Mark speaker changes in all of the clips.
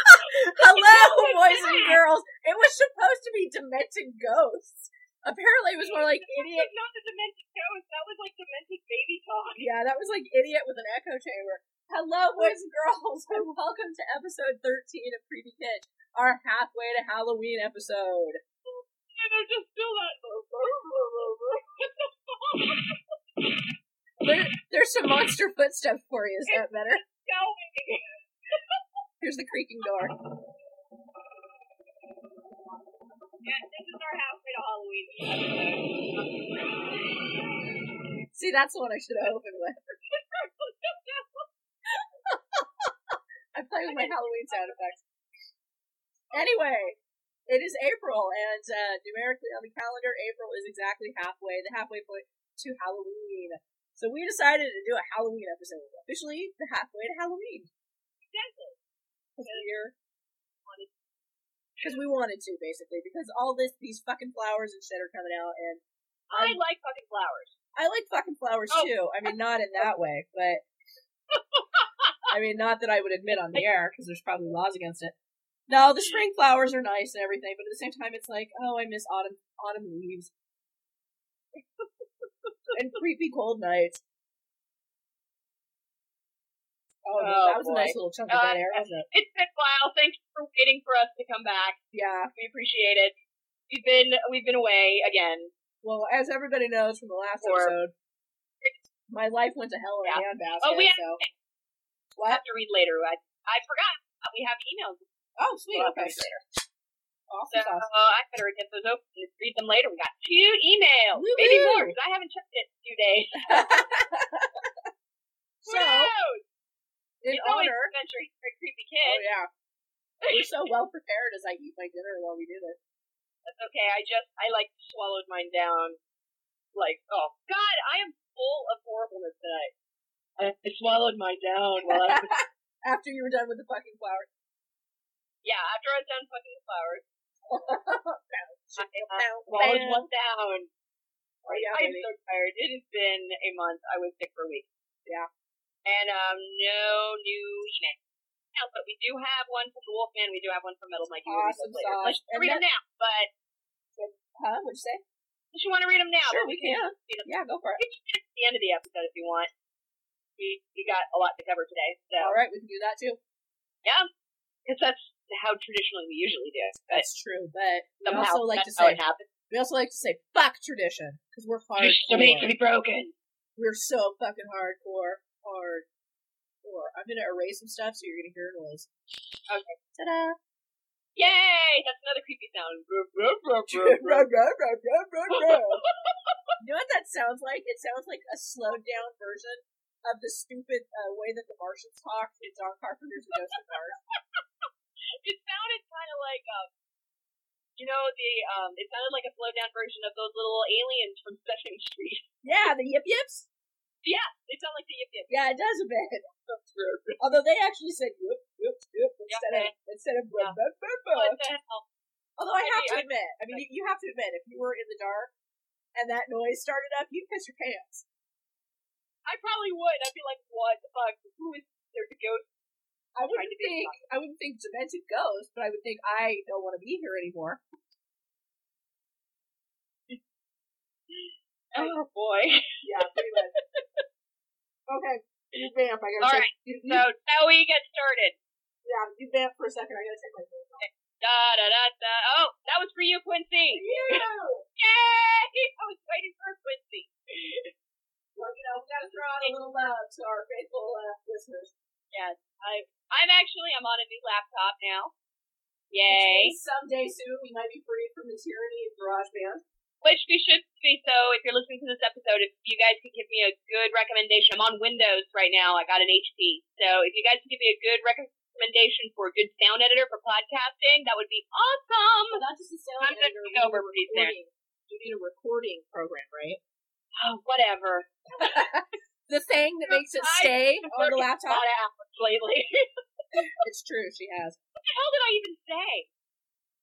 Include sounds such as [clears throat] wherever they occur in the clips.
Speaker 1: Hello, boys and girls. It was supposed to be demented ghosts. Apparently, it was more like idiot.
Speaker 2: That was not the demented ghost. That was like demented baby talk.
Speaker 1: Yeah, that was like idiot with an echo chamber. Hello, boys and girls, and welcome to episode 13 of Creepy Kitch, our halfway to Halloween episode.
Speaker 2: And they're just still that. [laughs]
Speaker 1: There, there's some monster footsteps for you. Is that better?
Speaker 2: Going.
Speaker 1: Here's the creaking door.
Speaker 2: Yeah, this is our halfway to Halloween. [laughs]
Speaker 1: See, that's the one I should have opened with. I play with my Halloween sound effects. Anyway, it is April, and uh, numerically on the calendar, April is exactly halfway, the halfway point to Halloween. So we decided to do a Halloween episode, officially the halfway to Halloween.
Speaker 2: Exactly.
Speaker 1: Because we wanted to, basically, because all this, these fucking flowers and shit are coming out, and
Speaker 2: I like fucking flowers.
Speaker 1: I like fucking flowers
Speaker 2: Oh.
Speaker 1: too. I mean, not in that way, but I mean, not that I would admit on the air because there's probably laws against it. No, the spring flowers are nice and everything, but at the same time, it's like, oh, I miss autumn autumn leaves [laughs] and creepy cold nights. Oh,
Speaker 2: Oh,
Speaker 1: that was a nice
Speaker 2: boy.
Speaker 1: little chunk of that
Speaker 2: Uh,
Speaker 1: air, wasn't it?
Speaker 2: It's been a while. Thank you for waiting for us to come back.
Speaker 1: Yeah.
Speaker 2: We appreciate it. We've been we've been away again.
Speaker 1: Well, as everybody knows from the last
Speaker 2: Or-
Speaker 1: episode, my life went to hell in a handbasket.
Speaker 2: Oh, we have-
Speaker 1: so.
Speaker 2: I
Speaker 1: What?
Speaker 2: have to read later. I I forgot. Uh, We have emails.
Speaker 1: Oh, sweet.
Speaker 2: We'll have to
Speaker 1: Okay.
Speaker 2: read later. So
Speaker 1: Awesome. sauce.
Speaker 2: uh, I better get those open and read them later. We got two emails,
Speaker 1: Woo-hoo!
Speaker 2: maybe more, because I haven't checked it in two days.
Speaker 1: So,
Speaker 2: Woo!
Speaker 1: in
Speaker 2: it's always
Speaker 1: honor,
Speaker 2: adventure for a creepy
Speaker 1: [laughs] oh
Speaker 2: kid.
Speaker 1: yeah, we're so well prepared as I eat my dinner while we do this.
Speaker 2: That's okay. I just I like swallowed mine down. Like oh god, I am full of horribleness tonight. I, I swallowed mine down while I was
Speaker 1: After you were done with the fucking flour,
Speaker 2: yeah after I was done fucking the [laughs] flowers. I, I
Speaker 1: Bam,
Speaker 2: swallowed
Speaker 1: bam.
Speaker 2: one down.
Speaker 1: Oh, yeah,
Speaker 2: I am
Speaker 1: baby.
Speaker 2: so tired. It has been a month. I was sick for a week.
Speaker 1: Yeah.
Speaker 2: And um, no new email. Now, But we do have one from the Wolfman. We do have one from Metal Mike. You read
Speaker 1: Awesome
Speaker 2: those later.
Speaker 1: sauce.
Speaker 2: Let's
Speaker 1: And
Speaker 2: read them now. But
Speaker 1: huh? What'd you say?
Speaker 2: if you want to read them now,
Speaker 1: Sure,
Speaker 2: but
Speaker 1: we
Speaker 2: can.
Speaker 1: can.
Speaker 2: read 'em
Speaker 1: Yeah, go for it.
Speaker 2: at the end of the episode if you want. We we got a lot to cover today. So
Speaker 1: All right, we can do that too.
Speaker 2: because that's how traditionally we usually do it. But
Speaker 1: That's true, but we
Speaker 2: somehow
Speaker 1: also like to
Speaker 2: that's how
Speaker 1: say
Speaker 2: it happens.
Speaker 1: we also like to say fuck tradition because we're
Speaker 2: Tradition made to
Speaker 1: hardcore.
Speaker 2: be broken.
Speaker 1: We're so fucking hardcore, hard. Or I'm gonna erase some stuff so you're gonna hear a noise.
Speaker 2: Okay.
Speaker 1: Ta-da!
Speaker 2: Yay! That's another creepy [laughs] sound.
Speaker 1: Ruh, ruh, ruh, ruh, ruh, ruh. You know what that sounds like? It sounds like a slowed down version of the stupid uh, way that the Martians talk in John Carpenter's The Ghost of Mars.
Speaker 2: it sounded kind of like um, you know the um, it sounded like a slowed down version of those little aliens from Sesame Street. [laughs]
Speaker 1: Yeah, the yip yips.
Speaker 2: Yeah, they sound like the yip [laughs] yip.
Speaker 1: Yeah, it does a bit. Although they actually said yip yip yip instead of instead of blah, blah, blah, blah.
Speaker 2: What the hell?
Speaker 1: Although I have to
Speaker 2: Maybe
Speaker 1: admit, I mean, you have to admit, if you were in the dark and that noise started up, you'd piss your pants.
Speaker 2: I probably would. I'd be like, what the fuck? Who is there's a ghost?
Speaker 1: I wouldn't
Speaker 2: to be
Speaker 1: think I wouldn't think demented ghost, but I would think I don't want to be here anymore.
Speaker 2: [laughs] [laughs] Oh boy.
Speaker 1: Yeah, pretty much. [laughs] okay, you vamp. I gotta
Speaker 2: All
Speaker 1: take,
Speaker 2: right,
Speaker 1: you, you,
Speaker 2: So now we get started.
Speaker 1: yeah, you vamp for a second. I gotta take my vamp. off.
Speaker 2: Da da da da. Oh, that was for you, Quincy.
Speaker 1: Well,
Speaker 2: Yay! [laughs] I was waiting for Quincy. [laughs]
Speaker 1: you know, we gotta throw out a little love to our faithful uh, listeners.
Speaker 2: Yes, I I'm actually I'm on a new laptop now.
Speaker 1: Which
Speaker 2: Yay!
Speaker 1: means Someday soon we might be free from the tyranny of GarageBand.
Speaker 2: Which we should be. So, if you're listening to this episode, if you guys can give me a good recommendation, I'm on Windows right now. I got an HP. So, if you guys can give me a good recommendation for a good sound editor for podcasting, that would be awesome.
Speaker 1: But not just a
Speaker 2: I'm
Speaker 1: sound
Speaker 2: gonna
Speaker 1: editor.
Speaker 2: take
Speaker 1: we need a
Speaker 2: over from there.
Speaker 1: recording- You need a recording program, right?
Speaker 2: Oh, whatever.
Speaker 1: The thing that makes it
Speaker 2: I-
Speaker 1: [laughs] stay on the
Speaker 2: working
Speaker 1: laptop.
Speaker 2: Lot of hours lately. [laughs] what
Speaker 1: It's true. She has.
Speaker 2: the hell did I even say?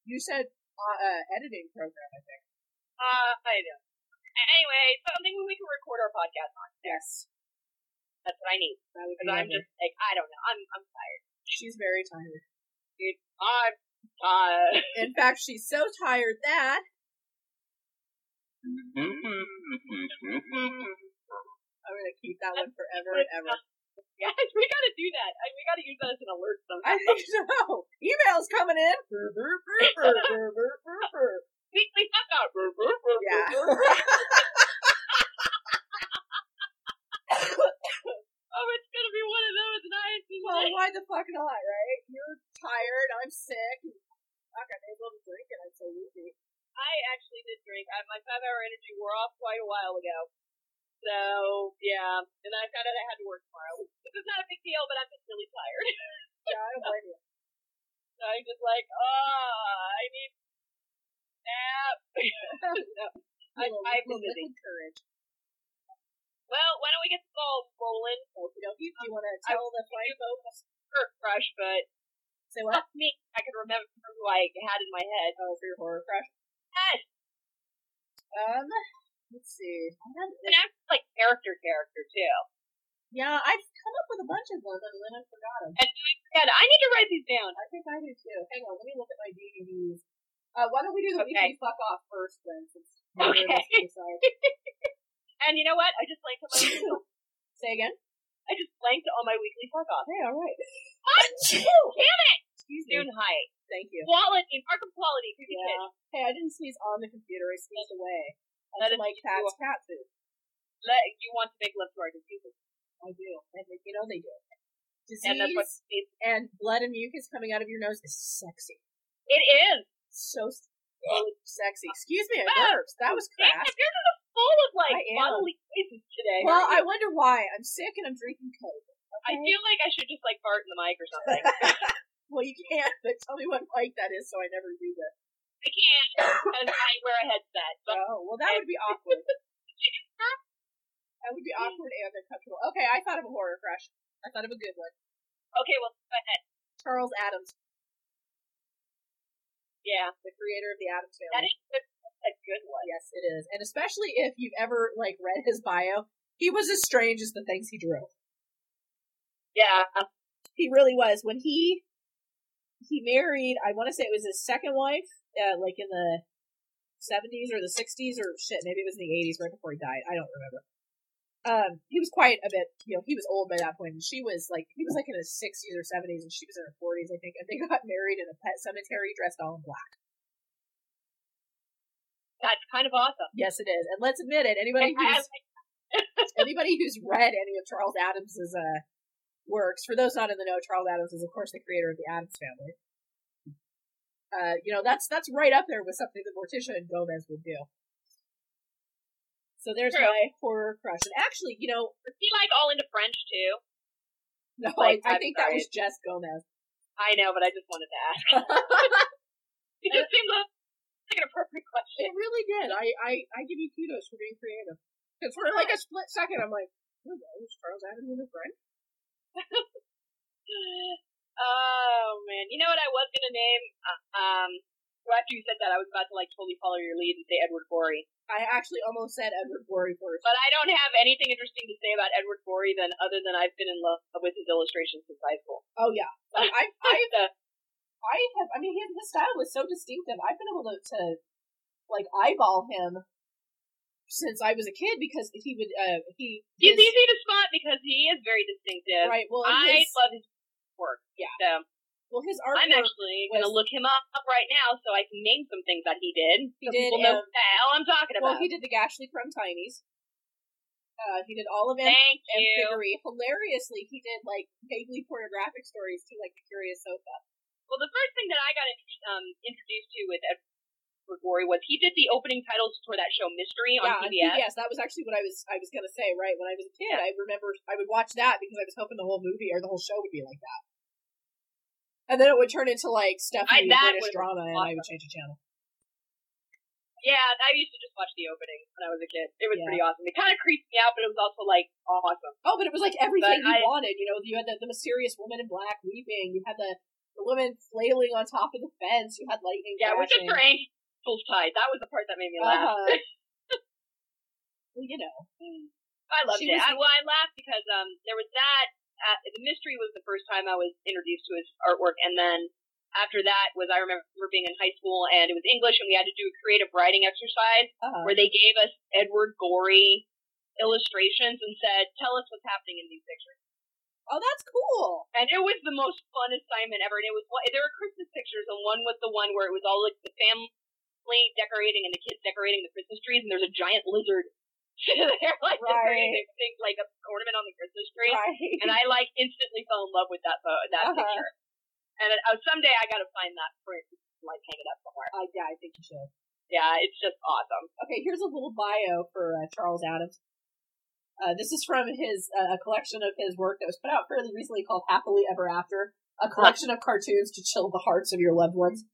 Speaker 1: You said uh, uh, editing program. I think.
Speaker 2: Uh, I know. Anyway, something we can record our podcast on.
Speaker 1: Yes.
Speaker 2: That's what I need.
Speaker 1: That would be
Speaker 2: Because I'm
Speaker 1: lovely.
Speaker 2: just like, I don't know. I'm, I'm tired.
Speaker 1: She's very tired.
Speaker 2: I'm uh, tired.
Speaker 1: In fact, she's so tired that I'm gonna keep that one forever and ever.
Speaker 2: [laughs] Guys, we gotta do that. I, we gotta use that as an alert sometime. [laughs]
Speaker 1: I think so. Emails coming in. [laughs]
Speaker 2: We, we have got.
Speaker 1: Yeah.
Speaker 2: Oh, it's gonna be one of those [laughs] nights. isn't
Speaker 1: Well,
Speaker 2: it?
Speaker 1: why the fuck not, right? You're tired. I'm sick. Fuck, I may as well be drinking. I'm so loopy.
Speaker 2: I actually did drink. I, my five hour energy wore off quite a while ago. So, yeah. And I found out I had to work tomorrow. This is not a big deal, but I'm just really tired. [laughs]
Speaker 1: Yeah, I don't blame you.
Speaker 2: So I'm just like, oh, I need nap. [laughs] no. I,
Speaker 1: Little-
Speaker 2: I've been
Speaker 1: little
Speaker 2: busy.
Speaker 1: liquid Courage.
Speaker 2: Well, why don't we get the ball rolling?
Speaker 1: You know, you, you want to
Speaker 2: I-
Speaker 1: tell the fine folks?
Speaker 2: Kurt Crush, but
Speaker 1: Say what?
Speaker 2: fuck me. I can remember who I had in my head.
Speaker 1: Oh, for your horror crush.
Speaker 2: Yes.
Speaker 1: Um, let's see. I had-
Speaker 2: And I'm like character character too.
Speaker 1: Yeah, I've come up with a bunch of them, and then I forgot them.
Speaker 2: God, I need to write these down.
Speaker 1: I think I do too. Hang on, let me look at my DVDs. Uh, why don't we do the
Speaker 2: Okay.
Speaker 1: weekly fuck off first then? Since
Speaker 2: Okay. [laughs]
Speaker 1: Sorry.
Speaker 2: And you know what? I just blanked on my
Speaker 1: Say again.
Speaker 2: I just blanked on my weekly fuck off.
Speaker 1: Hey, all right.
Speaker 2: What? Damn it!
Speaker 1: Excuse me.
Speaker 2: Noon high.
Speaker 1: Thank you.
Speaker 2: Quality, mark of quality. Who did it?
Speaker 1: Yeah. Hey, I didn't sneeze on the computer. I sneezed away.
Speaker 2: That is
Speaker 1: That's
Speaker 2: what
Speaker 1: my
Speaker 2: you
Speaker 1: cat's cat food.
Speaker 2: Let, you want to make love to our diseases.
Speaker 1: I do. And they- you know they do. Disease
Speaker 2: And
Speaker 1: and,
Speaker 2: that's what it
Speaker 1: blood and mucus coming out of your nose is sexy.
Speaker 2: is.
Speaker 1: So s- so sexy. Excuse me, I
Speaker 2: Ah!
Speaker 1: burped. That was
Speaker 2: Damn,
Speaker 1: crass.
Speaker 2: You're just full of like
Speaker 1: I am.
Speaker 2: bodily noises today.
Speaker 1: Well,
Speaker 2: aren't
Speaker 1: I wonder why. I'm sick and I'm drinking Coke.
Speaker 2: you? I feel like I should just like fart in the mic or
Speaker 1: [laughs]
Speaker 2: something.
Speaker 1: well, you can't, [laughs] but tell me what mic that is so I never do that.
Speaker 2: I can't because I wear a
Speaker 1: [laughs]
Speaker 2: headset. [laughs] But
Speaker 1: Oh, well, that would be
Speaker 2: [laughs]
Speaker 1: awkward. that would be awkward and uncomfortable. Okay, I thought of a horror crush. I thought of a good one.
Speaker 2: okay, well, go ahead.
Speaker 1: Charles Adams,
Speaker 2: Yeah,
Speaker 1: the creator of the Adams
Speaker 2: that
Speaker 1: Family.
Speaker 2: is a good one.
Speaker 1: yes, it is. And especially if you've ever, like, read his bio, he was as strange as the things he drew.
Speaker 2: Yeah,
Speaker 1: He really was. When he he married, I want to say it was his second wife, uh, like in the 70s or the 60s or shit, maybe it was in the 80s right before he died. I don't remember. Um, he was quite a bit, you know, he was old by that point, and she was like, he was like in his 60s or 70s, and she was in her 40s, I think, and they [laughs] got married in a pet cemetery dressed all in black.
Speaker 2: that's kind of awesome.
Speaker 1: Yes, it is. And let's admit it, anybody
Speaker 2: I- I-
Speaker 1: who's, [laughs] anybody who's read any of Charles Adams's, uh, works, for those not in the know, Charles Adams is, of course, the creator of the Adams family. Uh, you know, that's, that's right up there with something that Morticia and Gomez would do. So there's
Speaker 2: True.
Speaker 1: my horror crush. And actually, you know,
Speaker 2: was he like all into French too?
Speaker 1: No,
Speaker 2: Like,
Speaker 1: I, I
Speaker 2: I'm
Speaker 1: think that
Speaker 2: sorry.
Speaker 1: was Jess [laughs] Gomez.
Speaker 2: I know, but I just wanted to ask. [laughs] It just seemed like like an appropriate question.
Speaker 1: it really did. I, I, I give you kudos for being creative. Because for like a split second, I'm like, oh, that was Charles Adams and his friend.
Speaker 2: Oh man, you know what I was gonna name? Uh, um, well, after you said that, I was about to like totally follow your lead and say Edward Gorey,
Speaker 1: I actually almost said Edward Gorey first.
Speaker 2: but I don't have anything interesting to say about Edward Gorey than other than I've been in love with his illustrations since high
Speaker 1: [laughs]
Speaker 2: school.
Speaker 1: Oh yeah, Like, I, I,
Speaker 2: So,
Speaker 1: I have. I mean, his, his style was so distinctive. I've been able to, to like eyeball him since I was a kid because he would. Uh, he
Speaker 2: he's
Speaker 1: his-
Speaker 2: easy to spot because he is very distinctive.
Speaker 1: right. Well,
Speaker 2: I
Speaker 1: his,
Speaker 2: love his work.
Speaker 1: Yeah.
Speaker 2: So
Speaker 1: well, his
Speaker 2: I'm
Speaker 1: artwork.
Speaker 2: actually
Speaker 1: was-
Speaker 2: gonna look him up, up right now so I can name some things that he did.
Speaker 1: He
Speaker 2: so
Speaker 1: did,
Speaker 2: people know
Speaker 1: um,
Speaker 2: what the hell I'm talking
Speaker 1: Well,
Speaker 2: about.
Speaker 1: he did the Gashly Crumb Tinies. Uh, he did all of Anthony
Speaker 2: Thank
Speaker 1: and
Speaker 2: you.
Speaker 1: Figgery. Hilariously, he did like vaguely pornographic stories to like the Curious Sofa.
Speaker 2: Well, the first thing that I got um, introduced to with Edward Gorey was he did the opening titles for that show Mystery on
Speaker 1: on
Speaker 2: PBS.
Speaker 1: PBS. That was actually what I was I was gonna say. Right when I was a kid, I remember I would watch that because I was hoping the whole movie or the whole show would be like that. And then it would turn into
Speaker 2: I-
Speaker 1: like
Speaker 2: that
Speaker 1: stuffy
Speaker 2: would've
Speaker 1: British drama, and I
Speaker 2: awesome.
Speaker 1: would change the channel.
Speaker 2: Yeah, I used to just watch the opening when I was a kid. It was
Speaker 1: Yeah.
Speaker 2: pretty awesome. It kind of creeped me out, but it was also like awesome.
Speaker 1: Oh, but it was like everything you
Speaker 2: I-
Speaker 1: wanted. You know, you had the, the mysterious woman in black weeping. You had the the woman flailing on top of the fence. You had lightning.
Speaker 2: Yeah, it was just [laughs]
Speaker 1: crashing.
Speaker 2: for Angel's Tide. That was the part that made me laugh.
Speaker 1: Uh-huh. Well, you know.
Speaker 2: I loved
Speaker 1: She
Speaker 2: it.
Speaker 1: was-
Speaker 2: I, well, I laughed because um, there was that. Uh, the mystery was the first time I was introduced to his artwork, and then after that was I remember being in high school and it was English, and we had to do a creative writing exercise
Speaker 1: Uh,
Speaker 2: where they gave us Edward Gorey illustrations and said, "Tell us what's happening in these pictures."
Speaker 1: oh, that's cool.
Speaker 2: And it was the most fun assignment ever. And it was one- there were Christmas pictures, and one was the one where it was all like the family decorating and the kids decorating the Christmas trees, and there's a giant lizard. [laughs] They're like
Speaker 1: Right.
Speaker 2: decorating things like a ornament on the Christmas tree
Speaker 1: Right.
Speaker 2: and I like instantly fell in love with that photo, that
Speaker 1: Uh-huh.
Speaker 2: picture. And uh, someday I gotta find that print, like hang it up somewhere.
Speaker 1: Uh, yeah, I think you should.
Speaker 2: Yeah, it's just awesome.
Speaker 1: Okay, here's a little bio for uh, Charles Adams. Uh, this is from his uh, a collection of his work that was put out fairly recently called Happily Ever After, a collection of cartoons to chill the hearts of your loved ones.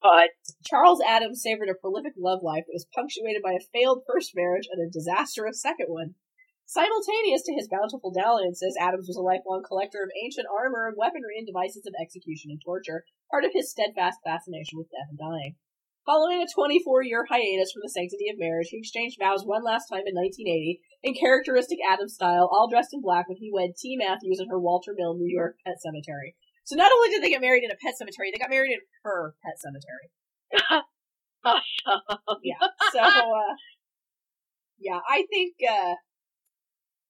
Speaker 2: But
Speaker 1: Charles Adams savored a prolific love life that was punctuated by a failed first marriage and a disastrous second one. Simultaneous to his bountiful dalliances, Adams was a lifelong collector of ancient armor and weaponry and devices of execution and torture, part of his steadfast fascination with death and dying. Following a 24 year hiatus from the sanctity of marriage, he exchanged vows one last time in 1980, in characteristic Adams style, all dressed in black when he wed T. Matthews at her Walter Mill, New York pet cemetery. So not only did they get married in a pet cemetery, they got married in her pet cemetery
Speaker 2: awesome.
Speaker 1: yeah. So uh, yeah, I think uh,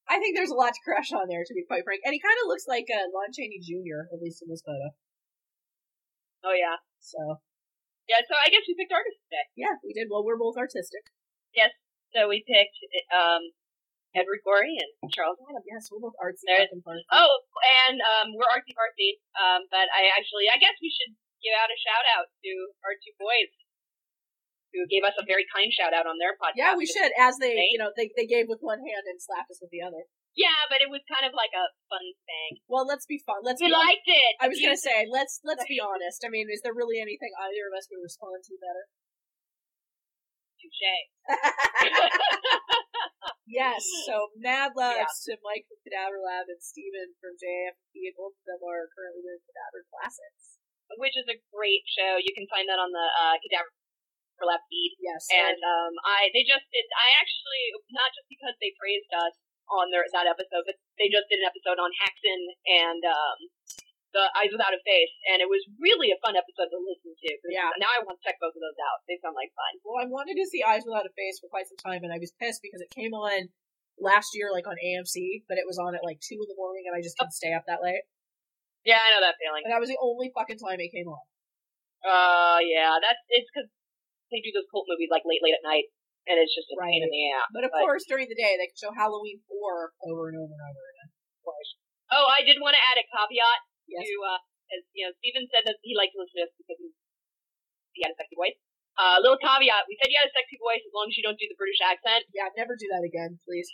Speaker 1: I think there's a lot to crush on there, to be quite frank. And he kind of looks like uh, Lon Chaney Jr. at least in this photo.
Speaker 2: Oh yeah,
Speaker 1: So
Speaker 2: yeah. So I guess we picked artists today.
Speaker 1: yeah, we did well. We're both artistic.
Speaker 2: So we picked um Edward Gorey and Charles.
Speaker 1: Yes, we're both artsy.
Speaker 2: There-
Speaker 1: fucking fuck.
Speaker 2: Oh, and um we're artsy fartsy. Um, but I actually I guess we should give out a shout out to our two boys who gave us a very kind shout out on their podcast.
Speaker 1: Yeah, we
Speaker 2: It's
Speaker 1: should. As they, you know, they they gave with one hand and slapped us with the other.
Speaker 2: Yeah, but it was kind of like a fun thing.
Speaker 1: Well, let's be fun. Let's
Speaker 2: We
Speaker 1: be. hon-
Speaker 2: liked it.
Speaker 1: I was gonna say let's let's be honest. I mean, is there really anything either of us would respond to better? [laughs]
Speaker 2: Touche. [laughs]
Speaker 1: Yes, so mad
Speaker 2: Yeah.
Speaker 1: loves to Mike from Cadaver Lab and Steven from JFP, and both of them are currently doing Cadaver Classics.
Speaker 2: which is a great show. You can find that on the uh, Cadaver Lab feed.
Speaker 1: Yes,
Speaker 2: And um, I they just did. I actually not just because they praised us on their that episode, but they just did an episode on Haxon and um, the Eyes Without a Face, and it was really a fun episode to listen to.
Speaker 1: Yeah.
Speaker 2: Now I want to check both of those out. They sound like fun.
Speaker 1: well, I wanted to see Eyes Without a Face for quite some time, and I was pissed because it came on last year, like on AMC, but it was on at like two in the morning, and I just couldn't stay up that late.
Speaker 2: Yeah, I know that feeling.
Speaker 1: And that was the only fucking time it came on.
Speaker 2: Uh, yeah, that's it's because they do those cult movies like late, late at night, and it's just a pain
Speaker 1: Right.
Speaker 2: in the ass.
Speaker 1: But of
Speaker 2: Right.
Speaker 1: course, during the day they could show Halloween four over and over and over again.
Speaker 2: Of course. Oh, I did want to add a caveat
Speaker 1: Yes,
Speaker 2: to uh, as you know, Steven said that he liked to listen to us because he, he had a sexy voice. Uh, little caveat: we said you had a sexy voice as long as you don't do the British accent.
Speaker 1: yeah, never do that again, please.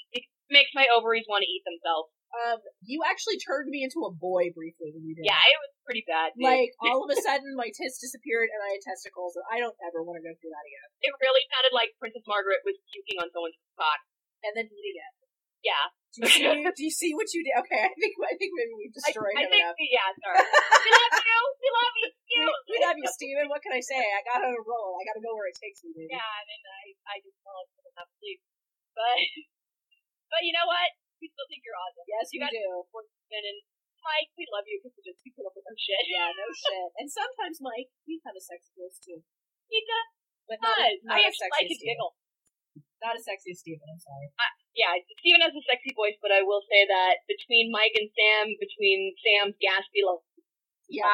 Speaker 2: Makes my ovaries want to eat themselves.
Speaker 1: Um, you actually turned me into a boy briefly when you did.
Speaker 2: Yeah, it was pretty bad. Dude.
Speaker 1: Like all of a sudden, my tits disappeared and I had testicles, and I don't ever want to go through that again.
Speaker 2: it really sounded like Princess Margaret was puking on someone's cock.
Speaker 1: And then eating it.
Speaker 2: Yeah,
Speaker 1: Do
Speaker 2: [laughs]
Speaker 1: you see? do you see what you did? Okay, I think I think maybe we've
Speaker 2: I,
Speaker 1: destroyed
Speaker 2: I
Speaker 1: him
Speaker 2: think
Speaker 1: enough.
Speaker 2: yeah. Sorry, we love you. We love you.
Speaker 1: [laughs] We, we love you, Steven. What can I say? I got on a roll. I got to go where it takes me, baby.
Speaker 2: Yeah, I mean, I I just felt like it was enough sleep, but [laughs] but you know what? We still think you're awesome.
Speaker 1: Yes,
Speaker 2: You
Speaker 1: you
Speaker 2: got-
Speaker 1: do.
Speaker 2: And, and Mike, we love you because you just you put up with our shit.
Speaker 1: Yeah,
Speaker 2: [laughs]
Speaker 1: no shit. And sometimes, Mike, you have a sexy voice too,
Speaker 2: He does.
Speaker 1: but not, not
Speaker 2: I
Speaker 1: as
Speaker 2: actually
Speaker 1: sexy
Speaker 2: like
Speaker 1: as
Speaker 2: his
Speaker 1: Steven.
Speaker 2: giggle.
Speaker 1: Not as sexy as Steven. I'm sorry.
Speaker 2: Yeah, Steven has a sexy voice, but I will say that between Mike and Sam, between Sam's gaspy laugh
Speaker 1: Yeah.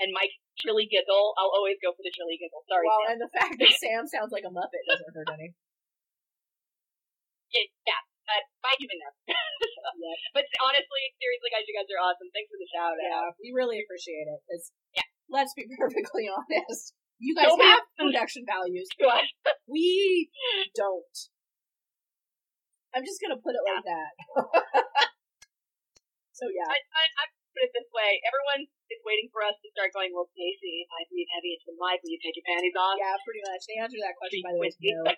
Speaker 2: and Mike's trilly giggle, I'll always go for the trilly giggle. Sorry,
Speaker 1: well,
Speaker 2: Sam.
Speaker 1: and the fact that Sam sounds like a muppet doesn't hurt any.
Speaker 2: Yeah, yeah. But Mike even
Speaker 1: [laughs]
Speaker 2: knows. But honestly, seriously, guys, you guys are awesome. Thanks for the shout out.
Speaker 1: Yeah, uh, we really appreciate it. It's,
Speaker 2: Yeah.
Speaker 1: Let's be [laughs] perfectly honest. You guys
Speaker 2: Don't
Speaker 1: have
Speaker 2: have-
Speaker 1: production values.
Speaker 2: [laughs] To us.
Speaker 1: We don't. I'm just gonna put it like that. [laughs] so yeah,
Speaker 2: I, I, I put it this way: everyone is waiting for us to start going. Well, Casey, I breathe heavy into the mic. Will you take your panties off?
Speaker 1: yeah, pretty much. The answer to that question, by the way, is
Speaker 2: [laughs] Whiskey.
Speaker 1: no.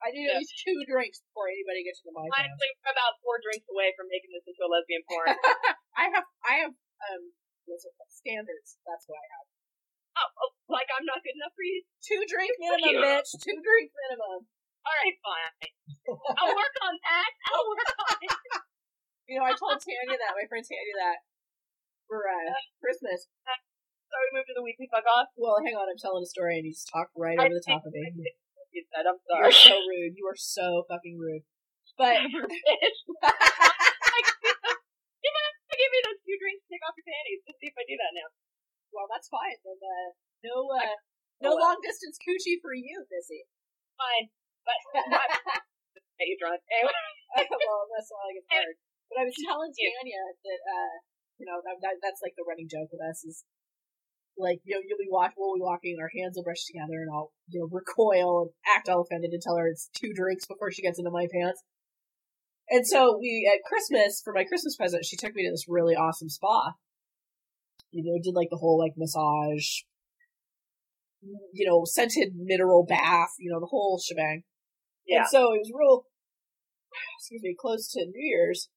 Speaker 1: I need
Speaker 2: Yeah.
Speaker 1: at least two drinks before anybody gets to the mic. now.
Speaker 2: Honestly, we're about four drinks away from making this into a lesbian
Speaker 1: [laughs]
Speaker 2: porn.
Speaker 1: I have, I have, um, what's it called? standards. That's what I have.
Speaker 2: oh, oh, like I'm not good enough for you.
Speaker 1: Two drink
Speaker 2: Fuck
Speaker 1: minimum,
Speaker 2: you.
Speaker 1: bitch. Two drink minimum.
Speaker 2: All right, fine. I'll work on that. I'll work on it.
Speaker 1: You know, I told Tanya that, my friend Tanya that, for uh, Christmas.
Speaker 2: So we moved to the weekly fuck off.
Speaker 1: Well, hang on, I'm telling a story and you just talk right over the top of
Speaker 2: [laughs]
Speaker 1: me.
Speaker 2: You said, I'm
Speaker 1: You're
Speaker 2: sorry. [laughs]
Speaker 1: so rude. You are so fucking rude. But
Speaker 2: like, you know, give me those two drinks, take off your panties. Let's see if I do that now.
Speaker 1: well, that's fine. Then uh, no, uh, no long distance coochie for you, Missy. [laughs]
Speaker 2: Fine. But [laughs] Hey, you drunk. Anyway,
Speaker 1: well, that's all I get
Speaker 2: And-
Speaker 1: hard. But I was telling
Speaker 2: Yeah.
Speaker 1: Tanya that uh, you know that, that that's like the running joke with us is like you know you'll be walk we'll be walking and our hands will brush together and I'll you know recoil and act all offended and tell her it's two drinks before she gets into my pants. And so we at Christmas for my Christmas present, she took me to this really awesome spa. You know, did like the whole like massage, you know, scented mineral bath, you know, the whole shebang.
Speaker 2: yeah.
Speaker 1: And so it was real, [sighs] excuse me, close to New Year's.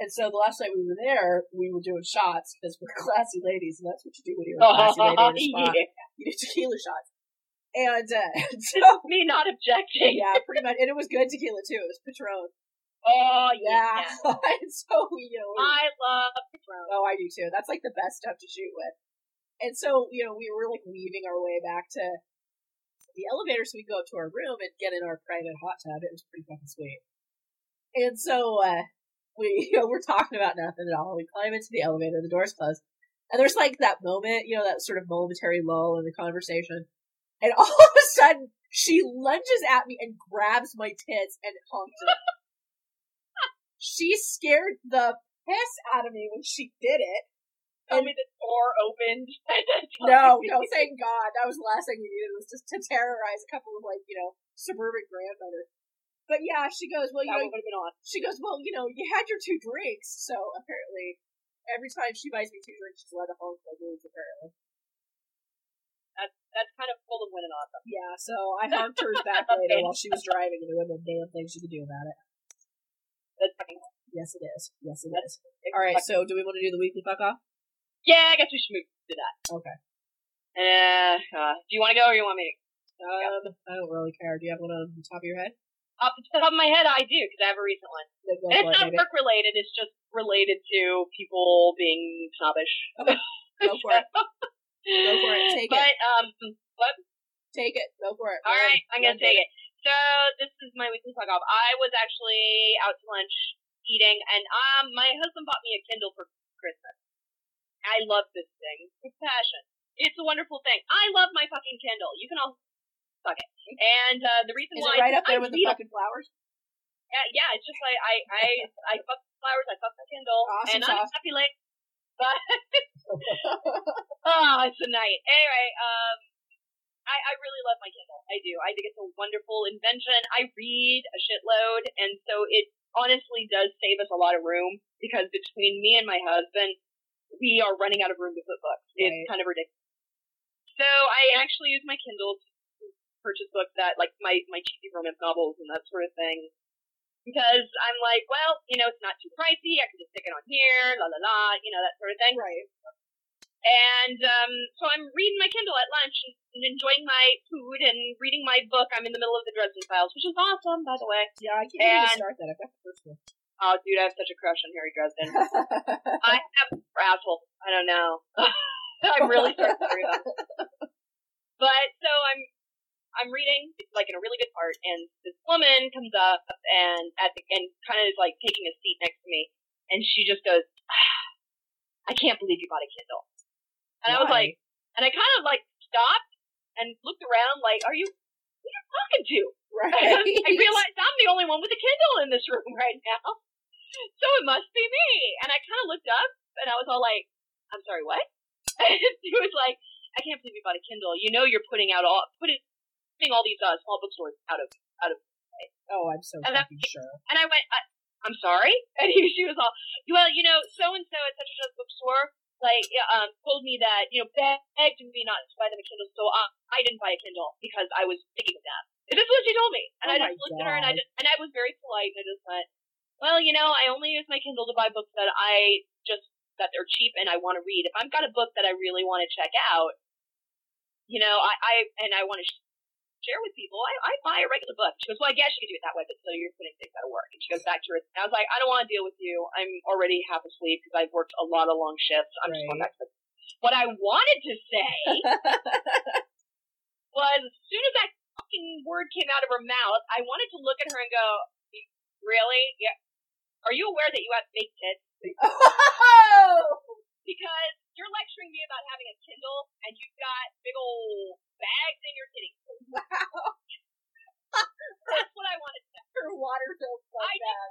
Speaker 1: And so the last night we were there, we were doing shots because we're [laughs] classy ladies, and that's what you do when you're a classy
Speaker 2: [laughs]
Speaker 1: lady in a spa.
Speaker 2: Oh, yeah.
Speaker 1: You do tequila shots. And uh, [laughs]
Speaker 2: [laughs]
Speaker 1: so,
Speaker 2: Me not objecting.
Speaker 1: yeah, pretty much. And it was good tequila too. It was Patron.
Speaker 2: Oh,
Speaker 1: Yeah. [laughs]
Speaker 2: yeah.
Speaker 1: and so, you know, we were
Speaker 2: I love
Speaker 1: Oh, I do too. That's like the best stuff to shoot with. And so, you know, we were like weaving our way back to the elevator so we could go up to our room and get in our private hot tub. It was pretty fucking sweet. And so, uh, we, [laughs] you know, we're talking about nothing at all. We climb into the elevator, the door's closed. And there's like that moment, you know, that sort of momentary lull in the conversation. And [laughs] all of a sudden, she lunges at me and grabs my tits and honks them. she scared the piss out of me when she did it.
Speaker 2: Tell me the door opened.
Speaker 1: [laughs]
Speaker 2: [laughs]
Speaker 1: No, no, thank God. That was the last thing we needed was just to terrorize a couple of like, you know, suburban grandmothers. But yeah, she goes, Well, you
Speaker 2: That
Speaker 1: know
Speaker 2: would have been on.
Speaker 1: she goes, Well, you know, you had your two drinks, so apparently every time she buys me two drinks, she's allowed to honk my boobs apparently.
Speaker 2: That's kind of full of winning on them.
Speaker 1: Yeah, so I honked hers [laughs] back later while she was driving and there wasn't a damn thing she could do about it.
Speaker 2: That's fucking
Speaker 1: Yes it is. Yes it is. Alright, so do we want to do the weekly fuck off?
Speaker 2: Yeah, I guess we should move to that.
Speaker 1: Okay.
Speaker 2: Uh, uh, do you want to go or you want me to?
Speaker 1: Um I don't really care. Do you have one on the top of your head?
Speaker 2: Off the top of my head, I do because I have a recent one,
Speaker 1: No, go [laughs]
Speaker 2: and it's
Speaker 1: for
Speaker 2: not
Speaker 1: it, baby.
Speaker 2: work related. It's just related to people being snobbish.
Speaker 1: Go for
Speaker 2: [laughs]
Speaker 1: it. Go for it. Take it.
Speaker 2: but um,
Speaker 1: Take it. Go for it.
Speaker 2: All right, I'm gonna take it. So this is my weekly plug off. I was actually out to lunch eating, and um, my husband bought me a Kindle for Christmas. I love this thing with passion. It's a wonderful thing. I love my fucking Kindle. You can all fuck it. And uh, the reason
Speaker 1: Is
Speaker 2: why
Speaker 1: it right up there
Speaker 2: I
Speaker 1: with the
Speaker 2: read a-
Speaker 1: fucking flowers?
Speaker 2: yeah, yeah, it's just like I I I fuck the flowers, I fuck the Kindle,
Speaker 1: Awesome
Speaker 2: and I'm
Speaker 1: sauce.
Speaker 2: a happy lady. But [laughs] oh, it's a night. Anyway, um, I I really love my Kindle. I do. I think it's a wonderful invention. I read a shitload, and so it honestly does save us a lot of room because between me and my husband, we are running out of room to put books.
Speaker 1: Right.
Speaker 2: It's kind of ridiculous. So I actually use my Kindle to purchase books that like my my cheesy romance novels and that sort of thing because I'm like, well, you know, it's not too pricey. I can just stick it on here, la la la, you know, that sort of thing.
Speaker 1: Right.
Speaker 2: And um, so I'm reading my Kindle at lunch and enjoying my food and reading my book. I'm in the middle of the Dresden Files, which is awesome, by the way.
Speaker 1: Yeah, I can't even
Speaker 2: And-
Speaker 1: start that. I've got the first one.
Speaker 2: Oh, dude, I have such a crush on Harry Dresden.
Speaker 1: [laughs]
Speaker 2: I have raffle. I don't know. [laughs] I'm really sorry to worry about. it. But so I'm I'm reading it's like in a really good part, and this woman comes up and at the and kind of is like taking a seat next to me, and she just goes, "I can't believe you bought a Kindle," [laughs] and I was
Speaker 1: Why?
Speaker 2: like, and I kind of like stopped and looked around, like, "Are you?" Who are you talking to?
Speaker 1: [laughs] right.
Speaker 2: [laughs] I realized I'm the only one with a Kindle in this room right now. So it must be me. And I kind of looked up and I was all like, I'm sorry, what? [laughs] And she was like, I can't believe you bought a Kindle. You know you're putting out all, putting all these uh, small bookstores out of.
Speaker 1: Oh, I'm so
Speaker 2: And that's-
Speaker 1: fucking
Speaker 2: [laughs]
Speaker 1: sure. [laughs]
Speaker 2: And I went, I, I'm sorry? [laughs] And he, she was all, well, you know, so-and-so at such and such bookstore, like, yeah, um, told me that, you know, begged me not to buy them a Kindle, so uh, I didn't buy a Kindle because I was thinking of that. And this is what she told me. And
Speaker 1: Oh
Speaker 2: I
Speaker 1: my
Speaker 2: just looked at her and I
Speaker 1: God.
Speaker 2: just, and I was very polite and I just went, well, you know, I only use my Kindle to buy books that I just, that are cheap and I want to read. If I've got a book that I really want to check out, you know, I, I, and I want to share with people. I, I buy a regular book. She goes, well, I guess you could do it that way, but so you're putting things out of work. And she goes back to her. And I was like, I don't want to deal with you. I'm already half asleep because I've worked a lot of long shifts. I'm just going
Speaker 1: Right.
Speaker 2: back to what I wanted to say was as soon as that fucking word came out of her mouth, I wanted to look at her and go, really? Yeah. Are you aware that you have fake tits?
Speaker 1: Oh!
Speaker 2: because you're lecturing me about having a Kindle and you've got big old bags in your titty.
Speaker 1: wow.
Speaker 2: That's what I wanted.
Speaker 1: Her water filled
Speaker 2: I
Speaker 1: like that.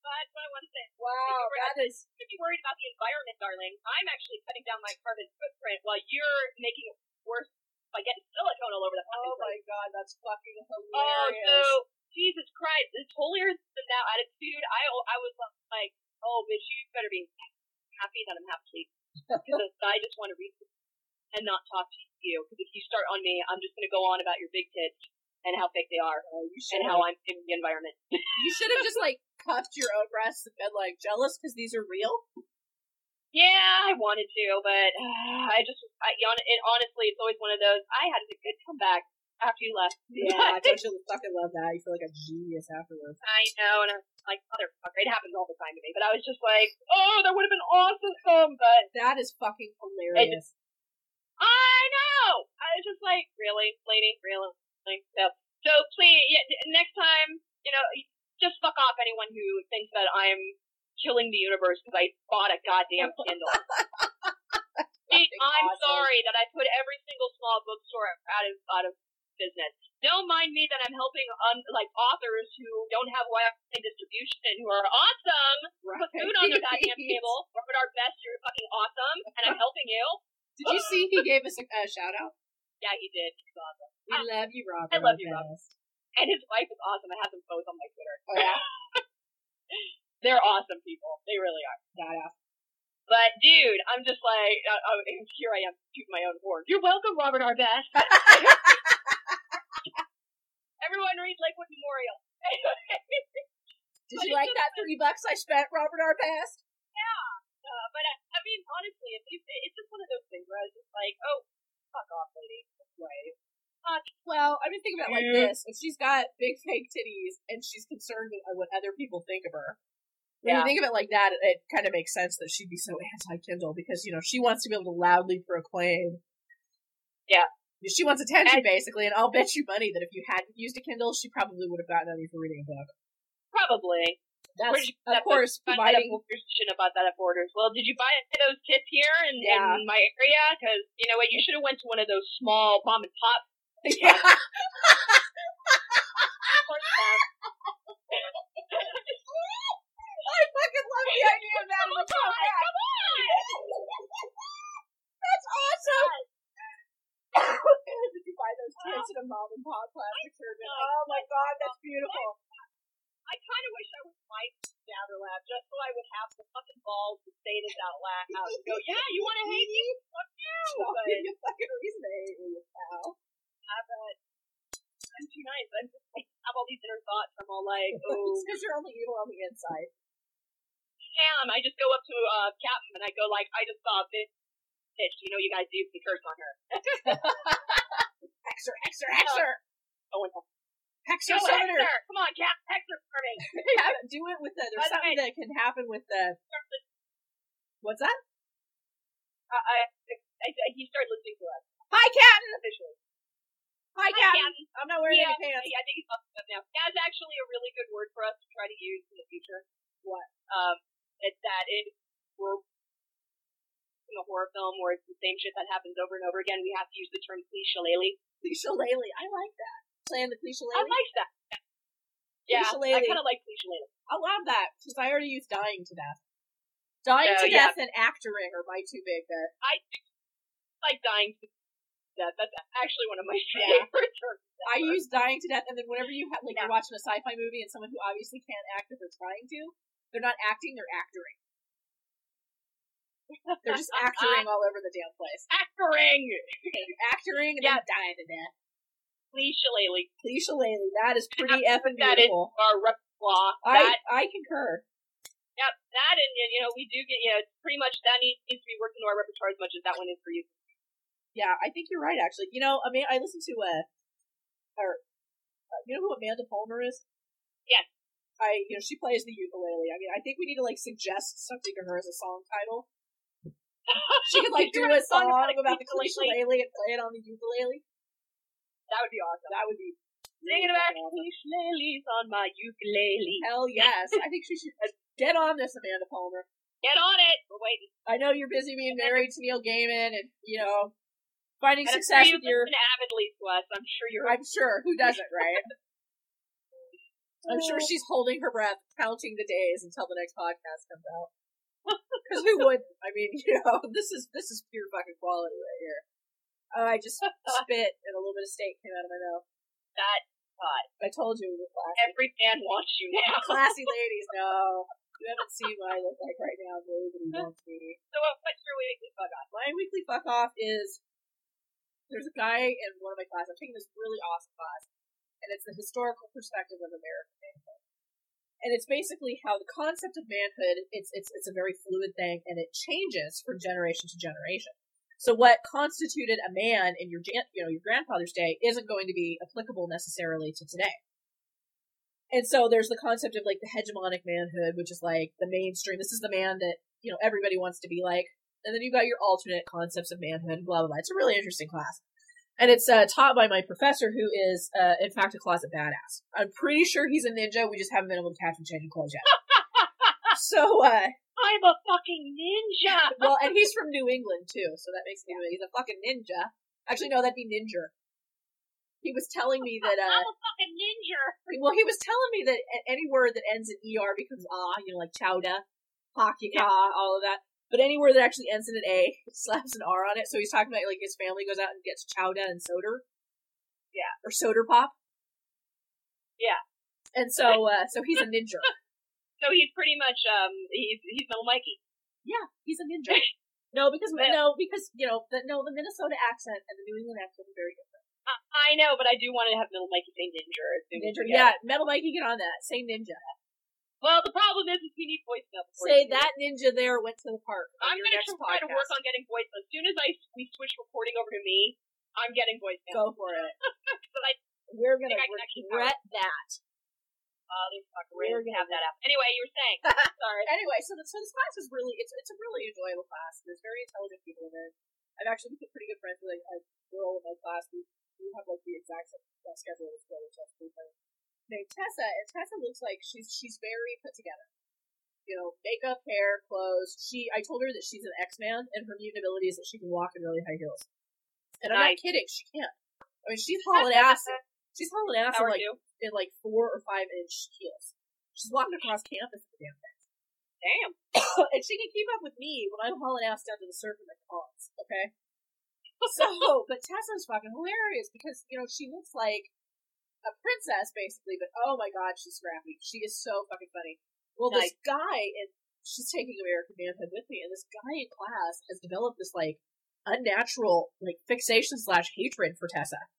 Speaker 2: That's what I want to say.
Speaker 1: Wow, that is
Speaker 2: You should be worried about the environment, darling. I'm actually cutting down my carbon footprint while you're making it worse by getting silicone all over the fucking
Speaker 1: Oh
Speaker 2: place.
Speaker 1: my god, that's fucking
Speaker 2: Oh,
Speaker 1: hilarious.
Speaker 2: so Jesus Christ, this holier than thou attitude. I I was like, oh, bitch, you better be happy that I'm half asleep because I just want to read and not talk to you. Because if you start on me, I'm just going to go on about your big tits and how fake they are
Speaker 1: Oh, you should
Speaker 2: and
Speaker 1: have,
Speaker 2: how I'm in the environment.
Speaker 1: you should have just like cuffed your own breasts and been like jealous because these are
Speaker 2: [laughs]
Speaker 1: real.
Speaker 2: Yeah, I wanted to, but [sighs] I just I, hon- and honestly, it's always one of those. I had a good comeback after you left.
Speaker 1: don't you fucking love that? You feel like a genius afterwards.
Speaker 2: I know, and I'm like, motherfucker, it happens all the time to me. But I was just like, oh, that would have been awesome, but
Speaker 1: That is fucking hilarious.
Speaker 2: I know. I was just like, really, lady, really. Like, so, so please, yeah, d- next time, you know, just fuck off anyone who thinks that I'm killing the universe because I bought a
Speaker 1: [laughs]
Speaker 2: goddamn Kindle. Bitch,
Speaker 1: Fucking
Speaker 2: I'm
Speaker 1: awesome.
Speaker 2: sorry that I put every single small bookstore out of out of business. Don't mind me that I'm helping un, like authors who don't have widespread distribution and who are awesome. Put food on their goddamn
Speaker 1: [laughs] Right.
Speaker 2: table. We're at our best. You're fucking awesome, and I'm helping you.
Speaker 1: Did you see he gave us a, a shout out?
Speaker 2: Yeah, he did. He's awesome.
Speaker 1: We
Speaker 2: Ah,
Speaker 1: love you, Robert.
Speaker 2: I love
Speaker 1: our
Speaker 2: you, Robert.
Speaker 1: best.
Speaker 2: And his wife is awesome. I have them both on my Twitter.
Speaker 1: Oh yeah,
Speaker 2: They're awesome people. They really are.
Speaker 1: badass.
Speaker 2: But dude, I'm just like, uh, oh, and here I am, shooting my own horn. You're welcome, Robert Arbest. [laughs] Everyone read Lakewood Memorial. [laughs] Uh,
Speaker 1: Did you like that three bucks I spent, Robert our best?
Speaker 2: Uh, but I, I mean, honestly, at least it- it's just one of those things where I was just like, oh, fuck off, lady. Right.
Speaker 1: Well, I've been thinking about it like
Speaker 2: Yeah.
Speaker 1: this. If she's got big fake titties and she's concerned with what other people think of her, when
Speaker 2: Yeah.
Speaker 1: you think of it like that, it, it kind of makes sense that she'd be so anti Kindle because you know she wants to be able to loudly proclaim.
Speaker 2: Yeah.
Speaker 1: she wants attention
Speaker 2: And-
Speaker 1: basically, and I'll bet you money that if you hadn't used a Kindle, she probably would have gotten money for reading a book.
Speaker 2: Probably. Where
Speaker 1: That's
Speaker 2: did you
Speaker 1: of
Speaker 2: get that
Speaker 1: course
Speaker 2: Find out
Speaker 1: providing.
Speaker 2: information about that at Borders. Well, did you buy those kits here in,
Speaker 1: Yeah.
Speaker 2: in my area? Because you know what, you should have went to one of those small mom and pop [laughs]
Speaker 1: Yeah. [laughs] Oh,
Speaker 2: I
Speaker 1: fucking love the idea of that. in the
Speaker 2: Oh
Speaker 1: podcast. That's awesome. [laughs] Did you buy those tents in a mom and pop plastic surgeon? Oh my god, that's beautiful.
Speaker 2: kind of wish I was my downer lab just so I would have the fucking balls to say this out loud. and Go, yeah, you want to hate me? Fuck you!
Speaker 1: I'll
Speaker 2: But
Speaker 1: give you a fucking reason to hate me, [laughs] pal.
Speaker 2: I bet I'm too nice. I'm just, I have all these inner thoughts. I'm all
Speaker 1: [laughs]
Speaker 2: like, oh,
Speaker 1: It's because you're only evil on the inside.
Speaker 2: Cam. I just go up to uh, Captain and I go like, I just saw this bitch. You know, you guys do the curse on her.
Speaker 1: Hexer, hexer, hexer!
Speaker 2: Oh, and
Speaker 1: Hexer,
Speaker 2: Go
Speaker 1: souther!
Speaker 2: Hector! Come on, Cap. Hector for me.
Speaker 1: Yeah, Do it with the, there's
Speaker 2: By the
Speaker 1: something that can happen with the, what's that?
Speaker 2: Uh, I, I, I, he started listening to us
Speaker 1: Hi, Captain!
Speaker 2: officially. Hi,
Speaker 1: Hi, Captain!
Speaker 2: Captain.
Speaker 1: I'm not wearing any
Speaker 2: Yeah,
Speaker 1: pants.
Speaker 2: I think he's up to that now. That's actually a really good word for us to try to use in the future.
Speaker 1: What?
Speaker 2: Um, it's that it we're in a horror film where it's the same shit that happens over and over again. We have to use the term cliche.
Speaker 1: Cliche, I like that. Playing the cliche.
Speaker 2: I like that. Yeah, I
Speaker 1: Cliche-lely.
Speaker 2: kind of like cliche.
Speaker 1: I love that because I already used dying to death. Dying
Speaker 2: So,
Speaker 1: to
Speaker 2: yeah.
Speaker 1: death and actoring are my two big. Uh,
Speaker 2: Like dying to death. That's actually one of my
Speaker 1: Yeah.
Speaker 2: favorite terms.
Speaker 1: I
Speaker 2: ever.
Speaker 1: use dying to death, and then whenever you have, like
Speaker 2: Yeah.
Speaker 1: you're watching a sci-fi movie and someone who obviously can't act if they're trying to, they're not acting, they're actoring. They're just actoring all over the damn place.
Speaker 2: Actoring.
Speaker 1: Actoring and
Speaker 2: Yeah.
Speaker 1: then dying to death.
Speaker 2: Cliche.
Speaker 1: Please, Shillelagh, that is pretty effing
Speaker 2: that is-
Speaker 1: beautiful.
Speaker 2: Our repertoire. That
Speaker 1: I I concur.
Speaker 2: Yep, that and and, you know we do get you know it's pretty much that needs to be worked into our repertoire as much as that one is for you.
Speaker 1: Yeah, I think you're right. Actually, you know, I mean, I listened to uh or uh, you know who Amanda Palmer is?
Speaker 2: Yes.
Speaker 1: I you know she plays the ukulele. I mean, I think we need to like suggest something to her as a song
Speaker 2: [laughs]
Speaker 1: title. [laughs] She could like
Speaker 2: If you
Speaker 1: do
Speaker 2: wrote
Speaker 1: a song about,
Speaker 2: about
Speaker 1: the ukulele and play it on the ukulele.
Speaker 2: that would be awesome.
Speaker 1: That would be
Speaker 2: Singing about ukuleles on my ukulele.
Speaker 1: hell yes. I think she should uh, get on this Amanda Palmer.
Speaker 2: Get on it. We're waiting.
Speaker 1: I know you're busy being married to Neil Gaiman and, you know, finding
Speaker 2: And I'm sure
Speaker 1: success
Speaker 2: you
Speaker 1: with
Speaker 2: [laughs]
Speaker 1: your,
Speaker 2: listen avidly to us. I'm sure you're.
Speaker 1: I'm sure, who doesn't, right? I'm
Speaker 2: Oh.
Speaker 1: sure she's holding her breath, counting the days until the next podcast comes
Speaker 2: [laughs]
Speaker 1: out. Because who would? I mean, [laughs] you know, this is this is pure fucking quality right here. Oh,
Speaker 2: [laughs]
Speaker 1: I just spit and a little bit of steak came out of my mouth.
Speaker 2: That hot.
Speaker 1: I told you we were classy.
Speaker 2: Every man wants you
Speaker 1: [laughs]
Speaker 2: now.
Speaker 1: classy ladies. No, you haven't seen what I look like right now. Nobody wants me.
Speaker 2: so uh, what's your weekly fuck off?
Speaker 1: my weekly fuck off is there's a guy in one of my classes. I'm taking this really awesome class, and it's the historical perspective of American manhood. And it's basically how the concept of manhood it's it's it's a very fluid thing, and it changes from generation to generation. So what constituted a man in your jan- you know your grandfather's day isn't going to be applicable necessarily to today. And so there's the concept of like the hegemonic manhood, which is like the mainstream. This is the man that you know everybody wants to be like and then you've got your alternate concepts of manhood, blah blah blah. It's a really interesting class, and it's uh, taught by my professor, who is uh, in fact a closet badass. I'm pretty sure he's a ninja. We just haven't been able to catch him changing clothes yet. so, uh,
Speaker 2: I'm a fucking ninja.
Speaker 1: well, and he's from New England too, so that makes me he's a fucking ninja. Actually, no, that'd be ninja. He was telling me that uh,
Speaker 2: I'm a fucking ninja.
Speaker 1: Well, he was telling me that a- any word that ends in er becomes ah, you know, like chowda, hockey ka, all of that. But any word that actually ends in an a [laughs] slaps an r on it. So he's talking about like his family goes out and gets chowda and soda.
Speaker 2: Yeah.
Speaker 1: Or soda pop.
Speaker 2: Yeah.
Speaker 1: And so, uh, so he's a
Speaker 2: [laughs]
Speaker 1: ninja.
Speaker 2: So he's pretty much um he's he's little Mikey.
Speaker 1: yeah, he's a ninja. No, because
Speaker 2: Yeah.
Speaker 1: no, because you know, the, no, the Minnesota accent and the New England accent are very different.
Speaker 2: I, I know, but I do want to have little Mikey say ninja. As soon as
Speaker 1: Ninja,
Speaker 2: we get it.
Speaker 1: yeah. Metal Mikey, get on that. Say ninja.
Speaker 2: Well, the problem is, is we need voice notes. for
Speaker 1: Say
Speaker 2: it.
Speaker 1: that ninja there went to the park.
Speaker 2: I'm
Speaker 1: on your
Speaker 2: gonna
Speaker 1: next
Speaker 2: try to work
Speaker 1: podcast.
Speaker 2: on getting voice. As soon as I we switch recording over to me, I'm getting voice now.
Speaker 1: Go for it.
Speaker 2: But I
Speaker 1: We're gonna
Speaker 2: think I can actually power
Speaker 1: regret that.
Speaker 2: oh, motherfucker,
Speaker 1: We're
Speaker 2: we're
Speaker 1: gonna
Speaker 2: gonna have that up. Anyway, you were saying. Sorry.
Speaker 1: Anyway, so this, so this class is really it's it's a really enjoyable class. There's very intelligent people in it. I've actually become pretty good friends with like a girl in my class. We we have like the exact same class schedule as well, which is pretty funny. Named Tessa, and Tessa looks like she's she's very put together. You know, makeup, hair, clothes. She I told her that she's an X Man, and her mutant ability is that she can walk in really high heels. And I'm not
Speaker 2: Nice.
Speaker 1: kidding, she can't. I mean, she's hauling ass. She's hauling ass
Speaker 2: How are
Speaker 1: in like
Speaker 2: you?
Speaker 1: in like four or five inch heels. She's walking across campus with damn thing.
Speaker 2: Damn.
Speaker 1: [laughs] and she can keep up with me when I'm hauling ass down to the surf in my cons, okay? [laughs] So, but Tessa's fucking hilarious because, you know, she looks like a princess basically, but oh my god, she's scrappy. She is so fucking funny. Well, this guy, and she's taking American Manhood with me, and this guy in class has developed this like unnatural like fixation slash hatred for Tessa.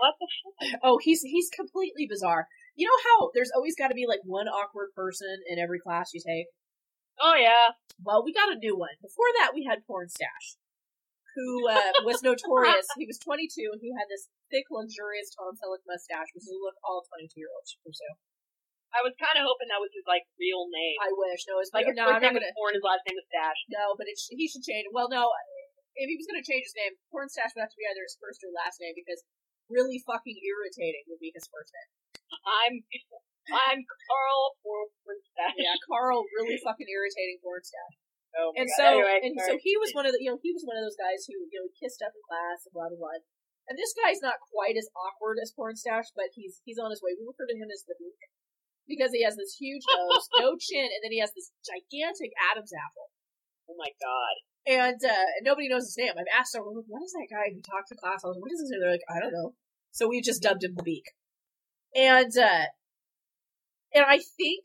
Speaker 2: What the fuck?
Speaker 1: Oh, he's he's completely bizarre. You know how there's always got to be like one awkward person in every class you take.
Speaker 2: Oh yeah.
Speaker 1: Well, we got a new one. Before that, we had Porn Stash, who uh, was notorious. He was 22 and he had this thick, luxurious Tom Selleck mustache, which is a look all 22 year olds should pursue.
Speaker 2: I was kind of hoping that was his like real name.
Speaker 1: I wish. No, it's
Speaker 2: like
Speaker 1: like
Speaker 2: his
Speaker 1: no,
Speaker 2: first
Speaker 1: I'm not
Speaker 2: name
Speaker 1: gonna.
Speaker 2: was Warren, his last name was Dash.
Speaker 1: No, but it sh- he should change. Well, no, if he was gonna change his name, Porn Stash would have to be either his first or last name because really fucking irritating would be his first name.
Speaker 2: I'm I'm Carl Warren Dash.
Speaker 1: Yeah, Carl, really fucking irritating Porn Stash.
Speaker 2: Oh my
Speaker 1: and
Speaker 2: God.
Speaker 1: so
Speaker 2: anyway,
Speaker 1: and so he was one of the you know he was one of those guys who you know he kissed up in class and blah blah blah. And this guy's not quite as awkward as Pornstash, but he's he's on his way. We refer to him as the Beak because he has this
Speaker 2: [laughs]
Speaker 1: huge nose, no chin, and then he has this gigantic Adam's apple.
Speaker 2: oh my god.
Speaker 1: And uh, and nobody knows his name. I've asked everyone, what is that guy who talks to class? I was like, what is his name? They're like, I don't know. So we just dubbed him the Beak. And uh, and I think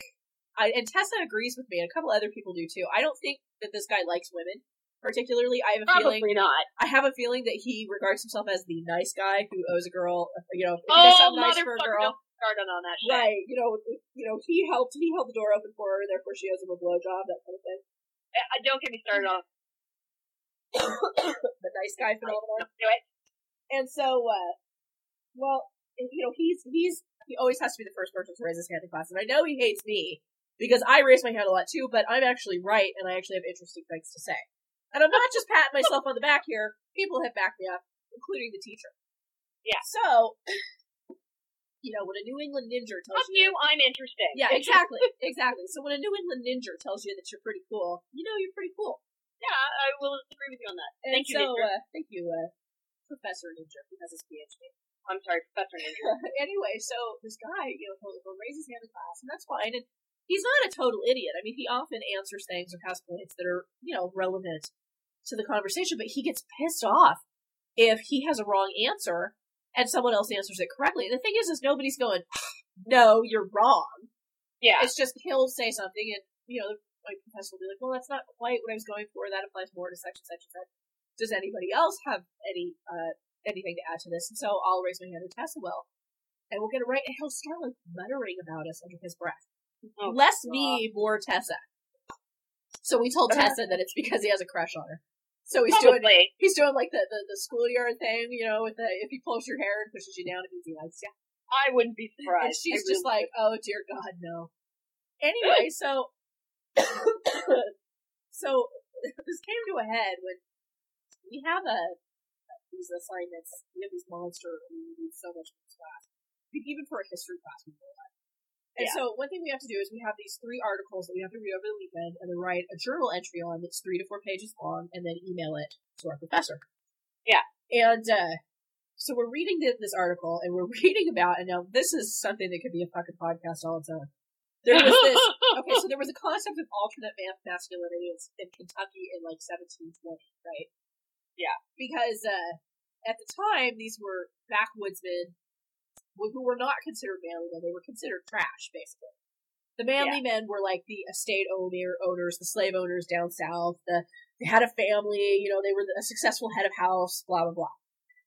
Speaker 1: I, and Tessa agrees with me, and a couple other people do too. I don't think that this guy likes women particularly. I have a feeling
Speaker 2: Probably not.
Speaker 1: I have a feeling that he regards himself as the nice guy who owes a girl, you know, he does
Speaker 2: Oh
Speaker 1: something nice for a
Speaker 2: motherfucker!
Speaker 1: girl.
Speaker 2: Don't start on that shit.
Speaker 1: Right, you know, you know, he helped, he held the door open for her, therefore she owes him a blowjob, that kind of thing.
Speaker 2: I- I- Don't get me started on.
Speaker 1: the nice guy phenomenon.
Speaker 2: Don't do it.
Speaker 1: And so, uh, well, you know, he's he's he always has to be the first person to raise his hand in class, and I know he hates me because I raise my hand a lot too. But I'm actually right, and I actually have interesting things to say. And I'm not just patting myself on the back here. People have backed me up, including the teacher.
Speaker 2: Yeah.
Speaker 1: So, you know, when a New England ninja tells
Speaker 2: Fuck you, I'm interesting. [laughs]
Speaker 1: yeah, exactly, exactly. So when a New England ninja tells you that you're pretty cool, you know you're pretty cool.
Speaker 2: yeah, I will agree with you on that.
Speaker 1: And
Speaker 2: Thank you,
Speaker 1: so,
Speaker 2: Ninja.
Speaker 1: Uh, thank you, uh, Professor Ninja, who has his PhD.
Speaker 2: I'm sorry, Professor Ninja.
Speaker 1: [laughs] anyway, so this guy, you know, he'll, he'll raise his hand in class, and that's fine. And he's not a total idiot. I mean, he often answers things or has points that are, you know, relevant to the conversation, but he gets pissed off if he has a wrong answer and someone else answers it correctly. And the thing is, is nobody's going, "Ah, no, you're wrong.
Speaker 2: Yeah.
Speaker 1: It's just he'll say something, and you know, my professor will be like, "Well, that's not quite what I was going for. That applies more to such and such and such." Does anybody else have any uh anything to add to this? And so I'll raise my hand, and Tessa will, and we'll get it right. And he'll start like muttering about us under his breath.
Speaker 2: Oh,
Speaker 1: Less
Speaker 2: God.
Speaker 1: me, more Tessa. So we told Tessa that it's because he has a crush on her. So
Speaker 2: Oh.
Speaker 1: he's doing
Speaker 2: Probably.
Speaker 1: he's doing like the the, the schoolyard thing, you know, with the if he pulls your hair and pushes you down, it means he likes you.
Speaker 2: I wouldn't be surprised.
Speaker 1: [laughs] And
Speaker 2: I
Speaker 1: she's
Speaker 2: really
Speaker 1: just like, oh dear God, no. Anyway, so [coughs] so [coughs] this came to a head when we have a these assignments. We have these monster. We need so much in this class. I mean, even for a history class, we do that. And
Speaker 2: Yeah.
Speaker 1: so one thing we have to do is we have these three articles that we have to read over the weekend and then write a journal entry on that's three to four pages long and then email it to our professor.
Speaker 2: Yeah.
Speaker 1: And uh, so we're reading thi- this article and we're [laughs] reading about and now this is something that could be a fucking podcast all its own. There
Speaker 2: [laughs]
Speaker 1: was this okay, so there was a concept of alternate ma- masculinity in, in Kentucky in like 1720, right?
Speaker 2: Yeah.
Speaker 1: Because uh, at the time, these were backwoodsmen who who were not considered manly men; they were considered trash, basically. The manly men were like the estate owner owners, the slave owners down south. The they had a family, you know, they were a successful head of house, blah blah blah.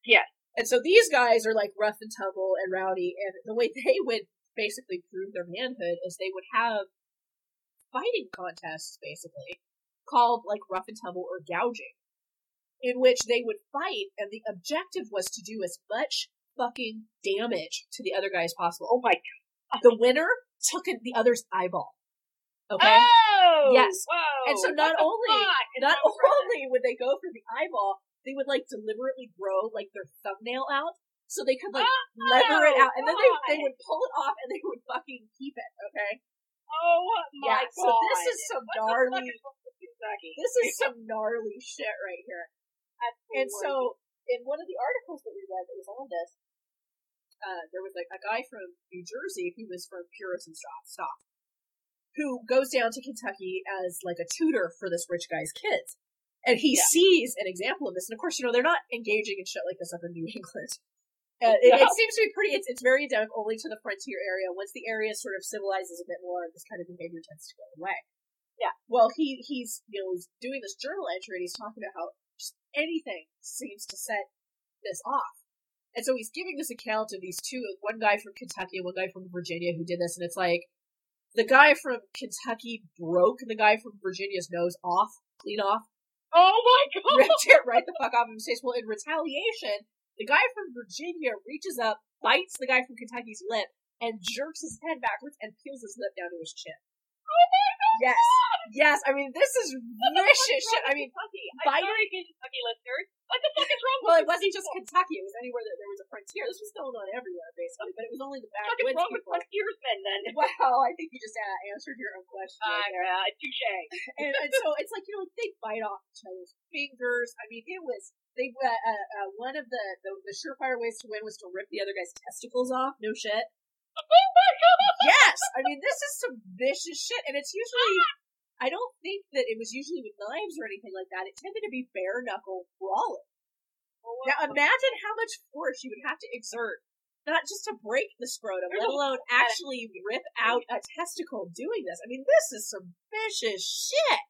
Speaker 2: Yeah.
Speaker 1: And so these guys are like rough and tumble and rowdy, and the way [laughs] they would basically prove their manhood is they would have fighting contests, basically, called like rough and tumble or gouging, in which they would fight, and the objective was to do as much fucking damage to the other guy as possible.
Speaker 2: oh my
Speaker 1: The winner took in the other's eyeball. Okay?
Speaker 2: Oh!
Speaker 1: Yes.
Speaker 2: Whoa!
Speaker 1: And so
Speaker 2: What
Speaker 1: not
Speaker 2: the
Speaker 1: only-
Speaker 2: fuck is up
Speaker 1: not
Speaker 2: with that?
Speaker 1: only would they go for the eyeball, they would like deliberately grow like their thumbnail out so they could like lever it out, and then they, they would pull it off and they would fucking keep it. Okay,
Speaker 2: Oh my
Speaker 1: yeah.
Speaker 2: god!
Speaker 1: So this is some
Speaker 2: What the fuck
Speaker 1: gnarly
Speaker 2: is wrong with Kentucky?
Speaker 1: this is some gnarly shit right here. And so, in one of the articles that we read that was on this, uh, there was like a guy from New Jersey who was from Puritan stock, stock, who goes down to Kentucky as like a tutor for this rich guy's kids. And he
Speaker 2: Yeah.
Speaker 1: sees an example of this. And of course, you know, they're not engaging in shit like this up in New [laughs] England. Uh, it, it
Speaker 2: No.
Speaker 1: seems to be pretty, it's, it's very endemic only to the frontier area. Once the area sort of civilizes a bit more, this kind of behavior tends to go away.
Speaker 2: Yeah.
Speaker 1: Well, he, he's, you know, he's doing this journal entry and he's talking about how just anything seems to set this off. And so he's giving this account of these two, one guy from Kentucky and one guy from Virginia who did this, and it's like, the guy from Kentucky broke the guy from Virginia's nose off, clean off, [laughs]
Speaker 2: oh my god!
Speaker 1: ripped it right the fuck off of his face. Well, in retaliation, the guy from Virginia reaches up, bites the guy from Kentucky's lip, and jerks his head backwards and peels his lip down to his chin. Yes, yes. I mean, this is vicious shit. I mean,
Speaker 2: Kentucky. I'm
Speaker 1: Biden-
Speaker 2: sorry, Kentucky listeners. What the fuck is wrong
Speaker 1: Well, it
Speaker 2: with
Speaker 1: wasn't just Kentucky. It was anywhere that there was a frontier. This was going on everywhere, basically, but it was only the
Speaker 2: What the fuck is
Speaker 1: backwoods
Speaker 2: wrong with
Speaker 1: people.
Speaker 2: frontiersmen then?
Speaker 1: [laughs] Well, I think you just uh, answered your own question.
Speaker 2: Ah,
Speaker 1: right there.
Speaker 2: yeah, touche.
Speaker 1: and, and so it's like, you know, they bite off each other's fingers. I mean, it was, they, uh, uh, uh, one of the, the, the surefire ways to win was to rip the other guy's testicles off. No shit.
Speaker 2: Oh my god!
Speaker 1: Yes! I mean, this is some vicious shit, and it's usually, I don't think that it was usually with knives or anything like that. It tended to be bare knuckle brawling. Now imagine how much force you would have to exert, not just to break the scrotum,
Speaker 2: [laughs] Really?
Speaker 1: let alone actually rip out a testicle doing this. I mean, this is some vicious shit.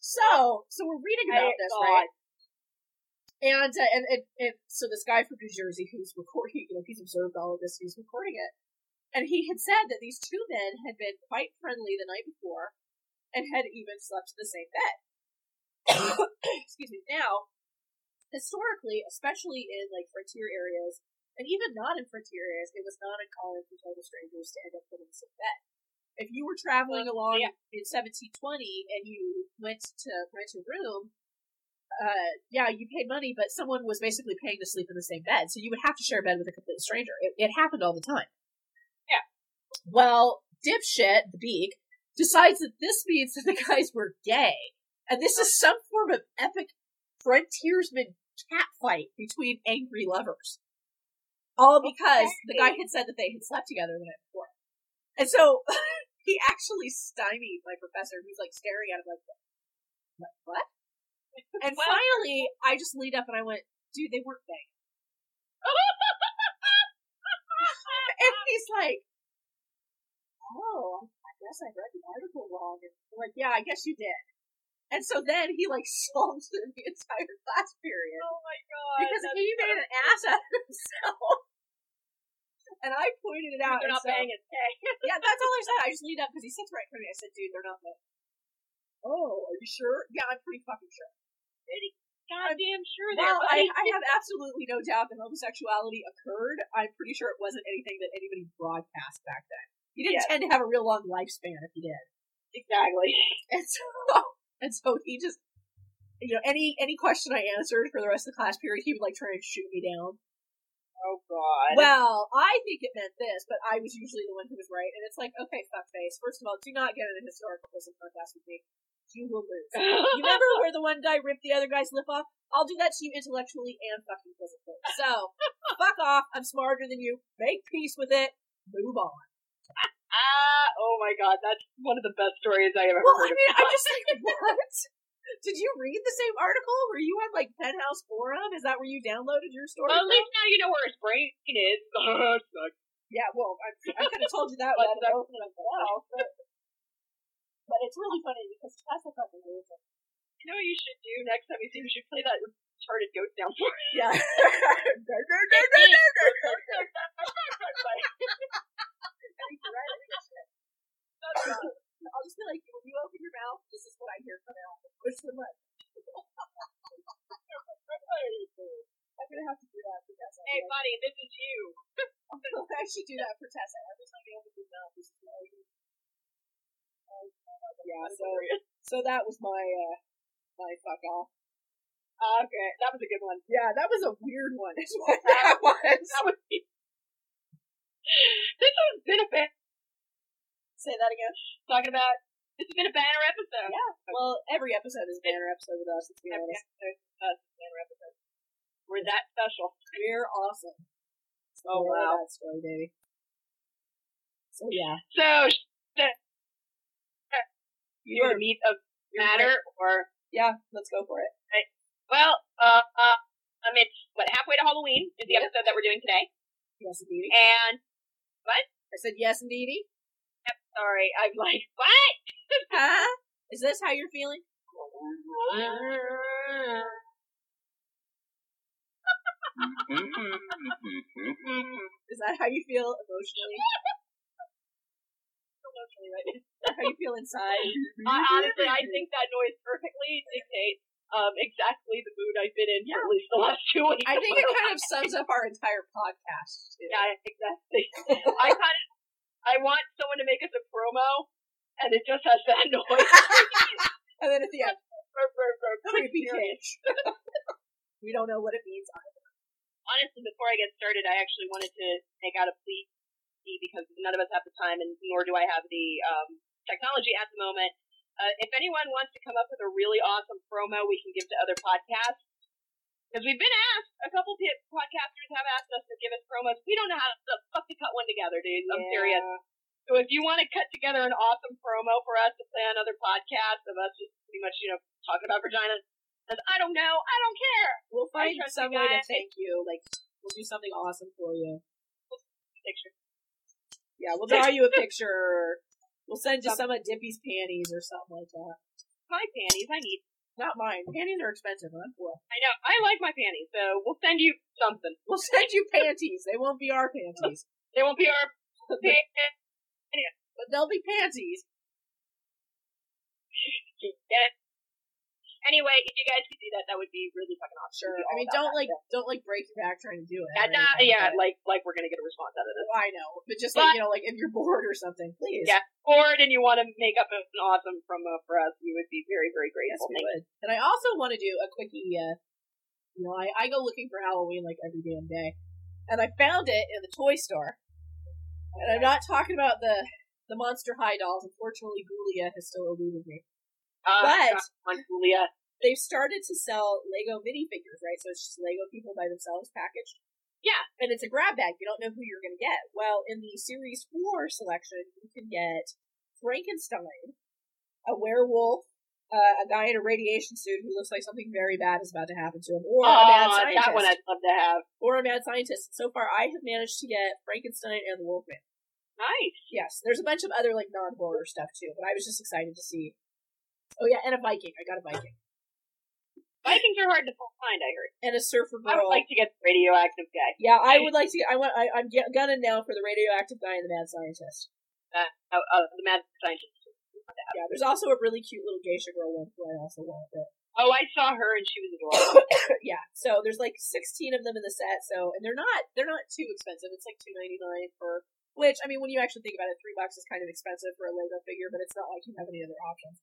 Speaker 1: So, so we're reading about
Speaker 2: Thank
Speaker 1: this,
Speaker 2: God.
Speaker 1: right? And, uh, and and and so this guy from New Jersey who's recording, you know, he's observed all of this, he's recording it, and he had said that these two men had been quite friendly the night before, and had even slept in the same bed. [coughs] Excuse me. Now, historically, especially in like frontier areas and even not in frontiers, it was not uncommon for total strangers to end up putting us in bed. If you were traveling
Speaker 2: Well,
Speaker 1: along
Speaker 2: yeah.
Speaker 1: in 1720 and you went to rent a room, uh, yeah, you paid money, but someone was basically paying to sleep in the same bed, so you would have to share a bed with a complete stranger. It, it happened all the time.
Speaker 2: Yeah.
Speaker 1: Well, dipshit, the beak, decides that this means that the guys were gay. And this is some form of epic frontiersman catfight between angry lovers. All because the guy had said that they had slept together the night before. And so [laughs] he actually stymied my professor, who's like staring at him like, what? what? And
Speaker 2: Well-
Speaker 1: finally, I just leaned up and I went, dude, they weren't gay. [laughs] And he's like, oh, I guess I read the article wrong. And I'm like, yeah, I guess you did. And so then he like [laughs] solved the entire class period
Speaker 2: Oh my god.
Speaker 1: because
Speaker 2: that's
Speaker 1: he made
Speaker 2: so-
Speaker 1: an ass out of himself. [laughs] And I pointed it out.
Speaker 2: They're
Speaker 1: and
Speaker 2: not
Speaker 1: so- [laughs]
Speaker 2: paying us.
Speaker 1: yeah, that's all I said. I just leaned up because he sits right in front of me. I said, dude, they're not gay. Oh, are you sure? Yeah, I'm pretty fucking sure.
Speaker 2: Goddamn sure they're.
Speaker 1: Well, I, I have absolutely no doubt that homosexuality occurred. I'm pretty sure it wasn't anything that anybody broadcast back then. He didn't
Speaker 2: Yes.
Speaker 1: tend to have a real long lifespan if he did.
Speaker 2: exactly.
Speaker 1: [laughs] And so, and so he just, you know, any any question I answered for the rest of the class period, he would like try and shoot me down.
Speaker 2: Oh god. [laughs]
Speaker 1: Well, I think it meant this, but I was usually the one who was right, and it's like, okay, fuckface. First of all, do not get in a historical prison contest with me. You will lose. You [laughs] remember where the one guy ripped the other guy's lip off? I'll do that to you intellectually and fucking physically. So, fuck off. I'm smarter than you. Make peace with it. Move on.
Speaker 2: ah, oh my god, that's one of the best stories I have ever
Speaker 1: Well, I
Speaker 2: heard.
Speaker 1: mean, [laughs] I'm just like, what? Did you read the same article? Were you on like Penthouse Forum? Is that where you downloaded your story?
Speaker 2: well, at
Speaker 1: from?
Speaker 2: least now you know where his brain is. [laughs] Sucks.
Speaker 1: Yeah, well, I, I could have told you [laughs] that
Speaker 2: But
Speaker 1: without it opening up the mouth, but, but it's really funny because Tessa fucking knows it.
Speaker 2: you know what you should do next time you see? You should play that retarded goat down [laughs]
Speaker 1: [laughs]
Speaker 2: for us.
Speaker 1: Yeah.
Speaker 2: [laughs]
Speaker 1: I'll just be like, when you open your mouth, this is what I hear from [laughs] out. Which one like? I'm gonna have to do that for Tessa. [laughs]
Speaker 2: Hey, buddy, this is you.
Speaker 1: I'll actually do that for Tessa. Every time you open your mouth, this is what I hear.
Speaker 2: [laughs]
Speaker 1: Yeah, so, so that was my, uh, my fuck off.
Speaker 2: Uh, okay, that was a good one.
Speaker 1: Yeah, that was a weird one. Is what that was.
Speaker 2: [laughs] That was. this has been a ban-
Speaker 1: Say that again.
Speaker 2: talking about. This has been a banner episode.
Speaker 1: Yeah. Well, every episode is a banner episode with us. Let's be
Speaker 2: Every
Speaker 1: honest.
Speaker 2: episode, uh, it's a banner episode. We're that special.
Speaker 1: We're awesome.
Speaker 2: Oh,
Speaker 1: Yeah,
Speaker 2: wow.
Speaker 1: That's right, baby. So yeah,
Speaker 2: So, sh- the-
Speaker 1: You
Speaker 2: you
Speaker 1: are-
Speaker 2: are meat of
Speaker 1: you're
Speaker 2: matter, or
Speaker 1: yeah. Let's go for it.
Speaker 2: well, uh, uh, um, it's what halfway to Halloween is the
Speaker 1: Yep.
Speaker 2: episode that we're doing today,
Speaker 1: Yes, indeedy.
Speaker 2: and
Speaker 1: I said yes, indeedy.
Speaker 2: sorry, I'm like what? Uh-huh.
Speaker 1: Huh? Is this how you're feeling? Is that how you feel emotionally?
Speaker 2: [laughs]
Speaker 1: emotionally, right? Is that how you feel inside?
Speaker 2: [laughs] I, honestly, I think that noise perfectly dictates um exactly the mood I've been in for at least the last two weeks.
Speaker 1: I think it kind of sums up our entire podcast. Too.
Speaker 2: Yeah, exactly. I kind of, I want someone to make us a promo, and it just has that [laughs] noise.
Speaker 1: and then at the end,
Speaker 2: Burp, burp, burp.
Speaker 1: [laughs] creepy pitch. we don't know what it means.
Speaker 2: Honestly, before I get started, I actually wanted to make out a plea because none of us have the time, and nor do I have the um, technology at the moment. Uh, if anyone wants to come up with a really awesome promo we can give to other podcasts, because we've been asked, a couple pe- podcasters have asked us to give us promos. We don't know how the fuck to cut one together, dude. I'm serious. So if you want to cut together an awesome promo for us to play on other podcasts of us just pretty much, you know, talking about vaginas, 'cause I don't know, I don't care.
Speaker 1: We'll find
Speaker 2: trust
Speaker 1: some
Speaker 2: you
Speaker 1: way to
Speaker 2: guys.
Speaker 1: thank you. Like, we'll do something awesome for you.
Speaker 2: Picture.
Speaker 1: Yeah,
Speaker 2: [laughs]
Speaker 1: we'll draw you a picture. We'll send you some of Dippy's panties or something like that.
Speaker 2: My panties, I need.
Speaker 1: Not mine. Panties are expensive. Huh? Well,
Speaker 2: I know, I like my panties, so we'll send you something.
Speaker 1: we'll send you panties. They won't be our panties,
Speaker 2: They won't be our [laughs] panties.
Speaker 1: but they'll be panties.
Speaker 2: Yes. Anyway, if you guys could do that, that would be really fucking awesome.
Speaker 1: Sure.
Speaker 2: We'd be all
Speaker 1: I mean,
Speaker 2: about
Speaker 1: don't
Speaker 2: that.
Speaker 1: like don't like break your back trying to do it.
Speaker 2: Yeah,
Speaker 1: or
Speaker 2: nah,
Speaker 1: anything,
Speaker 2: yeah,
Speaker 1: but-
Speaker 2: like like we're gonna get a response out of this.
Speaker 1: Well, I know, but just like
Speaker 2: But-
Speaker 1: you know, like if you're bored or something, please.
Speaker 2: Yeah, Bored and you want to make up an awesome promo for us, we would be very very grateful.
Speaker 1: Yes, we
Speaker 2: Thank you.
Speaker 1: would. And I also want to do a quickie. Uh, you know, I, I go looking for Halloween like every damn day, and I found it in the toy store. And I'm not talking about the the Monster High dolls. Unfortunately, Gulia has still eluded me.
Speaker 2: Uh,
Speaker 1: But-
Speaker 2: God, on Julia.
Speaker 1: They've started to sell Lego minifigures, right? So it's just Lego people by themselves packaged.
Speaker 2: Yeah.
Speaker 1: And it's a grab bag. You don't know who you're going to get. Well, in the series four selection, you can get Frankenstein, a werewolf, uh, a guy in a radiation suit who looks like something very bad is about to happen to him, or a mad
Speaker 2: Aw,
Speaker 1: scientist,
Speaker 2: that one I'd love to have.
Speaker 1: or a mad scientist. So far, I have managed to get Frankenstein and the Wolfman.
Speaker 2: Nice.
Speaker 1: Yes, there's a bunch of other like non horror stuff too, but I was just excited to see. Oh yeah, and a Viking. I got a Viking
Speaker 2: Vikings are hard to find. I heard.
Speaker 1: and a surfer girl.
Speaker 2: I would like to get the radioactive guy.
Speaker 1: yeah, I would like to. I want. I, I'm get, gunning now for the radioactive guy and the mad scientist.
Speaker 2: Oh, oh, the mad scientist.
Speaker 1: Yeah, there's also a really cute little geisha girl one who I also want. But
Speaker 2: Oh, I saw her and she was adorable.
Speaker 1: yeah, so there's like 16 of them in the set. So and they're not they're not too expensive. It's like 2.99 for which I mean when you actually think about it, three bucks is kind of expensive for a Lego figure, but it's not like you have any other options.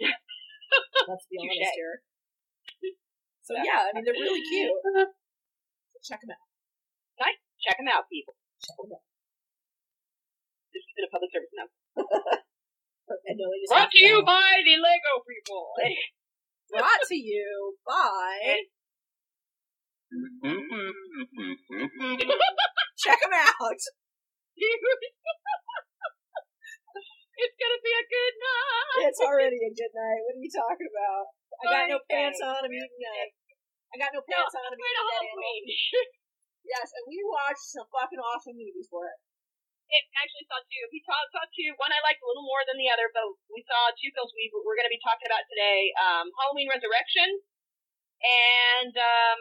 Speaker 1: Let's be
Speaker 2: Touche.
Speaker 1: honest here. [coughs] So yeah, I mean they're really cute. Check them out.
Speaker 2: [laughs] Check them out, people.
Speaker 1: Check 'em out.
Speaker 2: This has been a public service announcement.
Speaker 1: I know it is
Speaker 2: Brought
Speaker 1: half
Speaker 2: to
Speaker 1: an
Speaker 2: you
Speaker 1: hour.
Speaker 2: by the Lego people.
Speaker 1: [laughs]
Speaker 2: [laughs]
Speaker 1: Brought to you by. Check them out.
Speaker 2: it's gonna be a good night. [laughs]
Speaker 1: It's already a good night. What are you talking about? I got no
Speaker 2: Fine,
Speaker 1: pants
Speaker 2: thanks.
Speaker 1: on. I'm eating a. I got no
Speaker 2: No,
Speaker 1: pants on. I'm
Speaker 2: Right
Speaker 1: eating
Speaker 2: on
Speaker 1: a dead animal.
Speaker 2: Halloween.
Speaker 1: Yes, and we watched some fucking awesome movies for it.
Speaker 2: It actually saw two. We saw, saw two. One I liked a little more than the other, but we saw two films we we're gonna be talking about today: um, Halloween Resurrection and um,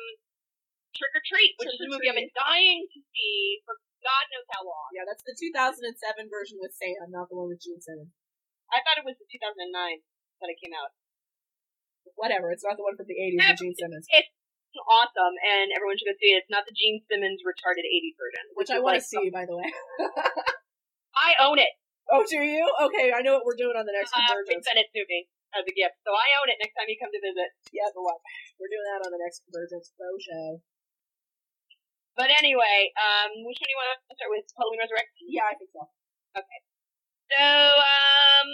Speaker 2: Trick or Treat, which
Speaker 1: Trick
Speaker 2: is a
Speaker 1: or
Speaker 2: movie I've been dying to see for God knows how long.
Speaker 1: Yeah, that's the 2007 version with Sam, not the one with Gene Simmons.
Speaker 2: I thought it was the 2009 when it came out.
Speaker 1: Whatever, it's not the one from the 80s with Gene Simmons,
Speaker 2: It's awesome, and everyone should go see it. It's not the Gene Simmons retarded 80s version,
Speaker 1: which
Speaker 2: is
Speaker 1: I want
Speaker 2: like-
Speaker 1: to see, by the way. [laughs]
Speaker 2: I own it.
Speaker 1: Oh, do you? Okay, I know what we're doing on the next
Speaker 2: Uh, Rick
Speaker 1: Convergence.
Speaker 2: sent it to me as a gift, so I own it. Next time you come to visit.
Speaker 1: Yep, we're doing that on the next Convergence Pro Show.
Speaker 2: But anyway, um, which one do you want to start with? Halloween Resurrection.
Speaker 1: Yeah, I think so.
Speaker 2: So, um,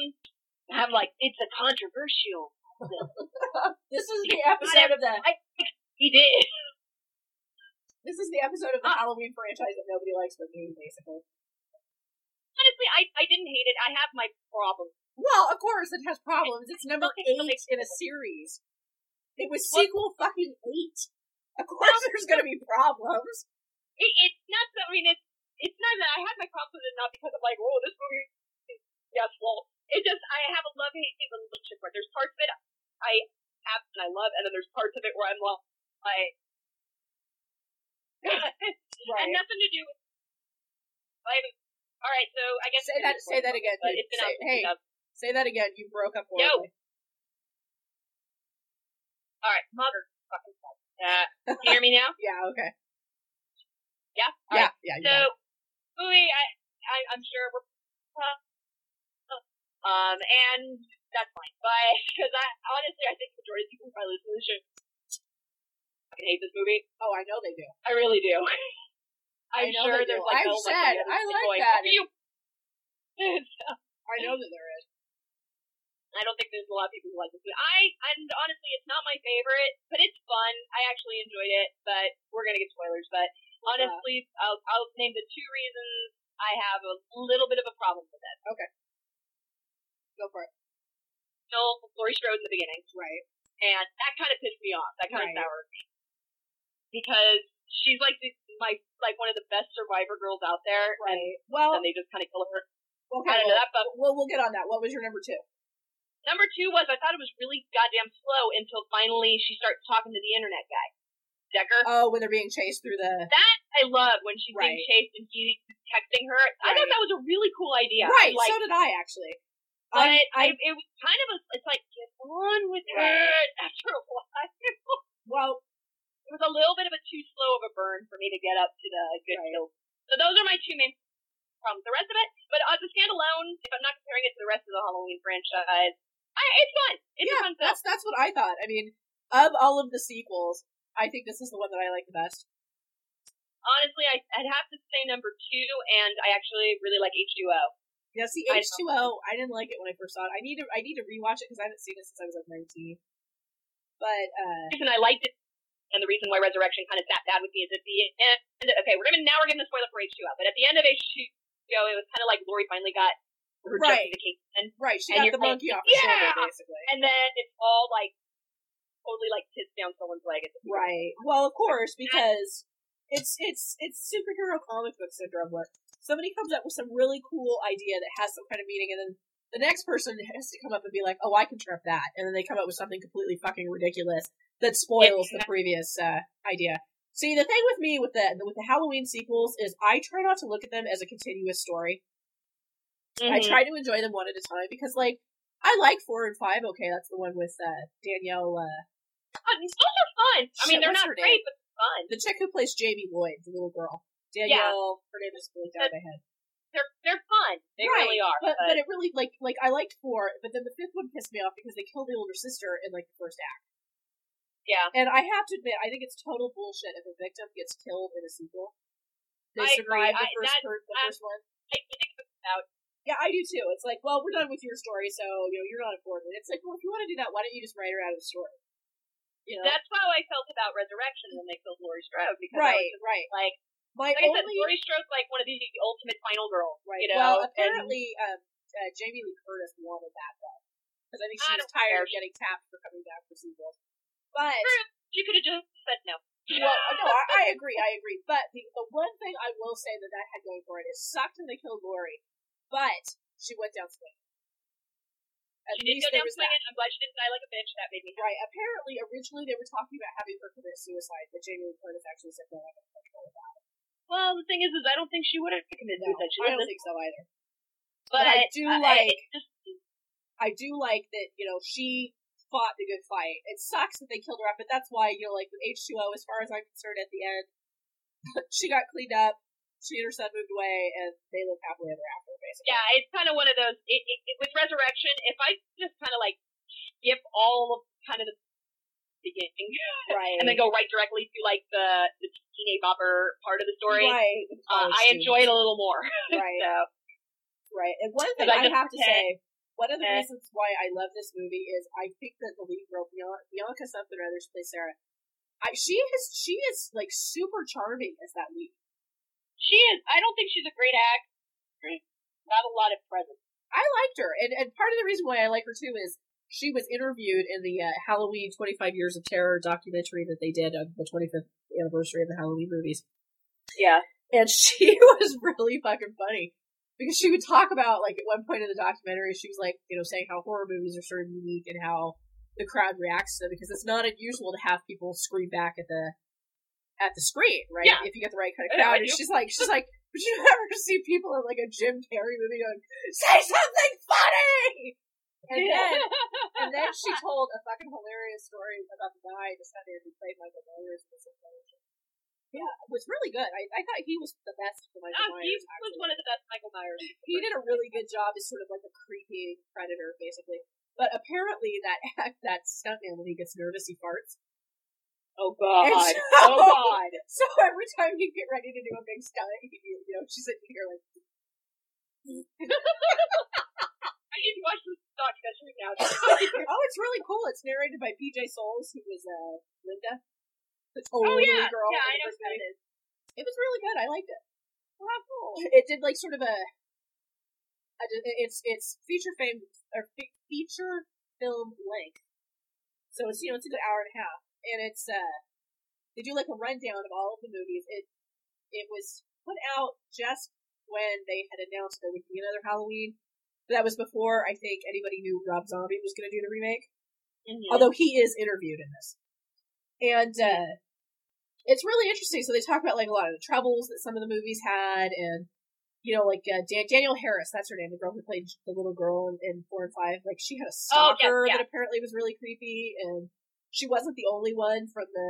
Speaker 2: I'm like, it's a controversial.
Speaker 1: This is the episode of the
Speaker 2: He did. [laughs]
Speaker 1: this is the episode
Speaker 2: Uh.
Speaker 1: of the Halloween franchise that nobody likes but me, basically.
Speaker 2: Honestly, I, I didn't hate it. I have my problems.
Speaker 1: Well, of course, it has problems. It's number
Speaker 2: Okay,
Speaker 1: eight
Speaker 2: okay.
Speaker 1: in a series. It was
Speaker 2: Well-
Speaker 1: sequel fucking
Speaker 2: [laughs]
Speaker 1: eight. Of course, there's gonna be problems.
Speaker 2: It, it's not. that- I mean, it's it's not that I had my problems with it, not because of like, oh, this movie. is Yes, well, it just I have a love hate relationship where there's parts of it I have and I love, and then there's parts of it where I'm like, [laughs] like.
Speaker 1: Right.
Speaker 2: had nothing to do with. Like, all right, so I guess
Speaker 1: Say that. Say that again.
Speaker 2: But
Speaker 1: dude.
Speaker 2: it's been
Speaker 1: say,
Speaker 2: out since
Speaker 1: hey,
Speaker 2: 2000.
Speaker 1: say that again. You broke up.
Speaker 2: No.
Speaker 1: horribly.
Speaker 2: All right, mother fucking. Uh, can you hear me now? [laughs]
Speaker 1: Yeah. Okay.
Speaker 2: Yeah. All
Speaker 1: Yeah.
Speaker 2: right,
Speaker 1: Yeah. you
Speaker 2: So,
Speaker 1: got it.
Speaker 2: Bowie, I, I, I'm sure we're. [laughs] Um, and that's fine, but because I honestly, I think the majority of people probably listen to this show fucking hate this movie.
Speaker 1: Oh, I know they do.
Speaker 2: I really do. [laughs]
Speaker 1: I
Speaker 2: I'm
Speaker 1: know
Speaker 2: sure
Speaker 1: they do.
Speaker 2: there's like
Speaker 1: I'm
Speaker 2: oh my
Speaker 1: sad.
Speaker 2: God,
Speaker 1: I
Speaker 2: this is
Speaker 1: like
Speaker 2: going-
Speaker 1: that.
Speaker 2: You.
Speaker 1: [laughs] I know that there is.
Speaker 2: I don't think there's a lot of people who like this movie. I and honestly, it's not my favorite, but it's fun. I actually enjoyed it, but we're gonna get spoilers. But honestly, I'll I'll name the two reasons I have a little bit of a problem with it.
Speaker 1: Go for it.
Speaker 2: Still, Laurie Strode in the beginning,
Speaker 1: Right.
Speaker 2: and that kind of pissed me off. That kind
Speaker 1: Right.
Speaker 2: of soured me because she's like the, my like one of the best survivor girls out there, and
Speaker 1: Right. Well.
Speaker 2: then they just kind of kill her.
Speaker 1: Okay.
Speaker 2: I don't know.
Speaker 1: Well,
Speaker 2: That bugged
Speaker 1: well, we'll get on that. What was your number two?
Speaker 2: Number two was I thought it was really goddamn slow until finally she starts talking to the internet guy. Decker.
Speaker 1: Oh, when they're being chased through the.
Speaker 2: That I love when she's being
Speaker 1: Right.
Speaker 2: chased and he's texting her. I thought
Speaker 1: Right.
Speaker 2: that was a really cool idea.
Speaker 1: right.
Speaker 2: Like,
Speaker 1: so did I actually.
Speaker 2: But I,
Speaker 1: I- I-
Speaker 2: it was kind of a, it's like, get on with it after a while. [laughs] it
Speaker 1: Well,
Speaker 2: was a little bit of a too slow of a burn for me to get up to the good
Speaker 1: Right.
Speaker 2: kills. So those are my two main problems. The rest of it, but as a standalone, if I'm not comparing it to the rest of the Halloween franchise, I, it's fun. It's a
Speaker 1: yeah,
Speaker 2: fun film.
Speaker 1: that's that's what I thought. I mean, of all of the sequels, I think this is the one that I like the best.
Speaker 2: Honestly, I, I'd have to say number two, and I actually really like H2O.
Speaker 1: Yeah, see,
Speaker 2: I know.
Speaker 1: H two O. I didn't like it when I first saw it. I need to I need to rewatch it because I haven't seen it since I was like nineteen. But uh,
Speaker 2: The reason I liked it, and the reason why Resurrection kind of sat bad with me is at the end. Okay, we're gonna now we're gonna spoil it for H2O, but at the end of H2O, it was kind of like Lori finally got her
Speaker 1: Right.
Speaker 2: justification,
Speaker 1: right, she
Speaker 2: And
Speaker 1: got
Speaker 2: you're
Speaker 1: the monkey
Speaker 2: like,
Speaker 1: off her
Speaker 2: "Yeah!"
Speaker 1: shoulder, basically.
Speaker 2: and then it's all like totally like tits down someone's leg. It's
Speaker 1: Right. Well, of course, because it's it's it's superhero comic book syndrome where somebody comes up with some really cool idea that has some kind of meaning, and then the next person has to come up and be like, "Oh, I can trump that," and then they come up with something completely fucking ridiculous that spoils the previous uh, idea. See, the thing with me with the with the Halloween sequels is I try not to look at them as a continuous story. I
Speaker 2: Mhm.
Speaker 1: try to enjoy them one at a time because, like, I like four and five. Okay, that's the one with uh, Danielle, uh,
Speaker 2: God, these those are fun. I
Speaker 1: Shit,
Speaker 2: mean, they're
Speaker 1: what's
Speaker 2: not
Speaker 1: her
Speaker 2: great, but they're fun.
Speaker 1: the chick who plays Jamie Lloyd, the little girl. Danielle, her name is really down my head.
Speaker 2: They're they're fun. They
Speaker 1: Right,
Speaker 2: really are.
Speaker 1: But
Speaker 2: but-
Speaker 1: but it really like like I liked four, but then the fifth one pissed me off because they killed the older sister in like the first act.
Speaker 2: Yeah.
Speaker 1: And I have to admit, I think it's total bullshit if a victim gets killed in a sequel. They
Speaker 2: I agree.
Speaker 1: survive the
Speaker 2: I-
Speaker 1: first
Speaker 2: that- um,
Speaker 1: per- the
Speaker 2: I'm-
Speaker 1: first one.
Speaker 2: I think about
Speaker 1: Yeah, I do too. It's like, well, we're done with your story, so you know you're not important. It's like, well, if you want to do that, why don't you just write her out of the story? You know,
Speaker 2: that's how I felt about Resurrection when they killed Lori Strode because I
Speaker 1: right,
Speaker 2: was just
Speaker 1: right.
Speaker 2: like
Speaker 1: My
Speaker 2: like I said,
Speaker 1: only
Speaker 2: Lori Strode's like one of the ultimate final girls,
Speaker 1: Right.
Speaker 2: you know. and-
Speaker 1: well, apparently, um, uh, Jamie Lee Curtis wanted that though, because I think she
Speaker 2: I
Speaker 1: was
Speaker 2: don't
Speaker 1: tired
Speaker 2: care.
Speaker 1: of getting tapped for coming back for sequels. But
Speaker 2: True. you could have just said no.
Speaker 1: well, no,
Speaker 2: [laughs]
Speaker 1: I, I agree, I agree. But the the one thing I will say that that had going for it is sucked and they killed Lori, but she went down swinging. At
Speaker 2: she did
Speaker 1: least
Speaker 2: go
Speaker 1: there
Speaker 2: down
Speaker 1: was that.
Speaker 2: swinging. I'm glad she didn't die like a bitch. That made me happy.
Speaker 1: Right. Apparently, originally they were talking about having her commit suicide, but Jamie Lee Curtis actually said no. I don't think so."
Speaker 2: Well, the thing is, is I don't think she would have committed
Speaker 1: No,
Speaker 2: suicide. She
Speaker 1: I
Speaker 2: was
Speaker 1: don't
Speaker 2: a-
Speaker 1: think so either.
Speaker 2: but,
Speaker 1: but I do
Speaker 2: uh,
Speaker 1: like-
Speaker 2: it's just,
Speaker 1: I do like that, you know, she fought the good fight. It sucks that they killed her off, but that's why, you know, like with H2O, as far as I'm concerned, at the end, [laughs] she got cleaned up, she and her son moved away, and they lived happily ever after, basically.
Speaker 2: yeah, it's kind of one of those. It, it, it, with resurrection, if I just kind of like skip all of kind of the beginning
Speaker 1: Right.
Speaker 2: and then go right directly to like the the teenage bopper part of the story,
Speaker 1: Right.
Speaker 2: uh,
Speaker 1: Oh,
Speaker 2: I enjoy it a little more.
Speaker 1: Right.
Speaker 2: So
Speaker 1: Right. And one thing
Speaker 2: But I
Speaker 1: I,
Speaker 2: just
Speaker 1: have to
Speaker 2: pretend-
Speaker 1: say, one of the
Speaker 2: Eh.
Speaker 1: reasons why I love this movie is I think that the lead girl, Bian- Bianca something or other, she plays Sarah. I, she is she is like super charming as that lead.
Speaker 2: she is. I don't think she's a great actress. Not a lot of presence.
Speaker 1: I liked her, and and part of the reason why I like her too is she was interviewed in the uh, Halloween 25 Years of Terror documentary that they did on the 25th anniversary of the Halloween movies,
Speaker 2: Yeah.
Speaker 1: and [laughs] she was really fucking funny because she would talk about like at one point in the documentary she was like you know saying how horror movies are sort of unique and how the crowd reacts to them because it's not unusual to have people scream back at the at the screen right
Speaker 2: Yeah.
Speaker 1: if you get the right kind of
Speaker 2: I know, I
Speaker 1: crowd and
Speaker 2: do.
Speaker 1: she's like she's like would you ever [laughs] see people in like a Jim Carrey movie going say something funny and then
Speaker 2: [laughs]
Speaker 1: and then she told a fucking hilarious story about the guy the Sunday who played Michael Myers in this explosion. Yeah, it was really good. I, I thought he was the best for Michael
Speaker 2: Oh, he
Speaker 1: Myers.
Speaker 2: was one of the best Michael Myers.
Speaker 1: He did a really good job as sort of like a creepy predator, basically. But apparently that [laughs] act, that stuntman, when he gets nervous, he farts.
Speaker 2: Oh
Speaker 1: And
Speaker 2: God.
Speaker 1: so,
Speaker 2: Oh God.
Speaker 1: [laughs] so every time he'd get ready to do a big stunt, he, you know, she's sitting here like, [laughs]
Speaker 2: I need to watch this documentary now.
Speaker 1: oh, it's really cool. It's narrated by PJ Souls, who was uh, Linda, the totally
Speaker 2: Oh, yeah.
Speaker 1: girl.
Speaker 2: Yeah, I
Speaker 1: in the
Speaker 2: know
Speaker 1: first
Speaker 2: who that
Speaker 1: movie. It was really good. I liked it.
Speaker 2: oh, cool.
Speaker 1: It did like sort of a, a it's it's feature fame or fe- feature film length. So it's you know it's a good hour and a half, and it's uh they do like a rundown of all of the movies. It it was put out just when they had announced there would be another Halloween. That was before I think anybody knew Rob Zombie was going to do the remake
Speaker 2: Oh,
Speaker 1: although he is interviewed in this and uh it's really interesting so they talk about like a lot of the troubles that some of the movies had and you know, like uh, Dan- Daniel Harris, that's her name, the girl who played the little girl in, in four and five. Like she had a
Speaker 2: Oh,
Speaker 1: stalker
Speaker 2: yes, yeah.
Speaker 1: that apparently was really creepy, and she wasn't the only one from the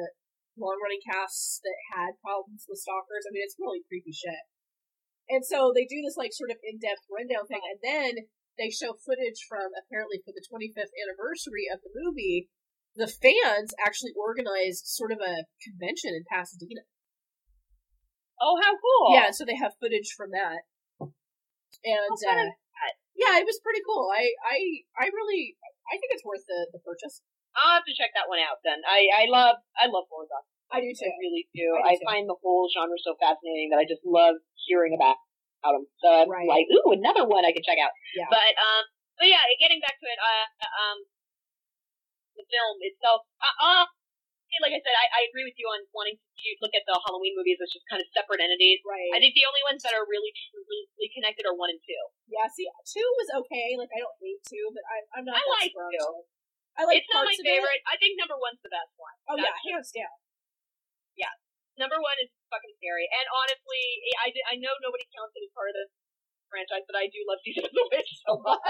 Speaker 1: long running casts that had problems with stalkers. I mean, it's really creepy shit. And so they do this like sort of in depth rundown thing, and then they show footage from apparently for the 25th anniversary of the movie. The fans actually organized sort of a convention in Pasadena.
Speaker 2: Oh, how cool!
Speaker 1: Yeah, so they have footage from that. And
Speaker 2: fun
Speaker 1: uh, yeah, it was pretty cool. I I I really I think it's worth the, the purchase.
Speaker 2: I'll have to check that one out then. I, I love I love horror docs.
Speaker 1: I do too.
Speaker 2: I really do.
Speaker 1: I do
Speaker 2: I,
Speaker 1: too.
Speaker 2: find the whole genre so fascinating that I just love hearing about about them. So I'm
Speaker 1: Right.
Speaker 2: like, ooh, another one I can check out.
Speaker 1: Yeah.
Speaker 2: But um, but yeah, getting back to it, uh, um, the film itself, uh, uh like I said, I, I agree with you on wanting to look at the Halloween movies as just kind of separate entities.
Speaker 1: Right.
Speaker 2: I think the only ones that are really truly connected are one and two.
Speaker 1: yeah. See, two was okay. Like I don't hate two, but I I'm not.
Speaker 2: I
Speaker 1: that
Speaker 2: like
Speaker 1: sprung
Speaker 2: two.
Speaker 1: to it. I like
Speaker 2: it's not my
Speaker 1: parts of it.
Speaker 2: favorite. I think number one's the best one.
Speaker 1: Oh yeah,
Speaker 2: That's-
Speaker 1: hands down.
Speaker 2: Number one is fucking scary. And honestly, I, I, I know nobody counts it as part of the franchise, but I do love Season of the Witch so much.